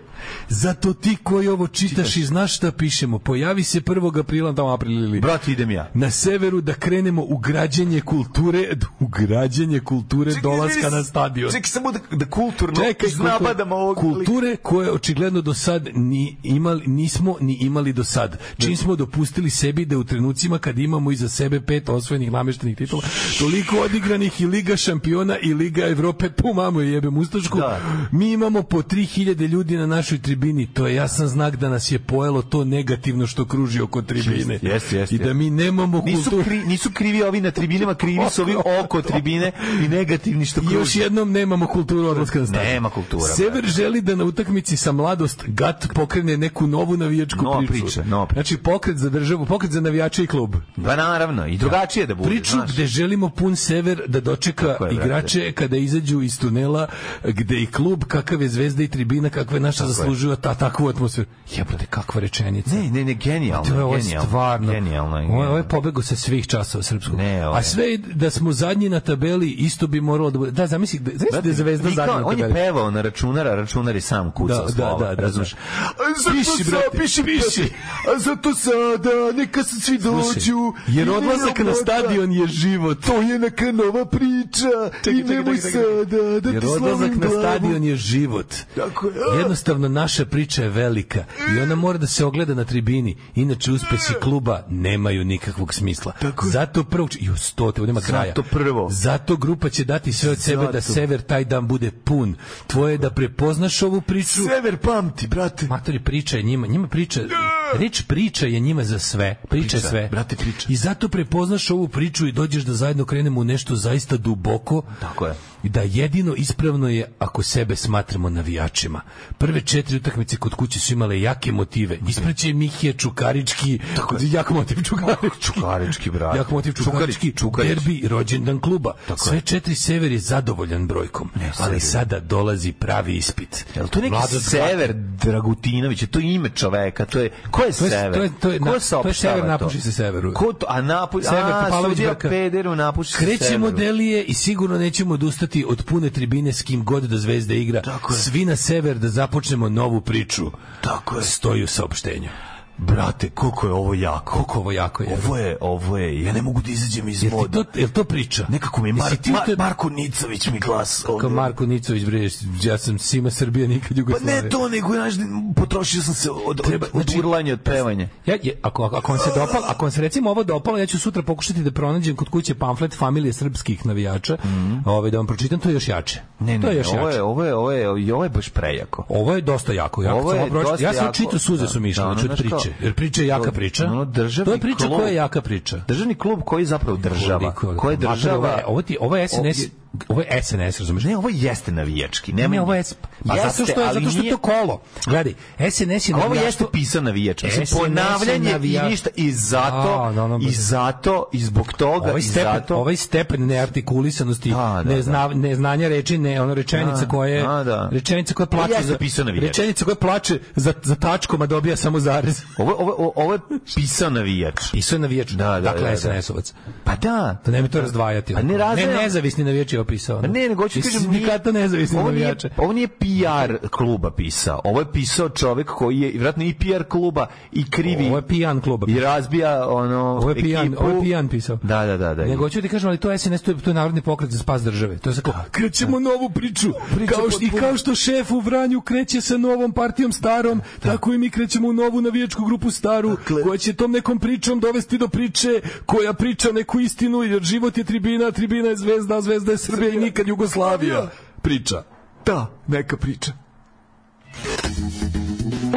G: Zato ti koji ovo čitaš, i znaš šta pišemo, pojavi se 1. aprila, tamo april ili...
F: Brate, idem ja.
G: Na severu da krenemo u građenje kulture, (laughs) u građenje kulture dolaska
F: izvini,
G: na stadion.
F: Čekaj samo da, da kulturno
G: Čekaj,
F: iznabadamo ovog lika.
G: kulture koje očigledno do sad ni imali, nismo ni imali do sad. Čim smo dopustili sebi da u trenucima kad imamo iza sebe pet osvojenih nameštenih titula, toliko odigranih i Liga šampiona i Liga Evrope, tu mamu je jebem ustašku,
F: Da.
G: mi imamo po 3000 ljudi na našoj tribini. To je jasan znak da nas je pojelo to negativno što kruži oko tribine.
F: Jeste, jeste, jeste.
G: I da mi nemamo
F: Nisu,
G: kulturu.
F: kri, nisu krivi ovi na tribinama, krivi su ovi oko tribine i negativni što
G: I još
F: kruži.
G: jednom nemamo kulturu odlaska na stadion.
F: Nema kultura, brate.
G: Sever želi da na utakmici sa mladost gat pokrene neku novu navijačku
F: Nova
G: priču.
F: priča, nova priča.
G: Znači pokret za državu, pokret za navijače i klub.
F: Ba naravno, i drugačije da bude,
G: Priču
F: znaš.
G: gde želimo pun sever da dočeka
F: Tako je, brate.
G: igrače kada izađu iz tunela, gde i klub, kakav je zvezda i tribina, kakva je naša zaslužuje ta takvu atmosferu. Jebote, kakva rečenica.
F: Ne, ne, ne, genijalno,
G: To je ovo je
F: genijalno.
G: stvarno.
F: Genijalno je,
G: Ovo je, ovo je
F: genijalno.
G: pobego sa svih časova srpskog.
F: Ne, ovo je-
G: A sve i da smo zadnji na tabeli, isto bi moralo da bude. Da, zamisli, da, zamisli da je Zvezda
F: vi kao-
G: zadnja na
F: on je
G: tabeli.
F: pevao na računar, a računar je sam kucao
G: Da, da,
F: slova,
G: da, da,
F: razumeš?
G: da.
F: A zato
G: Piši,
F: sa-
G: brate,
F: piši,
G: piši.
F: brate. A zato sada neka se svi dođu.
G: Jer
F: i
G: odlazak na
F: nemoj da-
G: stadion je život.
F: To je neka nova priča i nemoj sada da
G: Jer
F: ti
G: odlazak
F: slavim
G: na
F: glavu.
G: stadion je život.
F: Tako je. da.
G: Jednostavno, naša priča je velika i ona mora da se ogleda na tribini. Inače, uspesi kluba nemaju nikakvog smisla. Zato prvo... č- Jo, sto, te, nema kraja.
F: Zato prvo.
G: Zato grupa će dati sve od sebe da
F: Zato.
G: sever taj dan bude pun. Tvoje je da prepoznaš ovu priču.
F: Sever pamti, brate.
G: Matori priča je njima, njima priča, reč priča je njima za sve, priča, je
F: Priča,
G: sve.
F: brate, priča.
G: I zato prepoznaš ovu priču i dođeš da zajedno krenemo u nešto zaista duboko.
F: Tako je.
G: da jedino ispravno je ako sebe smatramo navijačima. Prve četiri utakmice kod kuće su imale jake motive. Ispreće Mihije Čukarički, jak motiv Čukarički.
F: Čukarički, brate.
G: Jak motiv Čukarički,
F: Čukarić, Čukarić.
G: derbi i rođendan kluba.
F: Tako
G: Sve
F: je.
G: četiri sever je zadovoljan brojkom, ali
F: sever.
G: sada dolazi pravi ispit.
F: Jel to je neki
G: Mladost
F: Sever Dragutinović, je to ime čoveka, to je ko je
G: To je-
F: Sever?
G: to je- to je-
F: Ko
G: na- to je
F: saopštava
G: Sever, napuši se Severu.
F: Ko to, a napuši,
G: Sever
F: a,
G: Topalović
F: sudija
G: Brka.
F: Pederu napuši se
G: Krećemo
F: Severu.
G: delije i sigurno nećemo odustati od pune tribine s kim god da zvezda igra.
F: Tako je.
G: Svi na sever da započnemo novu priču. Tako je. Stoji u saopštenju.
F: Brate, koliko je ovo jako.
G: Koliko ovo jako je.
F: Ovo je, ovo je, ja ne mogu da izađem iz
G: Jel ti
F: voda.
G: to, jel to priča?
F: Nekako mi je
G: Jesi
F: Mar,
G: ti u
F: Mar,
G: to-
F: Marko Nicović mi glas
G: Kao
F: ovde.
G: Marko Nicović, bre, ja sam Sima Srbija, nikad
F: Pa
G: Jugoslavija.
F: ne to, nego znaš, potrošio sam se od, od,
G: Treba- znači,
F: od, od urlanja, od pevanja.
G: Ja, je, ako, ako vam se dopalo, ako vam se recimo ovo dopalo, ja ću sutra pokušati da pronađem kod kuće pamflet familije srpskih navijača, ovaj, da vam pročitam, to je još jače.
F: Mhm. Ne,
G: to je
F: ne,
G: još
F: ovo
G: jače.
F: je, ovo je, ovo je, ovo je baš prejako.
G: Ovo je dosta jako. Ja,
F: Ovo
G: ovo
F: je
G: je
F: dosta
G: ja sam
F: jako.
G: čito suze
F: Da,
G: su mi išle
F: da,
G: znači
F: ono,
G: od
F: znaš kao,
G: priče. Jer priča je
F: to-
G: jaka priča.
F: ono, državni
G: to je priča
F: klub.
G: koja je jaka priča.
F: Državni klub koji zapravo država.
G: Koliko-
F: Koji
G: Makar Ovo
F: država...
G: je, ovo, ti, ovo je SNS,
F: Ovdje-
G: ovo je SNS, razumeš?
F: Ne, ovo jeste navijački. Nema
G: Ne, ovo je pa zato što je zato što je to kolo. Gledaj, SNS je
F: A ovo
G: navijaštvo-
F: jeste pisan navijač. Mislim,
G: SNS je
F: ponavljanje i
G: navija-
F: ništa. I zato,
G: A, da, ono-
F: i zato, i zbog toga,
G: ovaj
F: i
G: stepen,
F: zato...
G: ovaj stepen neartikulisanosti,
F: Da, da, da.
G: nezna, neznanja reči, ne, ono rečenica
F: Da,
G: koje
F: da, da.
G: rečenica koja plače
F: jeste
G: za
F: pisana viječ.
G: rečenica koja plače za za tačkom a dobija samo zarez.
F: Ovo, ovo, ovo, ovo je pisan navijač.
G: Pisao je navijač,
F: Da, da,
G: dakle
F: da, da.
G: SNS-ovac.
F: Pa da.
G: Da ne mi to razdvajati.
F: A ne razdvajam-
G: Ne, nezavisni navijač je opisao.
F: Pa ne, nego hoću
G: Iz
F: kažem... nije-
G: Sindikata nezavisnih
F: ovo nije-
G: navijača.
F: Ovo nije PR kluba pisao. Ovo je pisao čovek koji je, vjerojatno, i PR kluba, i krivi...
G: Ovo je pijan klub.
F: I razbija, ono...
G: Ovo je pijan,
F: ekipu.
G: ovo je pijan pisao.
F: Da, da, da. da.
G: Nego hoću ti kažem, ali to je SNS, to je, to je narodni pokret za spas države. To je tako, krećemo novu priču. kao što, I kao što šef u Vranju kreće sa novom partijom starom, tako i mi krećemo u novu navijačku grupu staru, koja će tom nekom pričom dovesti do priče koja priča neku istinu, jer život je tribina, a tribina je zvezda, a zvezda je Srbija i nikad Jugoslavija. Priča. Da, neka priča.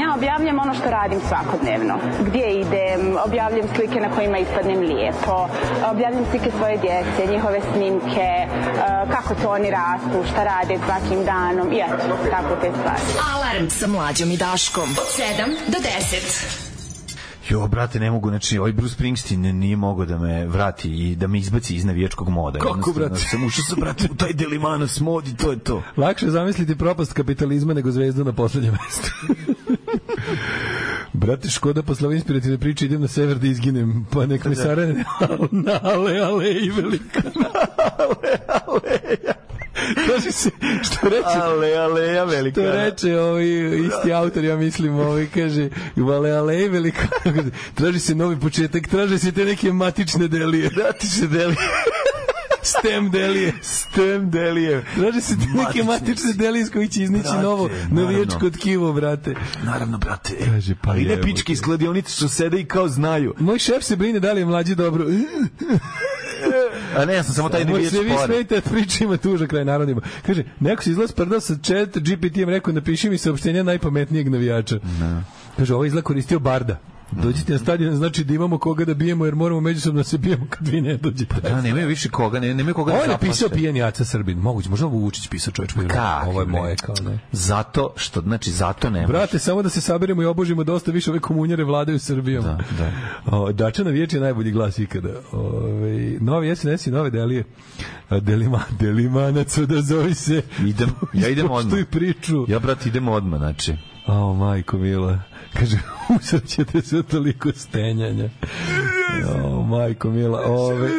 K: Ja objavljam ono što radim svakodnevno. Gdje idem, objavljam slike na kojima ispadnem lijepo, objavljam slike svoje djece, njihove snimke, eh, kako to oni rastu, šta rade svakim danom i eto, tako te stvari.
E: Alarm sa mlađom i Daškom. Od 7 do 10.
F: Jo, brate, ne mogu, znači, ovaj Bruce Springsteen nije mogao da me vrati i da me izbaci iz navijačkog moda.
G: Kako,
F: Jednostavno
G: brate?
F: Sam ušao sam, brate, u taj Delimanos mod i to je
G: (laughs)
F: to.
G: Lakše je zamisliti propast kapitalizma nego zvezdu na poslednjem (laughs) mestu. Brate, škoda posle ove inspirativne priče idem na sever da izginem, pa nek me sarane na ale, ale i velika. Kaže se, što reče,
F: Ale, ale, ja velika.
G: to reče ovi isti autor, ja mislim, ovi kaže, ale, ale i velika. Traži se novi početak, traže se te neke matične
F: (laughs)
G: delije,
F: Da ti se deli.
G: (laughs) stem delije.
F: Stem delije.
G: Traže se te neke
F: Matične
G: matične delije iz kojih će iznići
F: Brate,
G: novo
F: naravno.
G: navijačko tkivo, brate.
F: Naravno, brate. e,
G: Kaže, pa
F: Ali ne
G: jebote.
F: pičke iz kladionice što sede i kao znaju.
G: Moj šef se brine da li je mlađi dobro. (laughs)
F: A ne, ja sam samo taj
G: Moj
F: navijač
G: se vi
F: porno.
G: smete, priča ima tuža kraj narodima. Kaže, neko se izlaz prdao sa chat GPT-em, rekao, napiši mi saopštenje najpametnijeg navijača.
F: Da.
G: Kaže, ovo izlaz koristio barda. Dođite na stadion, znači da imamo koga da bijemo, jer moramo međusobno da se bijemo kad vi ne dođete.
F: Da, nemaju više koga, ne, nemaju koga
G: Ovo
F: da
G: je napisao
F: zaposle.
G: pijeni Aca Srbin. Moguće, možda ovo Vučić pisao čoveč. koji je
F: Kak,
G: Ovo je
F: bre?
G: moje, kao ne.
F: Zato što, znači, zato ne može.
G: Brate, samo da se sabiremo i obožimo dosta više ove komunjare vladaju Srbijom. Da, da. O, Dačana Viječ je najbolji glas ikada. Ove, novi SNS i nove delije. A, Delima, delimanac, da zove se.
F: Idem,
G: (laughs)
F: ja idem odmah.
G: Poštuj priču.
F: Ja, brate, idem odmah, znači.
G: O, majko mila. Kaže, (laughs) usrat ćete se od toliko stenjanja. O, majko mila. Ove,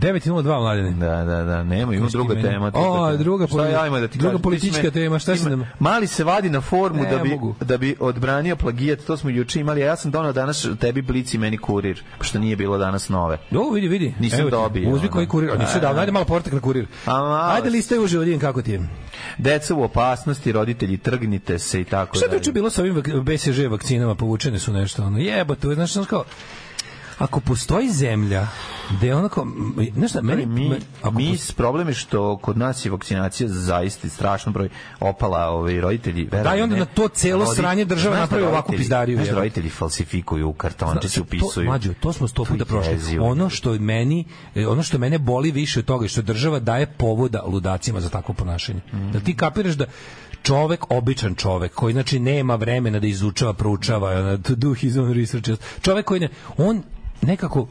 G: 9.02 mladine.
F: Da, da, da, nema, ima druga
G: meni-
F: tema.
G: O,
F: druga tema.
G: druga
F: Šta ja
G: politi-
F: ima da ti
G: druga
F: kažem? Ti si
G: politička
F: me-
G: tema, šta
F: ti
G: si
F: me-
G: nam-
F: Mali se vadi na formu
G: Ne
F: da bi
G: mogu.
F: da bi odbranio plagijat, to smo juče imali, a ja sam doneo danas tebi blici meni kurir, pošto nije bilo danas nove.
G: Do, vidi, vidi.
F: Nisam
G: Evo ti,
F: dobio,
G: Uzmi
F: ono.
G: koji kurir. A, Nisi
F: A,
G: dao,
F: a.
G: ajde malo portak na kurir.
F: A, malo.
G: Ajde listaj uživo, da vidim kako ti je.
F: Deca u opasnosti, roditelji trgnite se i tako
G: Šta je juče bilo sa ovim vak- BCG vakcinama, povučene su nešto, ono, jebote, znaš, znaš kao, ako postoji zemlja gde onako, znaš šta, meni...
F: E, mi,
G: ako
F: mi
G: postoji-
F: s problem je što kod nas je vakcinacija zaista strašan broj opala ovaj roditelji verovali
G: Da, i onda
F: ne,
G: na to celo
F: rodi-
G: sranje država
F: Znaš da
G: napravi ovakvu
F: roditelji-
G: pizdariju,
F: znaš da
G: jebote.
F: roditelji falsifikuju kartonče se upisuju
G: To, mlađo, to smo sto
F: To
G: puta
F: je
G: prošli.
F: jezivo.
G: Ono što je meni, e, ono što mene boli više od toga je što država daje povoda ludacima za takvo ponašanje. Mm. Da ti kapiraš da čovek, običan čovek, koji znači nema vremena da izučava, proučava, ono, to do his own research, čovek koji ne, on nekako,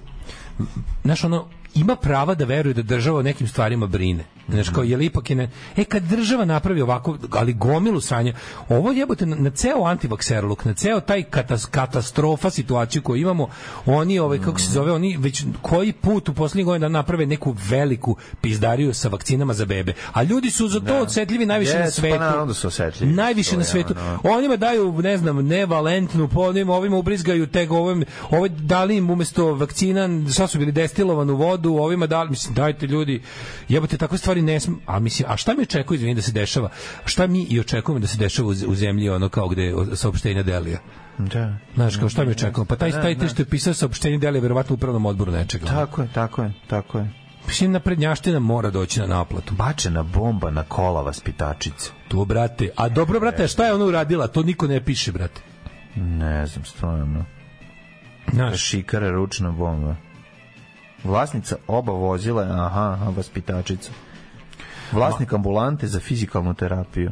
G: znaš, ono, ima prava da veruje da država o nekim stvarima brine. Znaš, kao, je li ipak je ne... E, kad država napravi ovako, ali gomilu sranja, ovo jebote na, na ceo antivakserluk, na ceo taj katas, katastrofa situaciju koju imamo, oni, ovaj, kako se zove, oni već koji put u poslednjih godina dana naprave neku veliku pizdariju sa vakcinama za bebe. A ljudi su za to da. osetljivi najviše na
F: Jesu, pa
G: svetu.
F: naravno da su osetljivi.
G: Najviše
F: To
G: na
F: je
G: svetu.
F: ono.
G: Onima daju, ne znam, nevalentnu, po onim, ovima ubrizgaju teg, ovim, ovaj dali im umesto vakcina, sad su bili destilovanu vodu, ovima dali, mislim, dajte ljudi, jebate, takve stvari ne smem, a mislim, a šta mi očekuje, izvini, da se dešava? Šta mi i očekujemo da se dešava u, z- u zemlji, ono kao gde je o- saopštenja Delija?
F: da.
G: Znaš, kao šta mi očekujemo? Pa taj, taj, taj što je pisao saopštenje Delija, je verovatno u upravnom odboru nečega. Pa
F: Tako je, tako je, tako je.
G: Mislim, naprednjaština mora doći na naplatu.
F: Bačena bomba na kola vaspitačice.
G: To, brate. A dobro, brate, šta je ona uradila? To niko ne piše, brate.
F: Ne znam, stvarno.
G: Znaš,
F: Šikara ručna bomba. Vlasnica oba vozila, je, aha, aha, vaspitačica. Vlasnik ambulante za fizikalnu terapiju.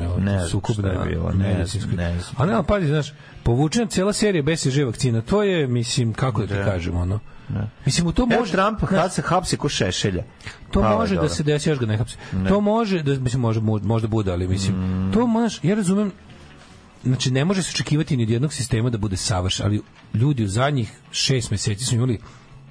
G: Evo,
F: Ne znam
G: sukob
F: šta je
G: na-
F: bilo, ne
G: medicinskoj.
F: znam, ne znam.
G: A ne, ali pazi, znaš, povučena cela serija BCG vakcina, to je, mislim, kako da ti kažem, ono.
F: Da.
G: Mislim, u to
F: Evo
G: može...
F: Trump
G: znaš,
F: kad se hapse ko šešelja.
G: to
F: Pa,
G: može da
F: E, dobro.
G: se desi, još ga ne hapse. To može, da, mislim, može, možda bude, ali mislim,
F: Mm.
G: to možeš, ja razumem, znači ne može se očekivati ni od jednog sistema da bude savršen, ali ljudi u zadnjih šest meseci su imali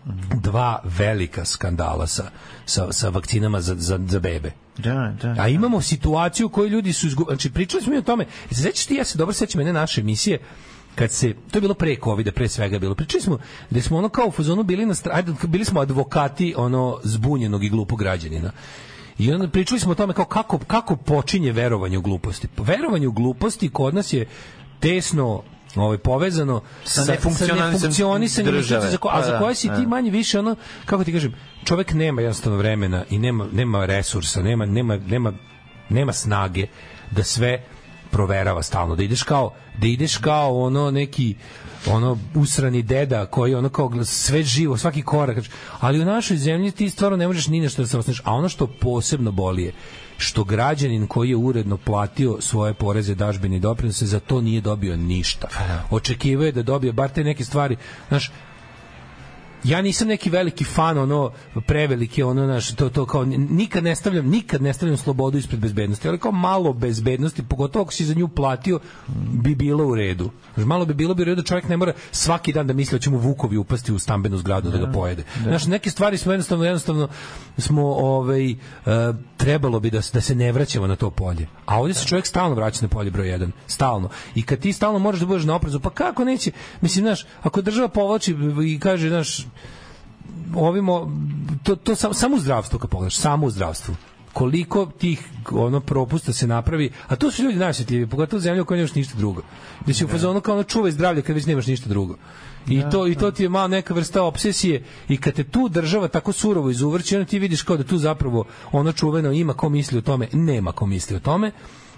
F: Mm.
G: dva velika skandala sa, sa, sa vakcinama za, za, za bebe.
F: Da, da.
G: A imamo situaciju u kojoj ljudi su izgubili. Znači, pričali smo i o tome. Se Sećaš ti, ja se dobro sećam jedne naše emisije, kad se, to je bilo pre covida, pre svega je bilo. Pričali smo da smo ono kao u fazonu bili na stra- ajde, bili smo advokati ono zbunjenog i glupog građanina. I onda pričali smo o tome kao kako, kako počinje verovanje u gluposti. Pa, Verovanje u gluposti kod nas je tesno ovaj povezano
F: Sa nefunkcionisanjem
G: nefunkcionisanjem
F: države.
G: institucije za ko, a
F: Pa
G: za
F: da,
G: koje si
F: da.
G: ti manje više ono kako ti kažem čovek nema jednostavno vremena i nema nema resursa nema nema nema nema snage da sve proverava stalno da ideš kao da ideš kao ono neki ono usrani deda koji ono kao gleda sve živo svaki korak ali u našoj zemlji ti stvarno ne možeš ni na što da se osnoviš a ono što posebno boli je što građanin koji je uredno platio svoje poreze, dažbine i doprinose za to nije dobio ništa. Očekivao je da dobije bar te neke stvari, znaš, ja nisam neki veliki fan ono preveliki ono naš to to kao nikad ne stavljam nikad ne stavljam slobodu ispred bezbednosti ali kao malo bezbednosti pogotovo ako si za nju platio bi bilo u redu Znaš, malo bi bilo bi u redu da čovjek ne mora svaki dan da misli da će mu vukovi upasti u stambenu zgradu da ga pojede znaš neke stvari smo jednostavno jednostavno smo ovaj e, trebalo bi da s- da se ne vraćamo na to polje a ovdje se čovjek stalno vraća na polje broj 1 stalno i kad ti stalno moraš da budeš na oprezu pa kako neće mislim znaš ako država povlači i kaže znaš ovimo to, to sam, samo u zdravstvu kad pogledaš, samo u zdravstvu koliko tih ono propusta se napravi, a to su ljudi najsvetljivi, pogotovo zemlja u kojoj nemaš ništa drugo. Da si u fazonu kao ono čuvaj zdravlje kad već nemaš ništa drugo. I to, i to ti je malo neka vrsta obsesije i kad te tu država tako surovo izuvrće, onda ti vidiš kao da tu zapravo ono čuveno ima ko misli o tome, nema ko misli o tome.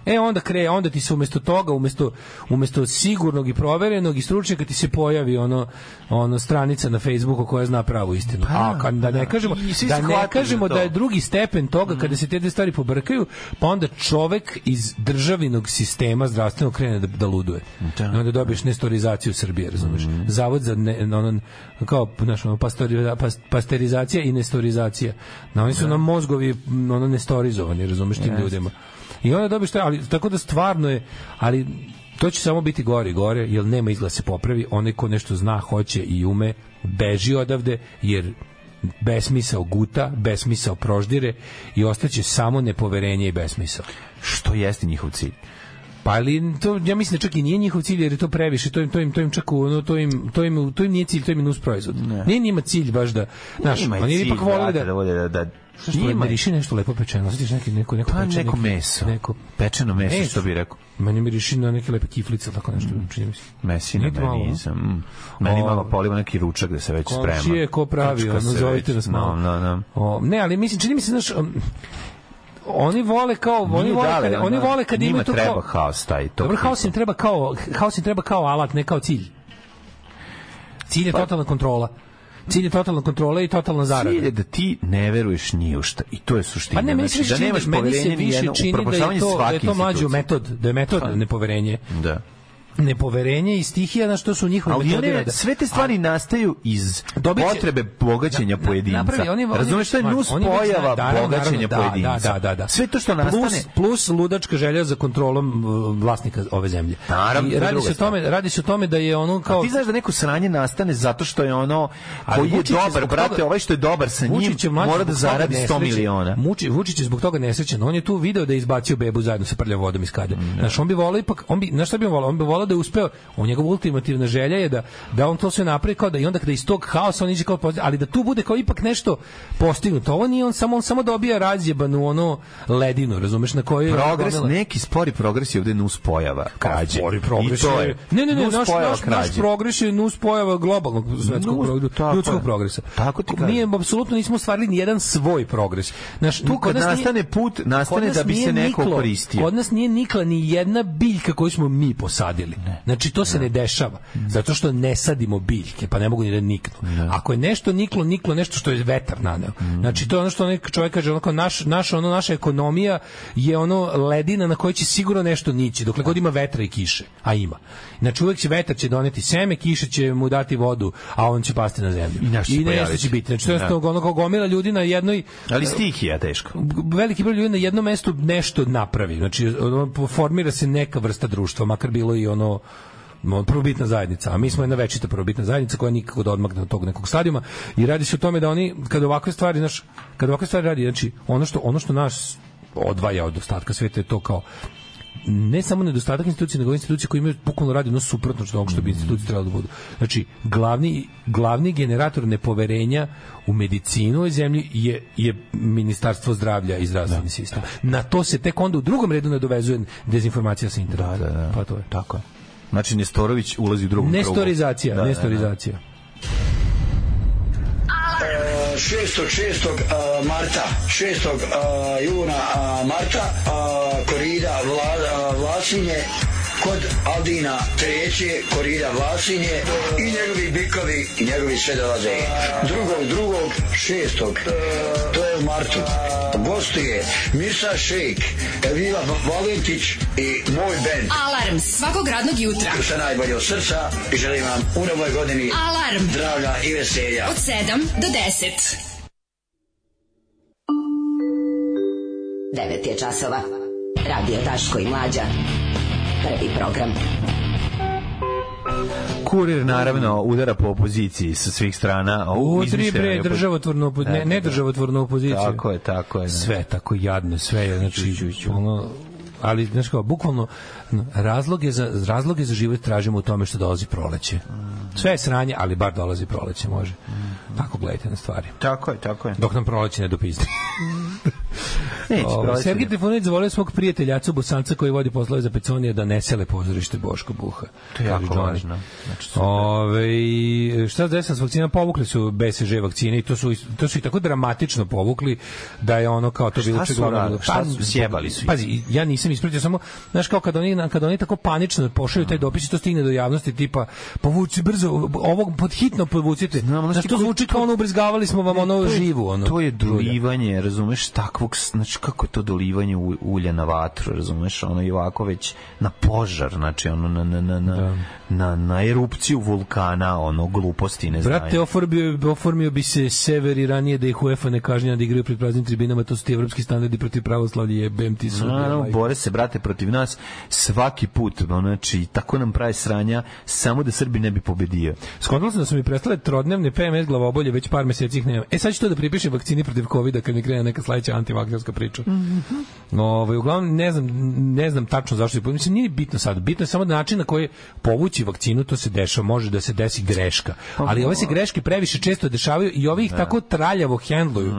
G: E onda kre, onda ti se umesto toga, umesto umesto sigurnog i proverenog i stručnjaka ti se pojavi ono ono stranica na Facebooku koja zna pravu istinu. A kad da ne kažemo
F: Pa, I svi
G: da
F: se
G: ne
F: hvataju
G: kažemo
F: za
G: da
F: to.
G: je drugi stepen toga kada se te dve stvari pobrkaju, pa onda čovek iz državnog sistema zdravstvenog krene da, da luduje. Da. I onda dobiješ nestorizaciju Srbije, razumeš? Zavod za ne, ono, kao, znaš, ono, pastori- pas- pasterizacija i nestorizacija. Na, oni su nam mozgovi m, ono, nestorizovani, razumeš, tim ljudima. I onda dobiješ to, ali tako da stvarno je, ali to će samo biti gore i gore, jer nema izgleda da se popravi, onaj ko nešto zna, hoće i ume, beži odavde, jer besmisao guta, besmisao proždire i ostaće samo nepoverenje i besmisao.
F: Što jeste njihov cilj?
G: Pa ali to ja mislim da čak i nije njihov cilj jer je to previše, to im to im to im čak ono to im to im to im nije cilj, to im je nus proizvod.
F: Ne.
G: Nije njima cilj baš da, znaš,
F: Njima je
G: oni
F: cilj,
G: ipak vole
F: brate,
G: da
F: da vole da, da
G: Znaš što
F: Njima je-
G: miriši nešto lepo pečeno, osjetiš neki, neko, neko
F: Pa
G: pečen,
F: neko
G: neki-
F: meso.
G: Neko,
F: Pečeno meso, što bi rekao.
G: Meni miriši na neke lepe kiflice, ili tako nešto,
F: Mm.
G: čini mi se.
F: Mesina,
G: Nije to malo,
F: meni
G: a?
F: nisam. Mm. Meni
G: O,
F: malo poliva neki ručak da se već
G: Ko
F: sprema.
G: čije, ko pravi,
F: Ručka
G: ono,
F: se već-
G: zovite nas malo.
F: No, no, no.
G: O, ne, ali mislim, čini mi se, znaš, um, oni vole kao, oni
F: Nije
G: vole,
F: dale,
G: kada, oni
F: ono,
G: vole kad
F: njima
G: imaju to kao...
F: treba haos taj. To
G: Dobro, haos im treba kao, haos im treba kao alat, ne kao cilj. Cilj je totalna kontrola. Cilj je totalna kontrola i totalna zarada.
F: Pa- Cilj je da ti ne veruješ ni u šta. I to je suština.
G: Pa ne, meni se
F: znači,
G: više
F: da
G: čini,
F: nemaš
G: da, meni se
F: poverenje ni
G: više
F: jedno u
G: čini da je
F: upropaštavanje
G: to, da je
F: svake
G: to mlađo
F: institucije. Pa-
G: metod, da je metod nepoverenje.
F: Da.
G: Nepoverenje iz tih je na što su njihove
F: Ali
G: metode da
F: one,
G: rada.
F: sve te stvari nastaju iz
G: Dobit će-
F: potrebe bogaćenja
G: Na- na-
F: pojedinca.
G: napravi, oni- oni
F: Razumeš
G: već-
F: što je
G: ma,
F: nus
G: oni već
F: pojava
G: znaju, naravno, naravno,
F: bogaćenja
G: da,
F: pojedinca.
G: Da, da, da.
F: Sve to što nastane...
G: plus, plus ludačka želja za kontrolom uh, vlasnika ove zemlje.
F: Naravno,
G: I
F: to je
G: radi
F: druga
G: se o tome, radi se o tome da je ono
F: A
G: kao
F: ti znaš da neko sranje nastane zato što je ono
G: Ali
F: koji je
G: Vučić je
F: dobar,
G: zbog
F: brate,
G: toga-
F: ovaj što je dobar sa njim
G: Vučić je mlađi
F: mora da
G: zbog toga
F: zaradi 100
G: nesrećan.
F: miliona.
G: Muči, Vučić je zbog toga nesrećan. On je tu video da je izbacio bebu zajedno sa prljavom vodom iz kade.
F: Mm, da.
G: Znaš, on bi volao ipak, on bi, znaš šta bi on volao? On bi volao da je uspeo, on njegova ultimativna želja je da, da on to sve napravi kao da i onda kada iz tog haosa on iđe kao posti- ali da tu bude kao ipak nešto postignuto. Ovo nije on samo, on samo dobija razjebanu ono ledinu, razumeš, na kojoj... je on
F: Progres,
G: gomila-
F: neki spori progres je ovde nus pojava krađe.
G: Pa Spori progres
F: I to je.
G: je- Ne, ne, ne,
F: nus
G: naš,
F: pojava
G: naš, naš
F: krađe.
G: progres je nus pojava globalnog svetskog
F: Nus-
G: progresa,
F: tako je.
G: ljudskog progresa.
F: Tako ti kažem.
G: Mi apsolutno nismo ostvarili ni jedan svoj progres. Naš,
F: Tu
G: kod
F: kad
G: nas nije-
F: nastane put,
G: kod
F: nastane
G: nas
F: da bi se
G: nije
F: neko
G: niklo-
F: koristio.
G: Kod nas nije nikla ni jedna biljka koju smo mi posadili. Znači, to se ne dešava. Zato što ne sadimo biljke, pa ne mogu ni da niknu. Ako je nešto niklo, niklo je nešto što je vetar naneo.
F: Mhm.
G: Znači, to je ono što onaj čovjek kaže, onako, naš, naš, ono, naša ekonomija je ono ledina na kojoj će sigurno nešto nići, dokle god ima vetra i kiše. A ima. Znači, uvek će vetar će doneti seme, kiša će mu dati vodu, a on će pasti na zemlju.
F: I nešto će
G: nešto
F: pojaviti.
G: će biti. Znači, to je
F: Da.
G: jednostavno ono kao gomila ljudi na jednoj
F: Ali stihija teško.
G: veliki broj ljudi na jednom mestu nešto napravi. Znači, ono, formira se neka vrsta društva, makar bilo i ono no, prvobitna zajednica, a mi smo jedna večita prvobitna zajednica koja nikako da odmakne od tog nekog stadijuma i radi se o tome da oni kad ovakve stvari, znaš, kad ovakve stvari radi, znači ono što ono što nas odvaja od ostatka sveta je to kao ne samo nedostatak institucija, nego institucije koje imaju bukvalno radi ono suprotno što onog što
F: Mhm.
G: bi institucije trebalo da budu. Znači, glavni, glavni generator nepoverenja u medicinu u zemlji je, je ministarstvo zdravlja i zdravstveni
F: Da.
G: sistem. Na to se tek onda u drugom redu nadovezuje dezinformacija sa interneta.
F: Da, da.
G: Pa to je.
F: Tako je. Znači, Nestorović ulazi u drugu
G: Nestorizacija,
F: Da, da, da.
G: nestorizacija.
L: 6. 6. a, e, marta, 6. a, juna a, marta, a, korida Vla, a, Vlasinje, kod Aldina treće, korida Vlasinje i njegovi bikovi i njegovi sve dolaze. Drugog, drugog, šestog, to je u martu. Gostuje Mirsa Šejk, Evila Valentić i moj band.
E: Alarm svakog radnog jutra.
L: Sve najbolje od srca i želim vam u novoj godini
E: Alarm
L: zdravlja i veselja.
E: od 7 do 10.
J: 9 je časova. Radio Daško i Mlađa. Prvi program.
F: Kurir, naravno, udara po opoziciji sa svih strana. O,
G: Udri
F: izmišljena je
G: bre,
F: opozi-
G: državotvorno, opo- ne, ne državotvorno opozicija.
F: Da, Tako je, tako je. da.
G: sve je tako jadno, sve je znači ono ali znaš kao bukvalno razloge za razloge za život tražimo u tome što dolazi proleće.
F: Mhm.
G: Sve je sranje, ali bar dolazi proleće može. Tako gledajte na stvari.
F: Tako je, tako je.
G: Dok nam proleće ne
F: (laughs)
G: dopizdi.
F: Neće,
G: Ovaj,
F: proleće
G: Sergej
F: ne.
G: Trifunović zavolio svog prijateljacu Bosanca koji vodi poslove za Peconija da ne sele pozorište Boško Buha.
F: To je jako
G: Kaže Johnny.
F: važno. Znači, super.
G: Ove, šta se desilo s vakcinama? Povukli su BCG vakcine i to su, to su i tako dramatično povukli da je ono kao to bilo
F: su
G: očigledno
F: uradili?
G: bilo-
F: Šta
G: Pa,
F: su- sjebali su ih?
G: Pazi, ja nisam ispratio samo, znaš kao kad oni, kad oni tako panično pošalju taj dopis i to stigne do javnosti tipa povuci brzo, ovog pod hitno povucite.
F: Znam, ali
G: Znaš,
F: ti
G: to
F: koji-
G: zvuči kao ono ubrizgavali smo vam ono
F: To je-
G: živu. Ono,
F: To je
G: drulja.
F: dolivanje, razumeš, takvog, s- znači kako je to dolivanje u- ulja na vatru, razumeš, ono i ovako već na požar, znači ono na, na, na, na,
G: Da.
F: na, na erupciju vulkana, ono gluposti, ne znam.
G: Brate, oformio, oformio bi se sever i ranije da ih UEFA ne kažnja da igraju pred praznim tribinama, to su ti evropski standardi protiv pravoslavlja, jebem ti su.
F: Naravno, bore se, brate, protiv nas svaki put, ono, znači, tako nam pravi sranja, samo da Srbi ne bi pobedio.
G: Skontala sam da su mi prestale trodnevne PMS glavobolje, već par meseci ih nemam. E sad ću to da pripišem vakcini protiv covida kad mi krene neka sledeća antivakcinska pričao. Ovaj uglavnom ne znam ne znam tačno zašto je po- mislim nije bitno sad, bitno je samo način na koji povući vakcinu to se dešava, može da se desi greška. Ali ove se greške previše često dešavaju i ovi ih tako traljavo hendluju.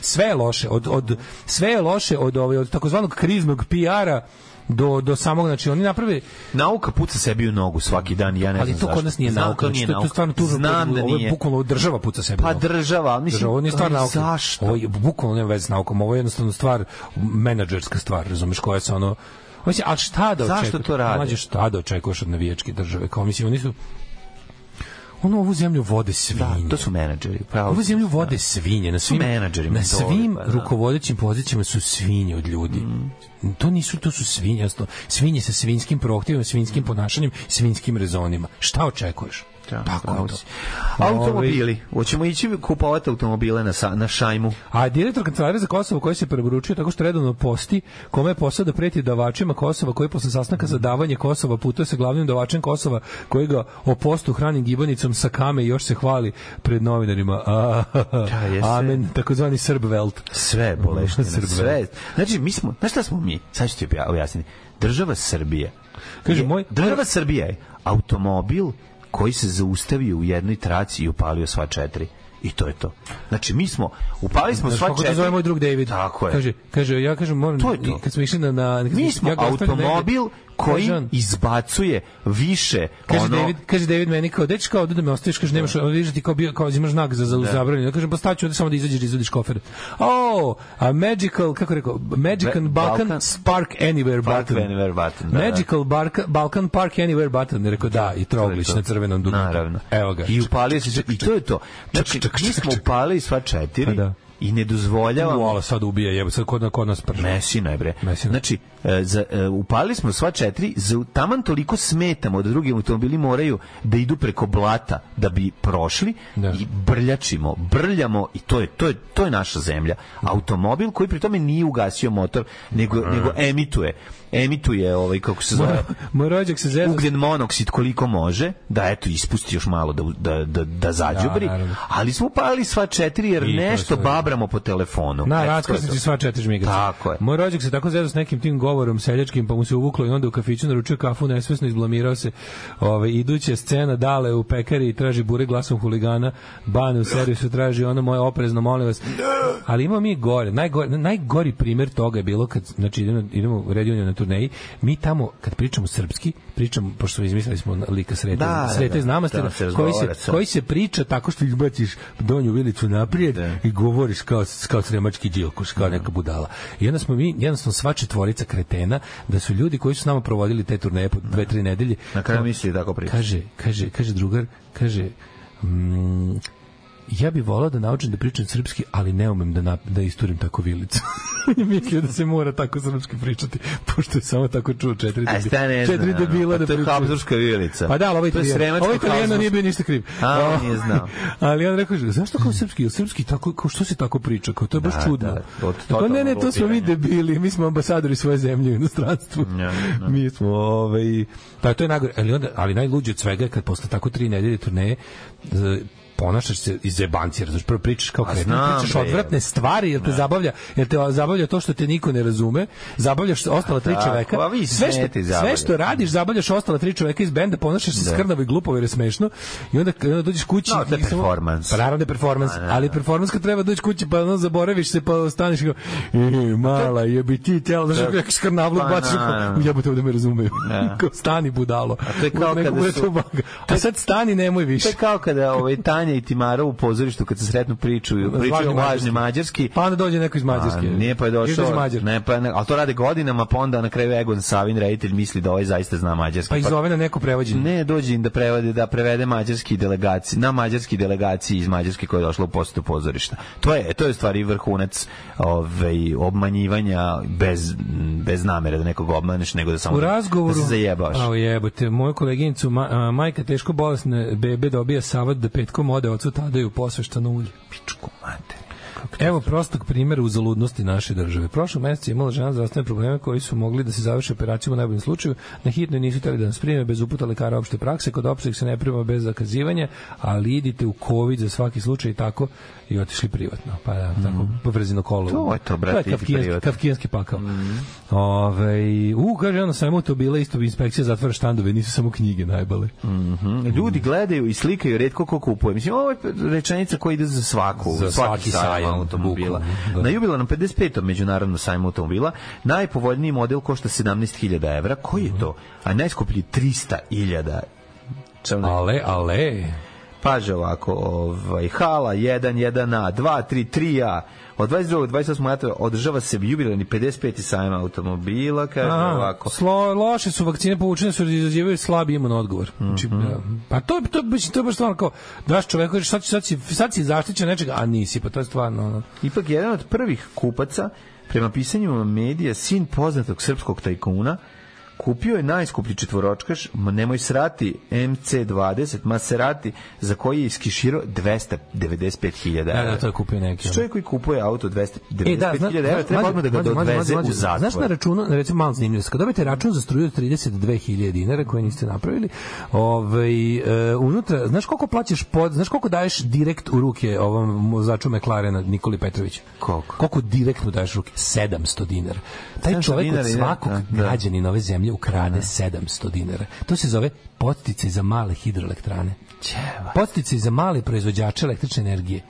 G: Sve je loše od od sve je loše od ove od takozvanog kriznog PR-a do, do samog, znači oni naprave
F: Nauka puca sebi u nogu svaki dan, ja ne znam
G: ali to kod nas nije
F: Znam, da
G: nauka,
F: to
G: znači,
F: nije
G: to, to je
F: nauka.
G: stvarno tužno,
F: Znam da
G: ovo
F: nije.
G: je bukvalno država puca sebe. u
F: Pa
G: nogu.
F: država, ali mislim,
G: Država, Znači, ovo nije stvar
F: ali
G: nauke.
F: zašto?
G: Ovo je bukvalno nema veze s naukom, ovo je jednostavno stvar, menadžerska stvar, razumeš, koja se ono... Mislim, ali šta da
F: Zašto
G: očekuješ?
F: to rade?
G: Mlađe, šta da očekuješ od navijačke države? Kao, mislim, oni su... Ono, ovu zemlju vode svinje.
F: Da, to su da. menadžeri, pravo.
G: Ovu zemlju vode svinje. Na svim,
F: menadžeri,
G: na
F: mentori,
G: svim
F: pa da.
G: rukovodećim pozicijama su svinje od ljudi.
F: Mm.
G: To nisu, to su svinje. jasno. Svinje sa svinskim prohtjevima, svinskim ponašanjem, svinskim rezonima. Šta očekuješ?
F: Da,
G: Tako
F: pravo
G: je to. Ovaj,
F: si. Automobili. Hoćemo ići kupovati automobile na, sa, na šajmu.
G: A direktor kancelarije za Kosovo koji se preporučio tako što redovno posti, kome je posao da preti davačima Kosova koji posle sastanka za davanje Kosova putuje sa glavnim davačem Kosova koji ga o postu hrani gibanicom sa kame i još se hvali pred novinarima. A,
F: Da, jeste.
G: amen, takozvani Srb Welt.
F: Sve
G: (laughs)
F: boleština,
G: Srbe.
F: sve. Znači, mi smo, znaš šta smo mi? Sad ću ti obja- objasniti. Država Srbije.
G: Kaže,
F: je- da,
G: moj-
F: Država Srbija je automobil koji se zaustavio u jednoj traci i upalio sva četiri. I to je to. Znači, mi smo, upali smo
G: Znaš
F: sva
G: kako
F: četiri.
G: to zove moj drug David?
F: Tako je.
G: Kaže, kaže ja kažem, moram,
F: To je to.
G: kad smo išli na... na kad
F: mi
G: ja
F: smo
G: ga ostavim negde,
F: automobil koji
G: kaže on,
F: izbacuje više
G: Kaže
F: ono...
G: David, kaže David meni kao dečko kao da me ostaviš, kaže nemaš, ali vidiš da ti kao bio kao imaš znak za za
F: Da.
G: zabranjeno. Ja kažem pa staću ovde samo da izađeš da izvadiš kofer. Oh, a magical kako je rekao, magical
F: Ba-
G: Balkan,
F: Balkan-
G: spark anywhere
F: Spark
G: button.
F: anywhere button, da, da.
G: magical Barka- Balkan park anywhere button. Ja rekao da i troglić
F: To je to.
G: na crvenom dugu.
F: Naravno.
G: Evo ga.
F: I upalio se sve- i to je to. Znači,
G: ček, ček,
F: mi smo
G: ček.
F: upalili sva četiri
G: Da.
F: i ne dozvoljavamo
G: Uala, sad ubija, jebe, sad kod, kod nas prže.
F: Mesina je bre.
G: Mesina.
F: Znači, e, za, e, upalili smo sva četiri, za, taman toliko smetamo da drugi automobili moraju da idu preko blata da bi prošli
G: Da.
F: i brljačimo, brljamo i to je, to, je, to je naša zemlja. Automobil koji pri tome nije ugasio motor, nego, nego emituje emituje ovaj kako se zove
G: Moj rođak se zezao.
F: ugljen monoksid koliko može, da eto ispusti još malo da, da, da, da zađubri,
G: Da, naravno.
F: ali smo upalili sva četiri jer
G: I to je
F: nešto
G: sve.
F: babramo po telefonu. Eto, to
G: Na,
F: je
G: raskrsnici
F: to.
G: sva četiri žmigavca.
F: Tako je.
G: Moj rođak se tako zezao s nekim tim govorom seljačkim, pa mu se uvuklo i onda u kafiću naručio kafu, nesvesno izblamirao se. Ove, iduća scena, dale u pekari i traži bure glasom huligana, bane u servisu traži ono moje oprezno, molim vas. Ali imamo mi gore, najgori, najgori primer toga je bilo kad, znači idemo, idemo u Red Union na turneji, mi tamo kad pričamo srpski, pričamo, pošto smo izmislili smo lika Srete,
F: Da, da,
G: Srete
F: da.
G: iz Namastira,
F: Da, se
G: koji,
F: razgovara
G: se,
F: sa-
G: koji se priča tako što izbaciš donju vilicu naprijed
F: Da.
G: i govoriš kao, kao sremački džilkuš, kao neka budala. I onda smo mi, jednostavno sva četvorica kretena, da su ljudi koji su s nama provodili te turneje po dve, tri nedelje.
F: Da. Na kraju misli tako priča.
G: Kaže, kaže, kaže drugar, kaže, mm, ja bih volao da naučim da pričam srpski, ali ne umem da, na, da isturim tako vilicu. (laughs) I mislio da se mora tako srpski pričati, pošto je samo tako čuo četiri,
F: A
G: debi-
F: šta ne znam,
G: četiri
F: ono,
G: debila
F: pa
G: da
F: to je
G: pričaju.
F: Habsburška vilica.
G: Pa da, ali ovaj
F: To je
G: italijan,
F: sremačko
G: ovaj italijan nije bio ništa kriv.
F: A, on nije
G: (laughs)
F: znao.
G: ali on rekao, zašto kao srpski? Jel srpski tako, kao što se tako priča? Kao to je baš
F: Da,
G: čudno.
F: da, od
G: Rekao, ne, ne,
F: totalnog
G: to smo mi
F: lupiranja.
G: debili, mi smo ambasadori svoje zemlje u inostranstvu.
F: da.
G: Mi smo, ovaj, pa to je najgore. Ali, onda, ali najluđe od svega je kad posle tako tri nedelje turneje e, ponašaš se iz jebanci, razumiješ, prvo pričaš kao kreten,
F: znam,
G: pričaš
F: bre. Da.
G: odvratne stvari, jer te zabavlja, jer te zabavlja to što te niko ne razume, zabavljaš ostala tri
F: Tako, a
G: čoveka,
F: vi
G: sve
F: sve ti
G: što, sve
F: zabavlja.
G: što radiš, zabavljaš ostala tri čoveka iz benda, ponašaš se skrnavo i glupo jer je smešno i onda, onda dođeš kući...
F: Da. No, to je
G: i samo-
F: performans.
G: Pa naravno da je performans, ali performans kad treba doći kući pa ono zaboraviš se pa staneš i kao, "E, mala jebi ti telo, znaš kako skrnavlu
F: Pa,
G: baciš,
F: naravno.
G: u jebote ovde me razumeju.
F: Da.
G: (laughs) Kao stani budalo. A
F: to je kao kada su-
G: A sad stani, nemoj
F: To
G: više.
F: je kao kada ovaj, Tanja i Timara u pozorištu kad se sretno pričaju, pričaju lažni mađarski.
G: Pa onda dođe neko iz Mađarske.
F: A, nije pa je
G: Viš da si
F: došao.
G: Mađar.
F: Ne, pa, ne, ali to rade godinama, pa onda na kraju Egon Savin, reditelj, misli da ovaj zaista zna mađarski.
G: Pa i zove na neko prevođenje.
F: Ne, dođe im da prevede da prevede mađarski delegaciji, na mađarski delegaciji iz Mađarske koja je došla u posetu pozorišta. To je to je u stvari vrhunac ovaj obmanjivanja bez bez namere da nekog obmaneš, nego da samo
G: U razgovoru...
F: da se zajebavaš.
G: A jebote, moju koleginicu, ma, a, majka teško bolesne bebe dobija savat da petkom ode ocu Tadeju posveštano ulje.
F: Pičku mater.
G: Evo prostog primjera uzaludnosti naše države. Prošlog meseca je imala žena zdravstvene probleme koji su mogli da se završe operacijom u najboljem slučaju. Na hitnoj nisu hteli da nas prime bez uputa lekara opšte prakse. Kod opšteg se ne prima bez zakazivanja, ali idite u COVID za svaki slučaj i tako i otišli privatno. Pa da, tako, mm. brzino kolo.
F: To je to, brate,
G: to
F: idi
G: je kafkijanski,
F: privatno. Mm.
G: kafkijanski pakao. Ove, u, kaže, ono samo to bila isto inspekcija zatvara štandove, nisu samo knjige najbale.
F: Mhm. Ljudi gledaju i slikaju redko ko kupuje. Mislim, ovo je rečenica koja ide za svaku,
G: Za
F: svaki
G: svaki
F: sajam
G: sajam,
F: automobila.
G: bukvalno, da.
F: Na jubilarnom 55. međunarodnom sajmu automobila najpovoljniji model košta 17.000 evra. Koji je to? A najskuplji 300.000 Čemu?
G: Ale, ale.
F: Paže ovako, ovaj, Hala 1, 1A, 2, 3, 3A, od 22. do 28. marta održava se jubilarni 55. sajma automobila, kaže
G: A,
F: ovako.
G: Slo, loše su vakcine povučene su jer izazivaju slab imun odgovor. Znači, da. pa to to mislim to je baš stvarno kao daš čoveku kažeš sad si- sad si sad si zaštićen nečega, a nisi, pa to je stvarno ono.
F: Ipak jedan od prvih kupaca, prema pisanjima medija, sin poznatog srpskog tajkuna, kupio je najskuplji četvoročkaš, ma nemoj srati, MC20 Maserati, za koji je iskiširao 295.000 evra.
G: Da, da, to je kupio neki, ono.
F: Čovjek koji kupuje auto 295.000
G: E, da, zna-
F: evra, treba
G: mlađe,
F: odmah da ga
G: mlađe, mlađe,
F: odveze
G: mlađe,
F: u zatvor.
G: Znaš na računu, na recimo malo zanimljivo, kad dobijete račun za struju od 32.000 dinara koje niste napravili, ovaj, e, unutra, znaš koliko plaćaš pod, znaš koliko daješ direkt u ruke ovom vozaču McLarena Nikoli Petroviću?
F: Koliko?
G: Koliko direktno daješ u ruke? 700 dinara. Taj
F: 700
G: čovjek
F: dinara,
G: od
F: ja,
G: svakog
F: da, da.
G: građanina ove zemlje ukrade 700 dinara. To se zove potice za male hidroelektrane. Potice za male proizvođače električne energije.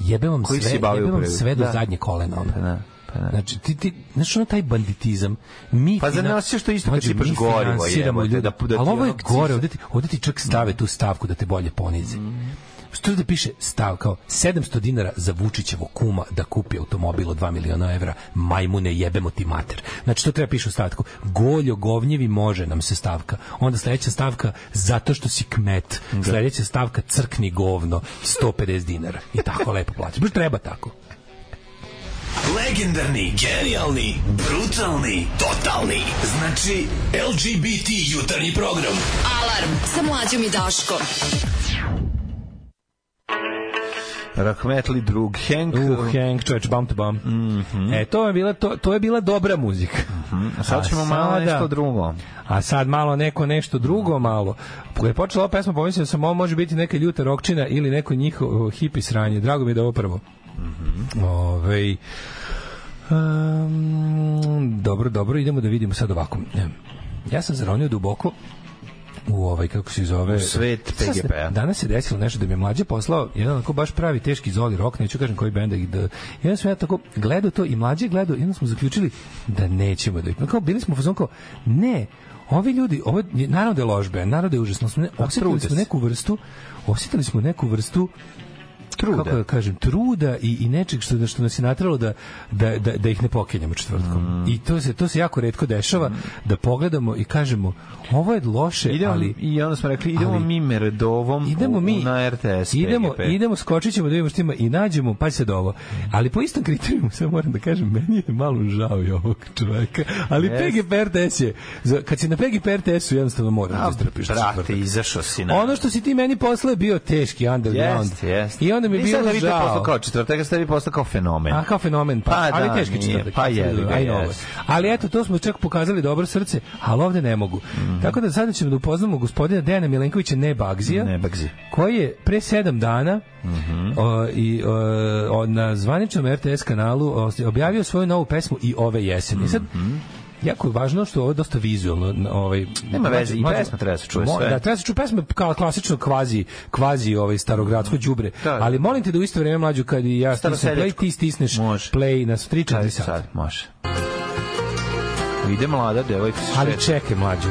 G: Jebe vam
F: Koji
G: sve,
F: si bavio
G: jebe vam
F: prvi?
G: sve do
F: Da.
G: zadnje kolena. Ono.
F: Pa da, pa da.
G: Znači, ti, ti, znaš ono taj banditizam. Mi
F: Pa zar ne
G: finan-
F: osjećaš to isto kad
G: Mlađe,
F: sipaš
G: mi
F: gorivo,
G: finansiramo
F: jebote,
G: ljude.
F: da- da ti
G: Ali ovo je
F: ono kciš-
G: gore, ovde ti, ovde ti čak stave tu stavku da te bolje ponize.
F: Mm.
G: Što da piše stav kao 700 dinara za Vučićevo kuma da kupi automobil od 2 miliona evra, majmune jebemo ti mater. Znači to treba piše u stavku. Goljo govnjevi može nam se stavka. Onda sledeća stavka zato što si kmet.
F: Da.
G: Sledeća stavka crkni govno 150 dinara. I tako lepo plaćaš. Baš treba tako.
M: Legendarni, genijalni, brutalni, totalni. Znači, LGBT jutarnji program.
E: Alarm sa mlađom i Daškom.
F: Rahmetli drug Henk.
G: Uh, Hank, čoveč, bam to bam.
F: Mhm.
G: E, to je bila, to, to je bila dobra muzika.
F: A sad ćemo
G: A
F: malo
G: sada-
F: nešto drugo.
G: A sad malo neko nešto drugo malo. Kada je počela ova pesma, pomislio sam ovo može biti neka ljuta rokčina ili neko njihovo hipi sranje. Drago mi je da je ovo prvo.
F: Mhm.
G: Ovej, em, dobro, dobro, idemo da vidimo sad ovako. Em, Ja sam zaronio duboko u ovaj, kako se zove...
F: U svet P-a.
G: Sad se-
F: PGP-a.
G: Danas se desilo nešto da mi je mlađe poslao jedan onako baš pravi teški zoli rok, neću kažem koji bend i da i onda smo ja tako gledao to i mlađe gledao i onda smo zaključili da nećemo da kao bili smo u fazonu kao ne, ovi ljudi, ovo je, naravno da je ložbe, naravno da je užasno, smo ne, osjetili
F: Pa trude
G: smo
F: se.
G: neku vrstu, osjetili smo neku vrstu
F: Truda.
G: kako da kažem, truda i, i nečeg što, što nas je natralo da, da, da, da ih ne pokenjamo četvrtkom.
F: Mm.
G: I to se, to se jako redko dešava, da pogledamo i kažemo, ovo je loše,
F: Idemo,
G: ali...
F: I onda smo rekli, idemo
G: ali-
F: mi merdovom
G: idemo
F: u-
G: mi
F: na RTS.
G: idemo
F: PGP.
G: idemo skočićemo da vidimo šta ima i nađemo pa se ovo ali po istom kriterijumu sad moram da kažem meni je malo žao i ovog čoveka ali
F: Jest.
G: PGP RTS je za- kad si na PGP RTS-u jednostavno moraš da
F: A,
G: strpiš
F: brate, izašao si na...
G: ono što si ti meni posle je bio teški underground
F: Jeste, jeste.
G: i onda mi je
F: Nisam
G: bilo
F: da vi to
G: žao
F: postao kao četvrtak, ste vi postao kao fenomen.
G: A kao fenomen, pa,
F: Pa
G: ali
F: da,
G: teški
F: nije,
G: četvrtak.
F: pa
G: ja sam
F: jebi
G: vidio,
F: ga,
G: aj novo.
F: jest.
G: Ali eto, to smo čak pokazali dobro srce, ali ovde ne mogu.
F: Mhm.
G: Tako da sada ćemo da upoznamo gospodina Dejana Milenkovića, ne Bagzija,
F: Ne Bagzi. Mhm.
G: koji je pre sedam dana o, i, o, o, na zvaničnom RTS kanalu o, objavio svoju novu pesmu i ove jeseni. I sad,
F: Mhm.
G: Jako je važno što je ovo dosta vizualno. na- Ovaj,
F: Nema veze, i
G: Možda-
F: pesma treba se čuje
G: mo-
F: sve.
G: Da, treba se čuje pesma kao klasično kvazi, kvazi ovaj starogradsko đubre.
F: Da.
G: Ali molim te da u isto vrijeme mlađu kad i ja stisnem play,
F: Staroseljačko.
G: ti stisneš
F: Može.
G: play na 3-4
F: Ajde
G: sata.
F: sad, može. Ide mlada devojka sa
G: Ali
F: šetom.
G: čekaj mlađu.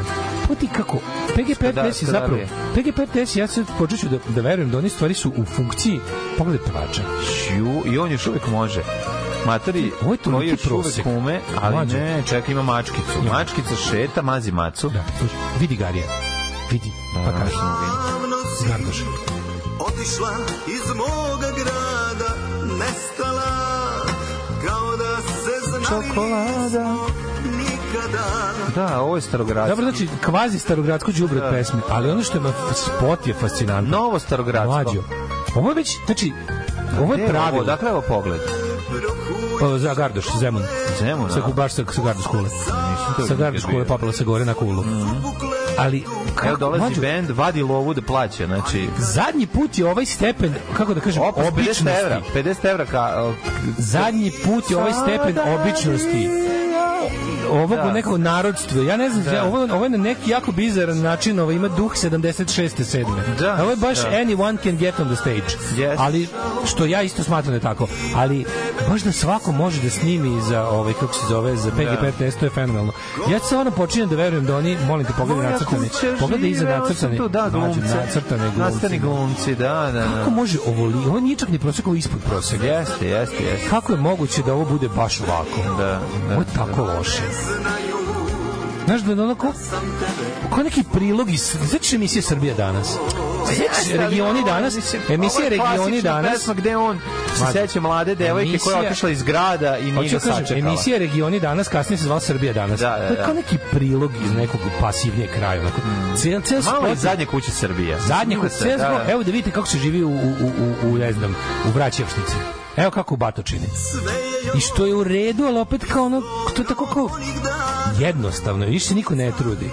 G: Pa ti kako, PGP
F: Šta da-
G: RTS je
F: šta da
G: zapravo,
F: bi?
G: PGP RTS ja sad počet ću da, da verujem da oni stvari su u funkciji pogled pevača.
F: Ju, i on još uvek može. Matori,
G: Ovo je toliki
F: još uvek
G: prosek.
F: ume, ali
G: Mlađe.
F: ne, čekaj, ima mačkicu. Mačkica šeta, mazi macu.
G: Da, slušaj, vidi Garija. Vidi, pa
F: Znaš,
G: kaže. Gardoš.
N: Otišla iz moga grada, nestala, kao da se znali
F: Čokolada.
N: nikada.
F: Da, ovo je starogradsko.
G: Dobro, znači, kvazi starogradsko đubre
F: Da.
G: od pesme, ali ono što je na spot je fascinantno.
F: Novo starogradsko.
G: Mlađo. Ovo je već, znači, ovo je
F: Gde ovo?
G: pravilo.
F: Odakle je ovo pogled?
G: Pa, za Gardoš, Zemun.
F: Zemun,
G: Sa
F: a?
G: baš sa, sa Gardoš škole.
F: to
G: Sa
F: nikad
G: Gardoš škole
F: vidio.
G: popala se gore na kulu. Ali,
F: Evo dolazi
G: mlađo,
F: bend, vadi lovu da plaća, znači...
G: Zadnji put je ovaj stepen, kako da kažem,
F: Oprost 50 evra,
G: običnosti.
F: 50 evra ka...
G: Zadnji put je ovaj stepen običnosti ovog
F: Da.
G: nekog narodstva. Ja ne znam,
F: Da.
G: ovo, ovo je na neki jako bizaran način, ovo ima duh 76. 7.
F: Da,
G: ovo je baš
F: da.
G: anyone can get on the stage.
F: Yes.
G: Ali, što ja isto smatram da je tako, ali baš da svako može da snimi za ovaj, kako se zove, za
F: Da.
G: PG-15, to je fenomenalno. Ja se ono počinjem da verujem da oni, molim te, pogledaj nacrtane, pogledaj iza nacrtane,
F: Tu, da, glumce.
G: Mlađe, nacrtane glumce.
F: Nacrtani glumci, da, da, da.
G: Kako može ovo li? Ovo nije čak ni prosek, ovo je ispod proseka.
F: Jeste, jeste, jeste.
G: Kako je moguće da ovo bude baš ovako?
F: Da, da.
G: Ovo je tako loše. Znaš da je ono ko, ko neki prilog iz... Znači emisije Srbija danas? Znači
F: Pa Jeste, ali
G: regioni
F: ovo je,
G: danas?
F: mislim, ovo
G: Emisije
F: je
G: regioni
F: klasična
G: danas?
F: pesma gde on se
G: Mlađe,
F: seća mlade devojke koja je
G: emisija-
F: otišla iz grada i nije
G: Pa Hoću da
F: ga
G: kažem,
F: sačekala.
G: emisija Regioni danas, kasnije se zvala Srbija danas.
F: Da, da,
G: To je kao
F: da. Mm.
G: neki prilog iz nekog pasivnije kraja. Onako. Cijel, cijel
F: Malo
G: spot
F: je
G: je-
F: zadnje kuće Srbije.
G: Zadnje
F: Snima
G: kod
F: se,
G: Cezgo,
F: da, da.
G: evo da vidite kako se živi u, u, u, u ne znam, u Vraćevšnici. Evo kako u Batočini. I što je u redu, ali opet kao ono, to je tako kao jednostavno, više se niko ne trudi.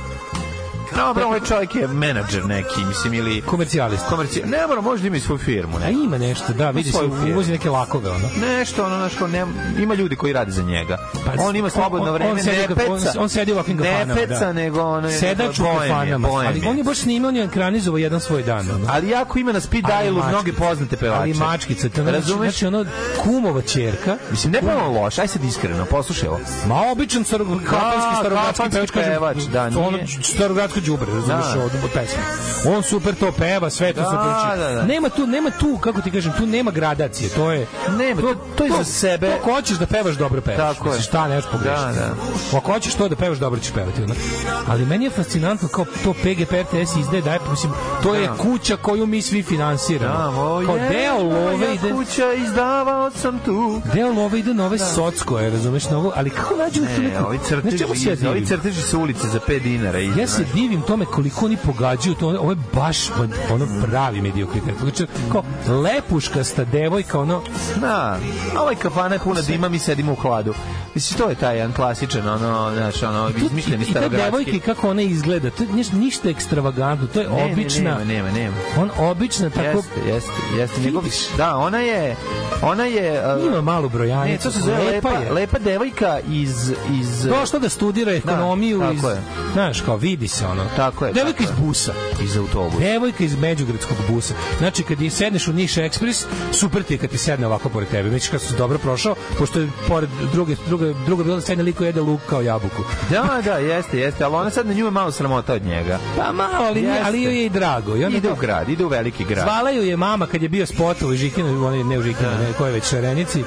F: Dobro, ovaj čovjek je menadžer neki, mislim, ili...
G: Komercijalista.
F: Komerci... Ne mora, možda ima i svoju firmu,
G: A
F: ne?
G: ima nešto, da, vidi se,
F: svoju firmu.
G: uvozi neke lakove, ono.
F: Nešto, ono, znaš, kao ne, ima ljudi koji rade za njega. on ima slobodno
G: Pa on-
F: vreme,
G: on sedi, u
F: ne
G: kaf- on,
F: peca.
G: on sedi u ovakvim kafanama,
F: Ne peca,
G: da.
F: nego ono... je-
G: Sedač u
F: bojem je,
G: kafanama.
F: bojem
G: Ali
F: je.
G: on je baš snimao, on je ekranizovao jedan svoj dan, ono.
F: Ali jako ima na speed
G: Ali
F: dialu
G: mačkice.
F: mnoge poznate pevače.
G: Ali mačkice, to znači,
F: Razumeš?
G: znači ono kumova čerka.
F: Mislim, ne pevamo loš, aj sad iskreno, poslušaj ovo.
G: Ma običan starog, kafanski starogradski
F: kafanski
G: pevač, kaže,
F: Da, pevač, da, nije.
G: ono starogradsko đubre, razumiješ,
F: Da.
G: od, od pesme. On super to peva, sve to
F: Da,
G: super uči.
F: da, da.
G: Nema tu, nema tu, kako ti kažem, tu nema gradacije, to je...
F: Nema, to- to je za sebe.
G: To ako hoćeš da pevaš, dobro pevaš.
F: Tako je.
G: Mislim, Šta neš pogrešiti.
F: Da,
G: Ako hoćeš to da pevaš, dobro ćeš pevati. Ono. Ali meni je fascinantno kao to PGP RTS izdaje, daje, pa mislim, to je
F: Da.
G: kuća koju mi svi finansiramo.
F: Da, o,
G: kao
F: je,
G: deo
F: moja
G: love ide...
F: kuća, izdavao sam tu.
G: Deo lova ide na ove socko, je, razumeš, na ovo, ali kako nađu ne, tu
F: Da. Ne,
G: neku...
F: ovi
G: Znaš čemu se ja
F: crteži, ovi
G: divim?
F: crteži sa ulice za 5 dinara. i-
G: Ja se divim tome koliko oni pogađaju to, ovo je baš ono pravi mediokritet. Znači, kao lepuškasta devojka, ono,
F: Da, a ovaj kafana puna dima, mi sedimo u hladu. Mislim, to je taj jedan klasičan, ono, znaš, ono,
G: tu-
F: izmišljeni
G: i te devojke
F: starogradski.
G: kako ona izgleda, to je niš- ništa ekstravagantno, to je
F: Ne, ne,
G: obična,
F: E, Nema, nema, nema.
G: on obična tako...
F: Jeste, jeste, jeste. Njegov, da, ona je, ona je... uh,
G: Ima malu brojanicu,
F: Ne, to se zove lepa,
G: je.
F: lepa devojka iz... iz
G: Došla da studira ekonomiju
F: Da, tako
G: iz...
F: je.
G: Znaš, kao vidi se ono.
F: Tako je,
G: Devojka
F: tako
G: iz
F: je.
G: busa.
F: iz autobusa.
G: Devojka iz međugradskog busa. Znači, kad je sedneš u Niš Ekspres, super ti je kad ti sedne ovako pored tebe. Misliš kad si dobro prošao, pošto je pored druge, druga, druga bila sedne liko jede luk kao jabuku.
F: Da, da, jeste, jeste, ali ona sad na nju je malo sramota od njega.
G: Pa malo, ali, nije, ali joj je i drago. I onda
F: Ide u
G: kao-
F: grad, ide u veliki grad.
G: Zvala ju je mama kad je bio spot u Žikinu, onaj, ne u Žikinu, ne, koje već Šarenici.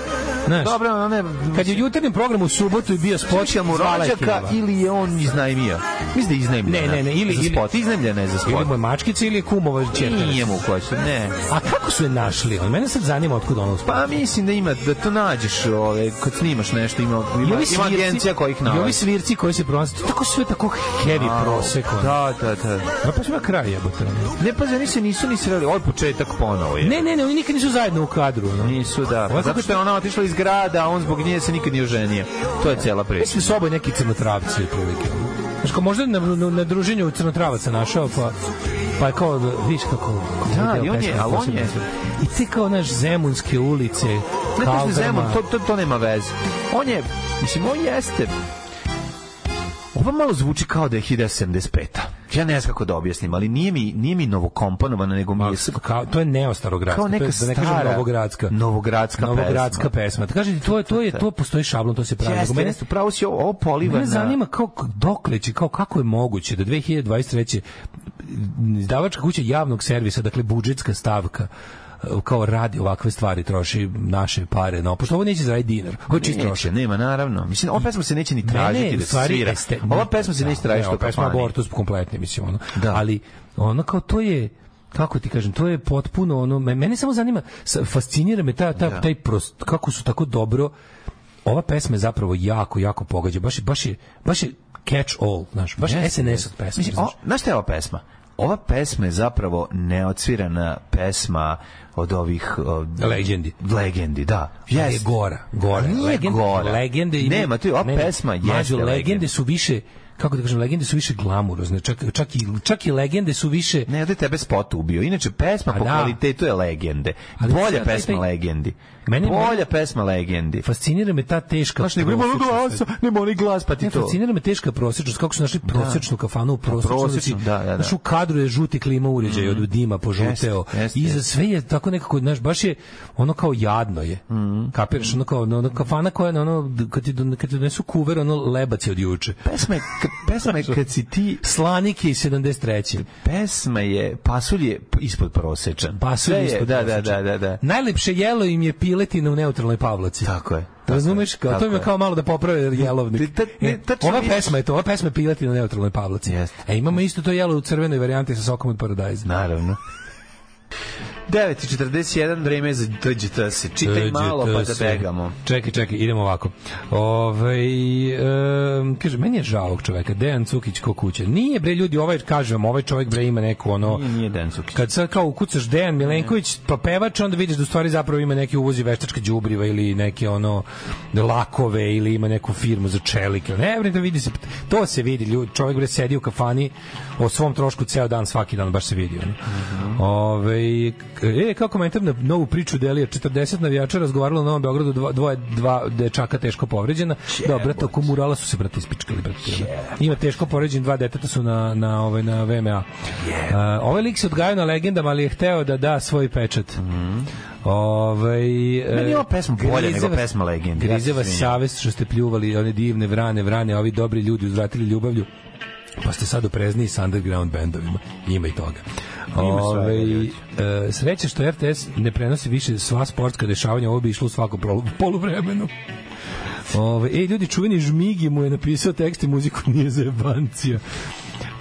G: Znaš,
F: Da. Dobro, ona je...
G: kad je u jutarnjem programu u subotu i bio spot,
F: počeo mu
G: zvala je
F: rođaka
G: Kinova.
F: ili je on iznajmio? Mislim da je iznajmljena.
G: Ne, ne, ne, ili-
F: za
G: ili-
F: spot. Iznajmljena je za
G: Ili mu je
F: spot.
G: mačkica ili je kumova čerka.
F: Nije mu koće, ne.
G: A kako su je našli? On mene sad zanima otkud ona uspela.
F: Pa mislim da ima, da to nađeš ove, kad snimaš nešto, ima,
G: I ovi
F: ima, ima
G: svirci-
F: agencija koja ih
G: I ovi
F: nalazi.
G: svirci koji se pronalaze, to je tako sve tako heavy prosek. ono.
F: Da, da, da.
G: A pa sve kraj jebote. ono.
F: Ne, pazi, oni se nisu ni sreli, ovo je početak ponovo je.
G: Ne, ne, ne, oni nikad nisu zajedno u kadru. ono.
F: Nisu, da.
G: Ovo je
F: Zato
G: kako
F: što je ona otišla iz grada, a on zbog nje se nikad nije oženio. To je cela priča.
G: Mislim, s oboj neki crnotravci, prilike. Znaš, kao možda je na, na, na druženju crnotravaca našao, pa pa je kao, viš kako...
F: Da,
G: kako
F: i on je,
G: pesma,
F: ali on
G: posebno
F: je.
G: I ti kao, naš, Zemunske ulice,
F: Ne to što je
G: Kaldrma.
F: Zemun, to, to, to nema veze. On je, mislim, on jeste... Ovo malo zvuči kao da je 1975. Ja ne znam kako da objasnim, ali nije mi, nije mi novokomponovano, nego mi je s-
G: Kao, to je neostarogradska,
F: kao
G: to
F: neka
G: je, da ne kažem
F: stara
G: novogradska.
F: novogradska,
G: Novogradska pesma. Da Kažete, to je, to je, to postoji šablon, to se pravi.
F: Jeste,
G: Nego mene-
F: jeste, pravo si ovo, ovo poliva
G: Mene
F: na-
G: zanima kao dokle će, kao kako je moguće da 2023. izdavačka kuća javnog servisa, dakle budžetska stavka e, kao radi ovakve stvari, troši naše pare, no, pošto ovo neće zaraditi dinar, ovo je čist
F: Neće,
G: trošak.
F: nema, naravno. Mislim, ova pesma se neće ni tražiti da se svira.
G: este-
F: da, Ova pesma se neće tražiti
G: ne,
F: u
G: ova pesma
F: kafani.
G: abortus kompletni, mislim, ono.
F: Da.
G: Ali, ono kao to je, kako ti kažem, to je potpuno ono, me- mene samo zanima, sa- fascinira me ta,
F: Da.
G: ta, taj prost, kako su tako dobro, ova pesma je zapravo jako, jako pogađa, baš je, baš je, baš je catch all, znaš, baš
F: Jeste,
G: SNS od pesme,
F: Mislim, o,
G: znaš.
F: znaš šta je ova pesma? ova pesma je zapravo neocvirana pesma od ovih uh,
G: legendi.
F: Legendi, da.
G: Ali je gora, gora.
F: Ali Nije
G: Legende-
F: gora.
G: legende ima-
F: Nema, to je ova
G: ne, ne.
F: pesma jeste
G: Mađo,
F: legenda.
G: legende su više kako da kažem, legende su više glamurozne, čak, čak, i, čak i legende su više...
F: Ne, ovde je tebe spot ubio. Inače, pesma
G: A
F: po
G: da.
F: kvalitetu je legende.
G: Ali
F: Bolja
G: sad taj-
F: pesma
G: taj-
F: legendi.
G: Mene-
F: Bolja pesma legendi.
G: Fascinira me ta teška...
F: Znaš, nego ima ono
G: prosječnost.
F: glasa, nema onaj glas, pa ti
G: Ne,
F: to. Da.
G: fascinira me teška prosječnost, kako su našli prosječnu kafanu u prosječnu,
F: Prosječnu,
G: znači,
F: da, da, da.
G: znaš, u kadru je žuti klima uređaj od dima požuteo,
F: Jeste, jeste,
G: i za
F: jeste.
G: sve je tako nekako, znaš, baš je ono kao jadno je,
F: Mhm.
G: kapiraš, ono kao ono, kafana koja, je ono, kad ti, don- kad ti donesu kuver, ono lebac je od juče.
F: Pesma je, k- pesma je kad si ti
G: Slanik je iz 73.
F: pesma je pasulj je p- ispod prosečan.
G: Pasulj
F: Sve je-
G: ispod
F: da, da,
G: prosečan.
F: da, da, da.
G: Najlepše jelo im je piletina u neutralnoj Pavlaci.
F: Tako je. tako
G: Razumeš?
F: je,
G: Kao,
F: tako
G: to ima
F: je.
G: kao malo da poprave
F: Ti
G: jelovnik.
F: ta- ne,
G: E,
F: tačno
G: ova
F: vidiš.
G: pesma je to, ova pesma je piletina u neutralnoj Pavlaci.
F: Jeste.
G: E, imamo isto to jelo u crvenoj varijanti sa sokom od paradajza.
F: Naravno. 9.41, vreme je za dođete da se čitaj malo pa da
G: se.
F: begamo.
G: Čekaj, čekaj, idemo ovako. Ove, kaže, meni je žao ovog čoveka, Dejan Cukić ko kuće. Nije bre ljudi, ovaj, kažem vam, ovaj čovek bre ima neku ono...
F: Nije, nije Dan Cukić.
G: Kad sad kao ukucaš Dejan Milenković, pa pevač, onda vidiš da u stvari zapravo ima neki uvozi veštačke đubriva ili neke ono lakove ili ima neku firmu za čelike. Ne, bre, da vidi se. To se vidi, ljudi, čovjek bre sedi u kafani o svom trošku ceo dan, svaki dan, baš se vidi. Mm Ove, e, kao komentar na novu priču Delija, 40 navijača razgovaralo u Novom Beogradu, dva, dvoje, dva dečaka teško povređena. Dobro, toko murala su se, brate, ispičkali, brate. Ima teško povređen, dva deteta su na, na, ovaj, na VMA. A, ovaj lik se odgajao na legendama, ali je hteo da da svoj pečat. Ovaj
F: Mhm. Meni je ova
G: e,
F: pesma bolja
G: grize
F: nego
G: vas-
F: pesma Legende, ja se
G: Grize vas
F: izvinjam.
G: savest što ste pljuvali one divne vrane, vrane, ovi dobri ljudi uzvratili ljubavlju. Pa ste sad oprezniji sa underground bendovima. Ima i toga.
F: svega,
G: Ovaj,
F: ljudi.
G: e, sreće što RTS ne prenosi više sva sportska dešavanja, ovo bi išlo u svako polu- poluvremenu. Ove, e, ljudi, čuveni Žmigi mu je napisao tekst i muziku (laughs) nije za jebancija.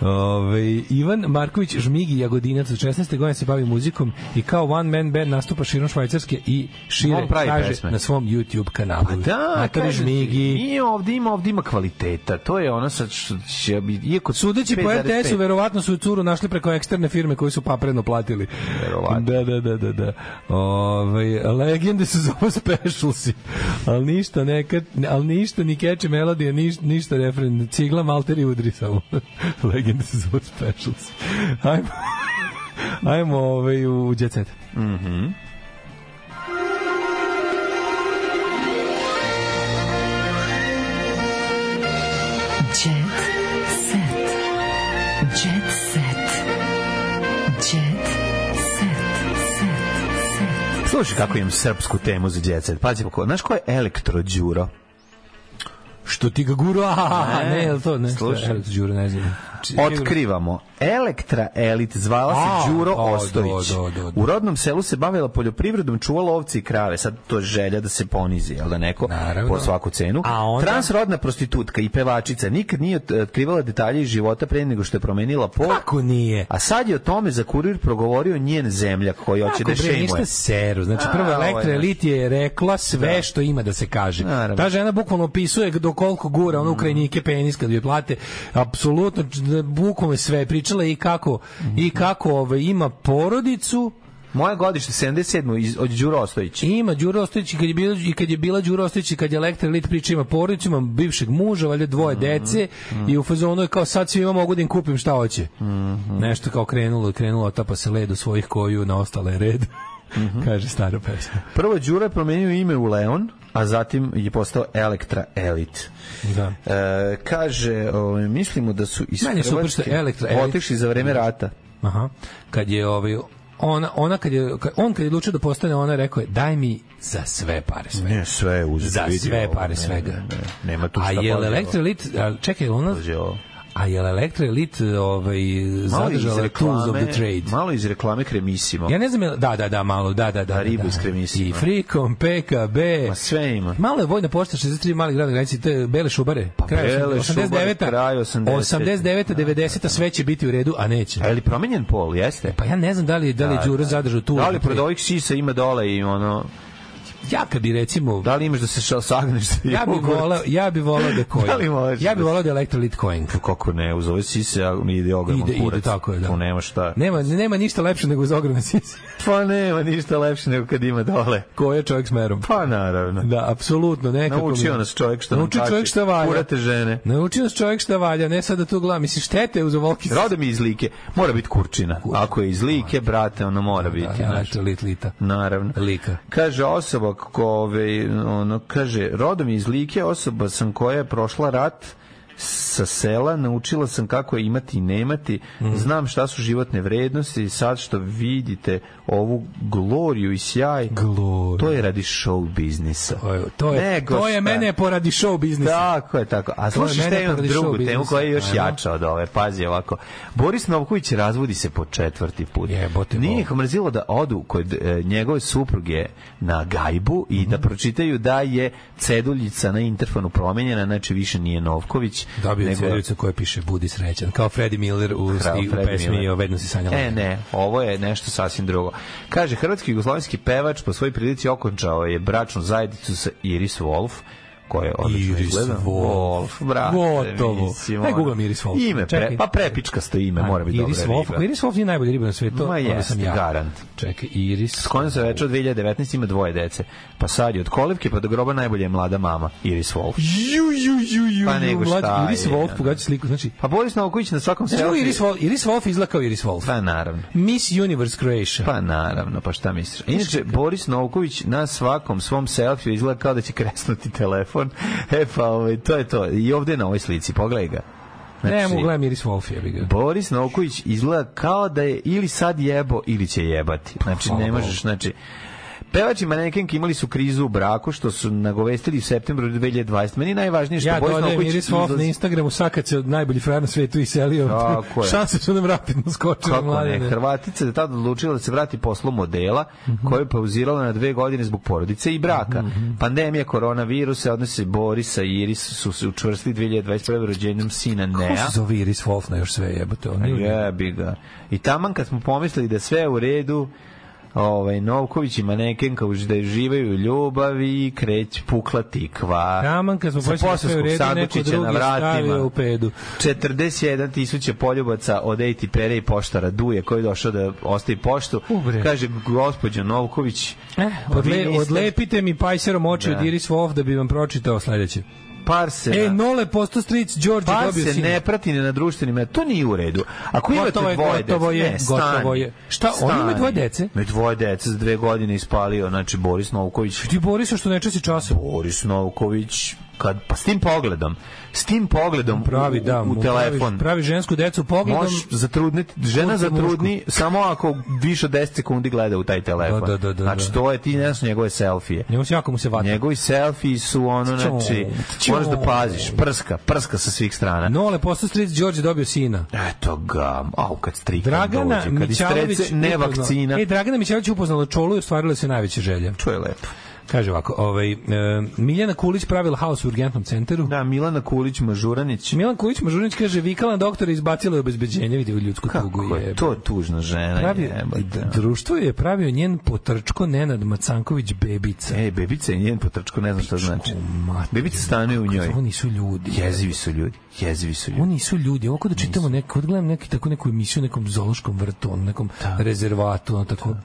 G: Ove, Ivan Marković Žmigi Jagodinac od 16. godine se bavi muzikom i kao one man band nastupa širom Švajcarske i šire
F: On pravi
G: kaže
F: pesme.
G: na svom YouTube kanalu.
F: Pa da,
G: Matori
F: kažem ti,
G: Žmigi.
F: Nije ovde, ima ovde ima kvaliteta. To je ono sa što će bi iako
G: Sudeći po
F: 5,5.
G: RTS-u, verovatno su curu našli preko eksterne firme koju su papredno platili.
F: Verovatno.
G: Da, da, da, da, da. Ove, legende su (laughs) zove specialsi. Ali ništa, neka, ali ništa, ni keče melodije, niš, ništa refren. Cigla, malter i udri samo. (laughs) legende se zove specialsi. Ajmo, (laughs) ajmo ovaj, u Jet Set.
E: Jet set. Jet set. Jet set.
F: Slušaj kako im srpsku temu za djeca. Pazi kako, znaš ko je Elektro Đuro?
G: Što ti ga guru? A,
F: Ne,
G: ne, je li to? Ne,
F: slušaj.
G: Slušaj. Đure, ne znam. Či-
F: Otkrivamo. Elektra Elit zvala se
G: A, da,
F: Đuro
G: o,
F: Ostojić.
G: do, do, do, do.
F: U rodnom selu se bavila poljoprivredom, čuvala ovce i krave. Sad to je želja da se ponizi, jel da neko
G: Naravno.
F: po svaku cenu.
G: A onda?
F: Transrodna prostitutka i pevačica nikad nije ot- otkrivala detalje iz života pre nego što je promenila pol.
G: Kako nije?
F: A sad je o tome za kurir progovorio njen zemljak koji hoće da
G: Kako bre,
F: šejmuje.
G: ništa seru. Znači,
F: A,
G: prvo
F: ovo je
G: Elektra
F: nešto.
G: Elit je rekla sve što ima da se kaže.
F: Naravno. Mm.
G: Ta žena bukvalno opisuje do koliko gura ono ukrajinike penis kad joj plate. Apsolutno, č- da, bukvalno je sve pričala i kako,
F: Mhm.
G: i kako ovaj, ima porodicu,
F: Moje godište 77 iz, od Đuro Ostojića.
G: ima Đuro Ostojić i kad je bila i kad je bila Đuro Ostojić i kad je Elektra Elit priča ima porodicu, ima bivšeg muža, valjda dvoje
F: Mhm.
G: dece i u fazonu je kao sad svima mogu da im kupim šta hoće.
F: Mhm.
G: Nešto kao krenulo, krenulo, tapa se led u svojih koju, na ostale red.
F: Mhm.
G: (laughs) kaže stara pesma.
F: Prvo Đura je promenio ime u Leon, a zatim je postao Elektra Elit.
G: Da.
F: E, kaže, o, mislimo da su iz
G: Meni je super što
F: Hrvatske
G: je Elektra Elit-
F: otišli za vreme rata.
G: Aha. Kad je ovaj ona ona kad je ka- on kad je odlučio da postane ona je rekao je daj mi za sve pare sve.
F: Ne, sve je uz
G: za
F: video,
G: sve pare
F: ne,
G: svega.
F: ne, ne, nema tu
G: A
F: šta
G: je
F: bolje,
G: Elektra Elit, a, čekaj, jel ona
F: Dođe ovo.
G: A je Elektra Elit ovaj
F: Malo iz
G: zadržala Tools of
F: reklame,
G: the Trade?
F: malo iz reklame kremisimo.
G: Ja ne znam, jel- da, da, da, malo, da, da, da.
F: A ribu
G: da,
F: s kremisima.
G: I Frikom, PKB.
F: Ma sve ima.
G: Malo je vojna pošta 63 mali grad granici, to je Bele Šubare. Pa
F: Bele Šubare, kraj Da, 80-te.
G: 89 90 sve će biti u redu, a neće.
F: Je li promenjen pol, jeste?
G: Pa ja ne znam da li da li
F: E. Da,
G: Đuro
F: da.
G: zadržao Pa tu.
F: Da li pred ovih sisa ima dole i ono...
G: Ja kad bi recimo...
F: Da li imaš da se šal sagneš za
G: Ja bi
F: jogurt?
G: volao, ja bi volao
F: (laughs)
G: da kojim.
F: Da li možeš?
G: ja bi volao da elektrolit kojim.
F: Kako ne, uz ove sise a ide ogroman
G: Ide- ide,
F: kurac.
G: tako je, da.
F: Tu nema šta.
G: Nema, nema ništa lepše nego iz ogromne
F: (laughs)
G: sise.
F: Pa nema ništa lepše nego kad ima dole.
G: Ko je čovjek s merom?
F: Pa naravno.
G: Da, apsolutno, nekako.
F: Naučio
G: mi-
F: nas čovjek šta nam
G: Naučio
F: kači.
G: čovjek šta valja.
F: Kurate žene.
G: Naučio nas čovjek šta valja, ne sada tu glava. Mislim, štete uz ovolki...
F: Roda mi iz like, mora biti kurčina. Ako je iz like, brate, ono
G: Da,
F: mora biti.
G: Ja,
F: znaš.
G: to lit lita.
F: Naravno.
G: Lika.
F: Kaže osoba kove, ono, kaže, rodom iz Like, osoba sam koja je prošla rat sa sela, naučila sam kako je imati i nemati, znam šta su životne vrednosti i sad što vidite ovu gloriju i sjaj,
G: Gloriju.
F: to je radi show biznisa.
G: To je, to je,
F: Nego
G: to je
F: šta.
G: mene poradi show biznisa.
F: Tako je, tako. A
G: To je
F: slušaj šta
G: mene
F: imam
G: poradi
F: drugu
G: show
F: temu koja je još
G: biznisa. Ajmo.
F: jača od ove. Pazi ovako. Boris Novković razvodi se po četvrti put.
G: Jebote,
F: Nije
G: Bog.
F: ih mrzilo da odu kod e, njegove supruge na gajbu i da
G: Mhm.
F: pročitaju da je ceduljica na interfonu promenjena, znači više nije Novković.
G: Dobio Da je
F: Da. nego-
G: ceduljicu koja piše Budi srećan. Kao Freddie Miller u,
F: Kao
G: sti, u
F: Freddie
G: pesmi
F: Miller.
G: o vedno si sanjala.
F: E, ne, ovo je nešto sasvim drugo. Kaže, hrvatski jugoslovenski pevač po svojoj prilici okončao je bračnu zajednicu sa Iris Wolf, koja je odlično
G: Iris
F: izgleda.
G: Wolf.
F: brate,
G: Gotovo.
F: mislim,
G: Daj
F: ono.
G: googlam Iris Wolf.
F: Ime, pre,
G: Čekaj.
F: pa prepičkasto ime, mora biti
G: Iris
F: dobra
G: Wolf,
F: riba.
G: ako Iris Wolf nije najbolja riba na svetu,
F: Ma
G: onda
F: jest,
G: sam ja.
F: garant.
G: Čekaj, Iris...
F: S kojom se već od 2019 ima dvoje dece. Pa sad je od kolivke pa do groba najbolje je mlada mama, Iris Wolf.
G: Ju, ju, ju, ju.
F: Pa nego šta
G: mlad- Iris
F: je,
G: Wolf,
F: ono.
G: pogađa sliku. Znači,
F: Pa Boris Novaković na svakom
G: znaš kako
F: selfie-
G: Iris Wolf, Iris Wolf izgleda kao Iris Wolf.
F: Pa naravno.
G: Miss Universe Croatia.
F: Pa naravno, pa šta misliš? Inače, Boris Novković na svakom svom selfiju izgleda kao da će kresnuti telefon. (laughs) E pa, ovaj, to je to. I ovde na ovoj slici, pogledaj ga. znači-
G: ne mogu gledam Iris Wolf, jebi ga.
F: Boris Novković izgleda kao da je ili sad jebo ili će jebati. Znači,
G: hvala
F: ne možeš,
G: Bogu.
F: znači... Pevač i manekenki imali su krizu u braku, što su nagovestili u septembru 2020. Meni je najvažnije što
G: Ja
F: Boris
G: dodajem
F: Novković...
G: Iris Wolf na
F: da izlazi-
G: Instagramu, sakad se od najbolji frajer na svetu iselio.
F: Tako je.
G: Šanse su nam rapidno skočile,
F: Kako ne,
G: mladine.
F: Hrvatica je tada odlučila da se vrati poslu modela, koju je pauzirala na dve godine zbog porodice i braka. Pa Pandemija koronavirusa, odnose Borisa i Iris su se učvrstili 2021. rođenjem sina Nea.
G: Kako se zove Iris Wolf na još sve jebote? Ono je-
F: Jebi ga. I taman kad smo pomislili da sve u redu, ovaj Novković i manekenka už da uživaju u ljubavi kreć pukla tikva.
G: Taman kad smo
F: Sa
G: počeli sve u
F: posavskog
G: redu, neko
F: sandučića
G: drugi stavio u pedu.
F: 41 tisuća poljubaca od Ejti Pere i poštara Duje koji je došao da ostavi poštu.
G: Ubre.
F: Kaže, gospođo Novković,
G: Eh,
F: pa vi
G: odle,
F: niste-
G: odlepite mi pajserom oči
F: Da.
G: od Iris Wolf da bi vam pročitao sledeće.
F: par se...
G: E, Nole, posto stric, Đorđe
F: Par
G: dobio
F: Pa se
G: sin.
F: ne prati ni na društvenim mrežama. to nije u redu. Ako imate
G: Gotovo je,
F: dvoje
G: gotovo
F: dece,
G: je,
F: ne,
G: gotovo
F: stani.
G: je. Šta, on ima
F: Stani.
G: dvoje dece?
F: Ima dvoje dece, za dve godine ispalio, znači Boris Novković.
G: Ti Borisa što ne časi časom.
F: Boris Novković, kad, pa s tim pogledom, s tim pogledom
G: Pravi,
F: u,
G: da,
F: u
G: mu
F: telefon.
G: Pravi, pravi žensku decu pogledom.
F: Možeš zatrudniti, žena
G: Muško,
F: zatrudni samo ako više od 10 sekundi gleda u taj telefon.
G: Da, da, da, da,
F: znači,
G: da.
F: to je, ti ne znaš njegove selfije.
G: Njemu se jako mu se vata.
F: Njegovi selfiji su ono,
G: Ćao,
F: znači,
G: ćao.
F: moraš da paziš, prska, prska sa svih strana.
G: Nole, posto stric, Đorđe dobio sina.
F: Eto ga, au, kad strikan
G: Dragana
F: dođe, kad
G: Mićalović
F: istrece, ne
G: upoznala-
F: vakcina.
G: E, Dragana Mićalović upoznala čolu i ostvarila se najveća želja.
F: to je lepo.
G: Kaže ovako, ovaj, e, Miljana Kulić pravila haos u urgentnom centru.
F: Da, Milana Kulić, Mažuranić.
G: Milan Kulić Mažurinić kaže, vikala na doktora i izbacila je obezbeđenje, vidio ljudsku tugu.
F: Kako je to tužna žena,
G: Pravi,
F: jebote.
G: društvo je pravio njen potrčko Nenad Macanković bebica.
F: E, bebica je njen potrčko, ne znam šta znači.
G: mater-
F: Bebica stane u njoj.
G: Ovo nisu ljudi.
F: Jezivi su ljudi, jezivi su ljudi.
G: Oni nisu ljudi, ovako da čitamo neko, kad gledam neki, tako neku emisiju u nekom zoološkom vrtu, ono, nekom
F: Da.
G: rezervatu, ono tako,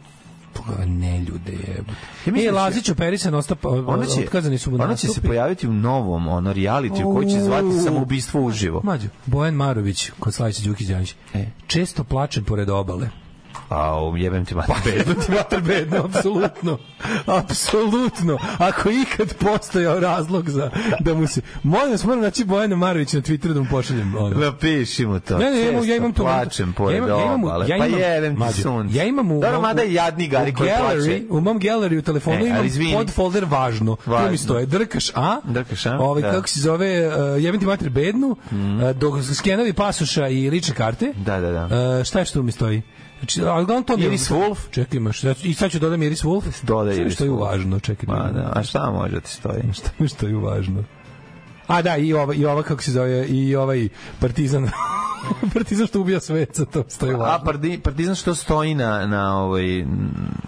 G: Boga, ne ljude je.
F: Ja mislim
G: e,
F: da će-
G: Lazić operisan, ostap,
F: Ona Pa će,
G: otkazani su mu
F: ona će se
G: nastupi.
F: pojaviti u novom ono reality u koji će zvati
G: Uuu.
F: samoubistvo uživo.
G: Mađo, Bojan Marović, kod Slavića Đukić Đanić,
F: E.
G: često plačem pored obale. (laughs)
F: A, um, jebem ti mati.
G: Bedno Pa,
F: (laughs)
G: ti mater bedno, apsolutno. Apsolutno. Ako je ikad postojao razlog za da mu se... Molim vas, moram naći Bojana Marović na Twitteru da mu pošaljem. Ono.
F: Napiši mu to.
G: Ne, ne, ja imam, ja
F: Često
G: imam to.
F: Plačem pored
G: ja imam, ja imam,
F: obale.
G: ja
F: pa
G: imam,
F: jebem ti
G: Mađo,
F: sunce.
G: Ja imam u...
F: Dobro,
G: mom-
F: mada je jadni gari
G: u
F: koji plače.
G: gallery- U mom gallery u telefonu
F: Ne, ali
G: imam
F: izvini.
G: podfolder važno.
F: Važno.
G: Tu mi stoje Drkaš A.
F: Drkaš A,
G: Ovaj,
F: da. Mhm.
G: kako se zove, uh, jebem ti mater bednu, uh, dok skenovi pasuša i lične karte.
F: Da, da, da.
G: Uh, šta je što mi stoji? Znači, ali uglavnom to mi je-
F: Iris Wolf.
G: Čekaj, imaš. ja ću- I sad ću dodam Iris Wolf.
F: Dodaj
G: Sve
F: Iris
G: što je
F: Wolf.
G: važno, čekaj.
F: Ma, da, a šta može ti stoji?
G: (laughs) Šta, što je važno? A da, i ova, i ova kako se zove, i ovaj partizan (laughs) partizan što ubija sveca, to stoji
F: A pa,
G: važno.
F: pardi- partizan što stoji na, na ovaj,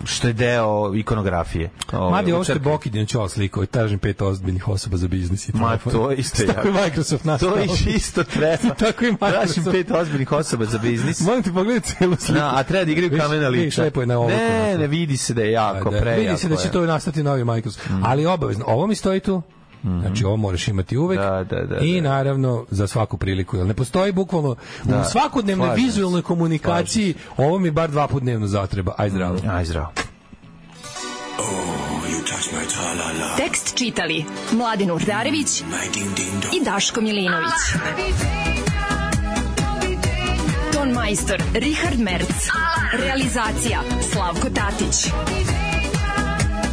F: što je deo ikonografije. Ovaj,
G: Madi, ovo što je
F: čak-
G: Bokidin čao slikao i tražim pet ozbiljnih osoba za biznis i
F: Ma
G: telefon. (laughs)
F: to isto je
G: Tako je
F: jako.
G: Microsoft nastao.
F: To
G: (laughs)
F: je isto treba.
G: Tako i Microsoft.
F: Tražim pet ozbiljnih osoba za biznis.
G: Molim te pogledaj celu sliku.
F: Na, a treba da igraju
G: Viš-
F: kamena liča.
G: vidiš, lepo je na ovoliko
F: Ne,
G: nastao.
F: ne, vidi se da je jako,
G: Da,
F: prejako.
G: Vidi se da će
F: je. Mhm.
G: to nastati novi Microsoft. Ali obavezno, ovo mi stoji tu. Znači, ovo moraš imati uvek.
F: Da, da, da,
G: I naravno, za svaku priliku. Jer ne postoji bukvalno
F: Da.
G: u svakodnevnoj
F: Slažem se.
G: vizualnoj komunikaciji ovo mi bar dva put dnevno zatreba. Aj zdravo.
F: Aj zdravo.
E: Tekst čitali Mladin Urdarević i Daško Milinović. Ton majstor Richard Merc. Realizacija Slavko Tatić.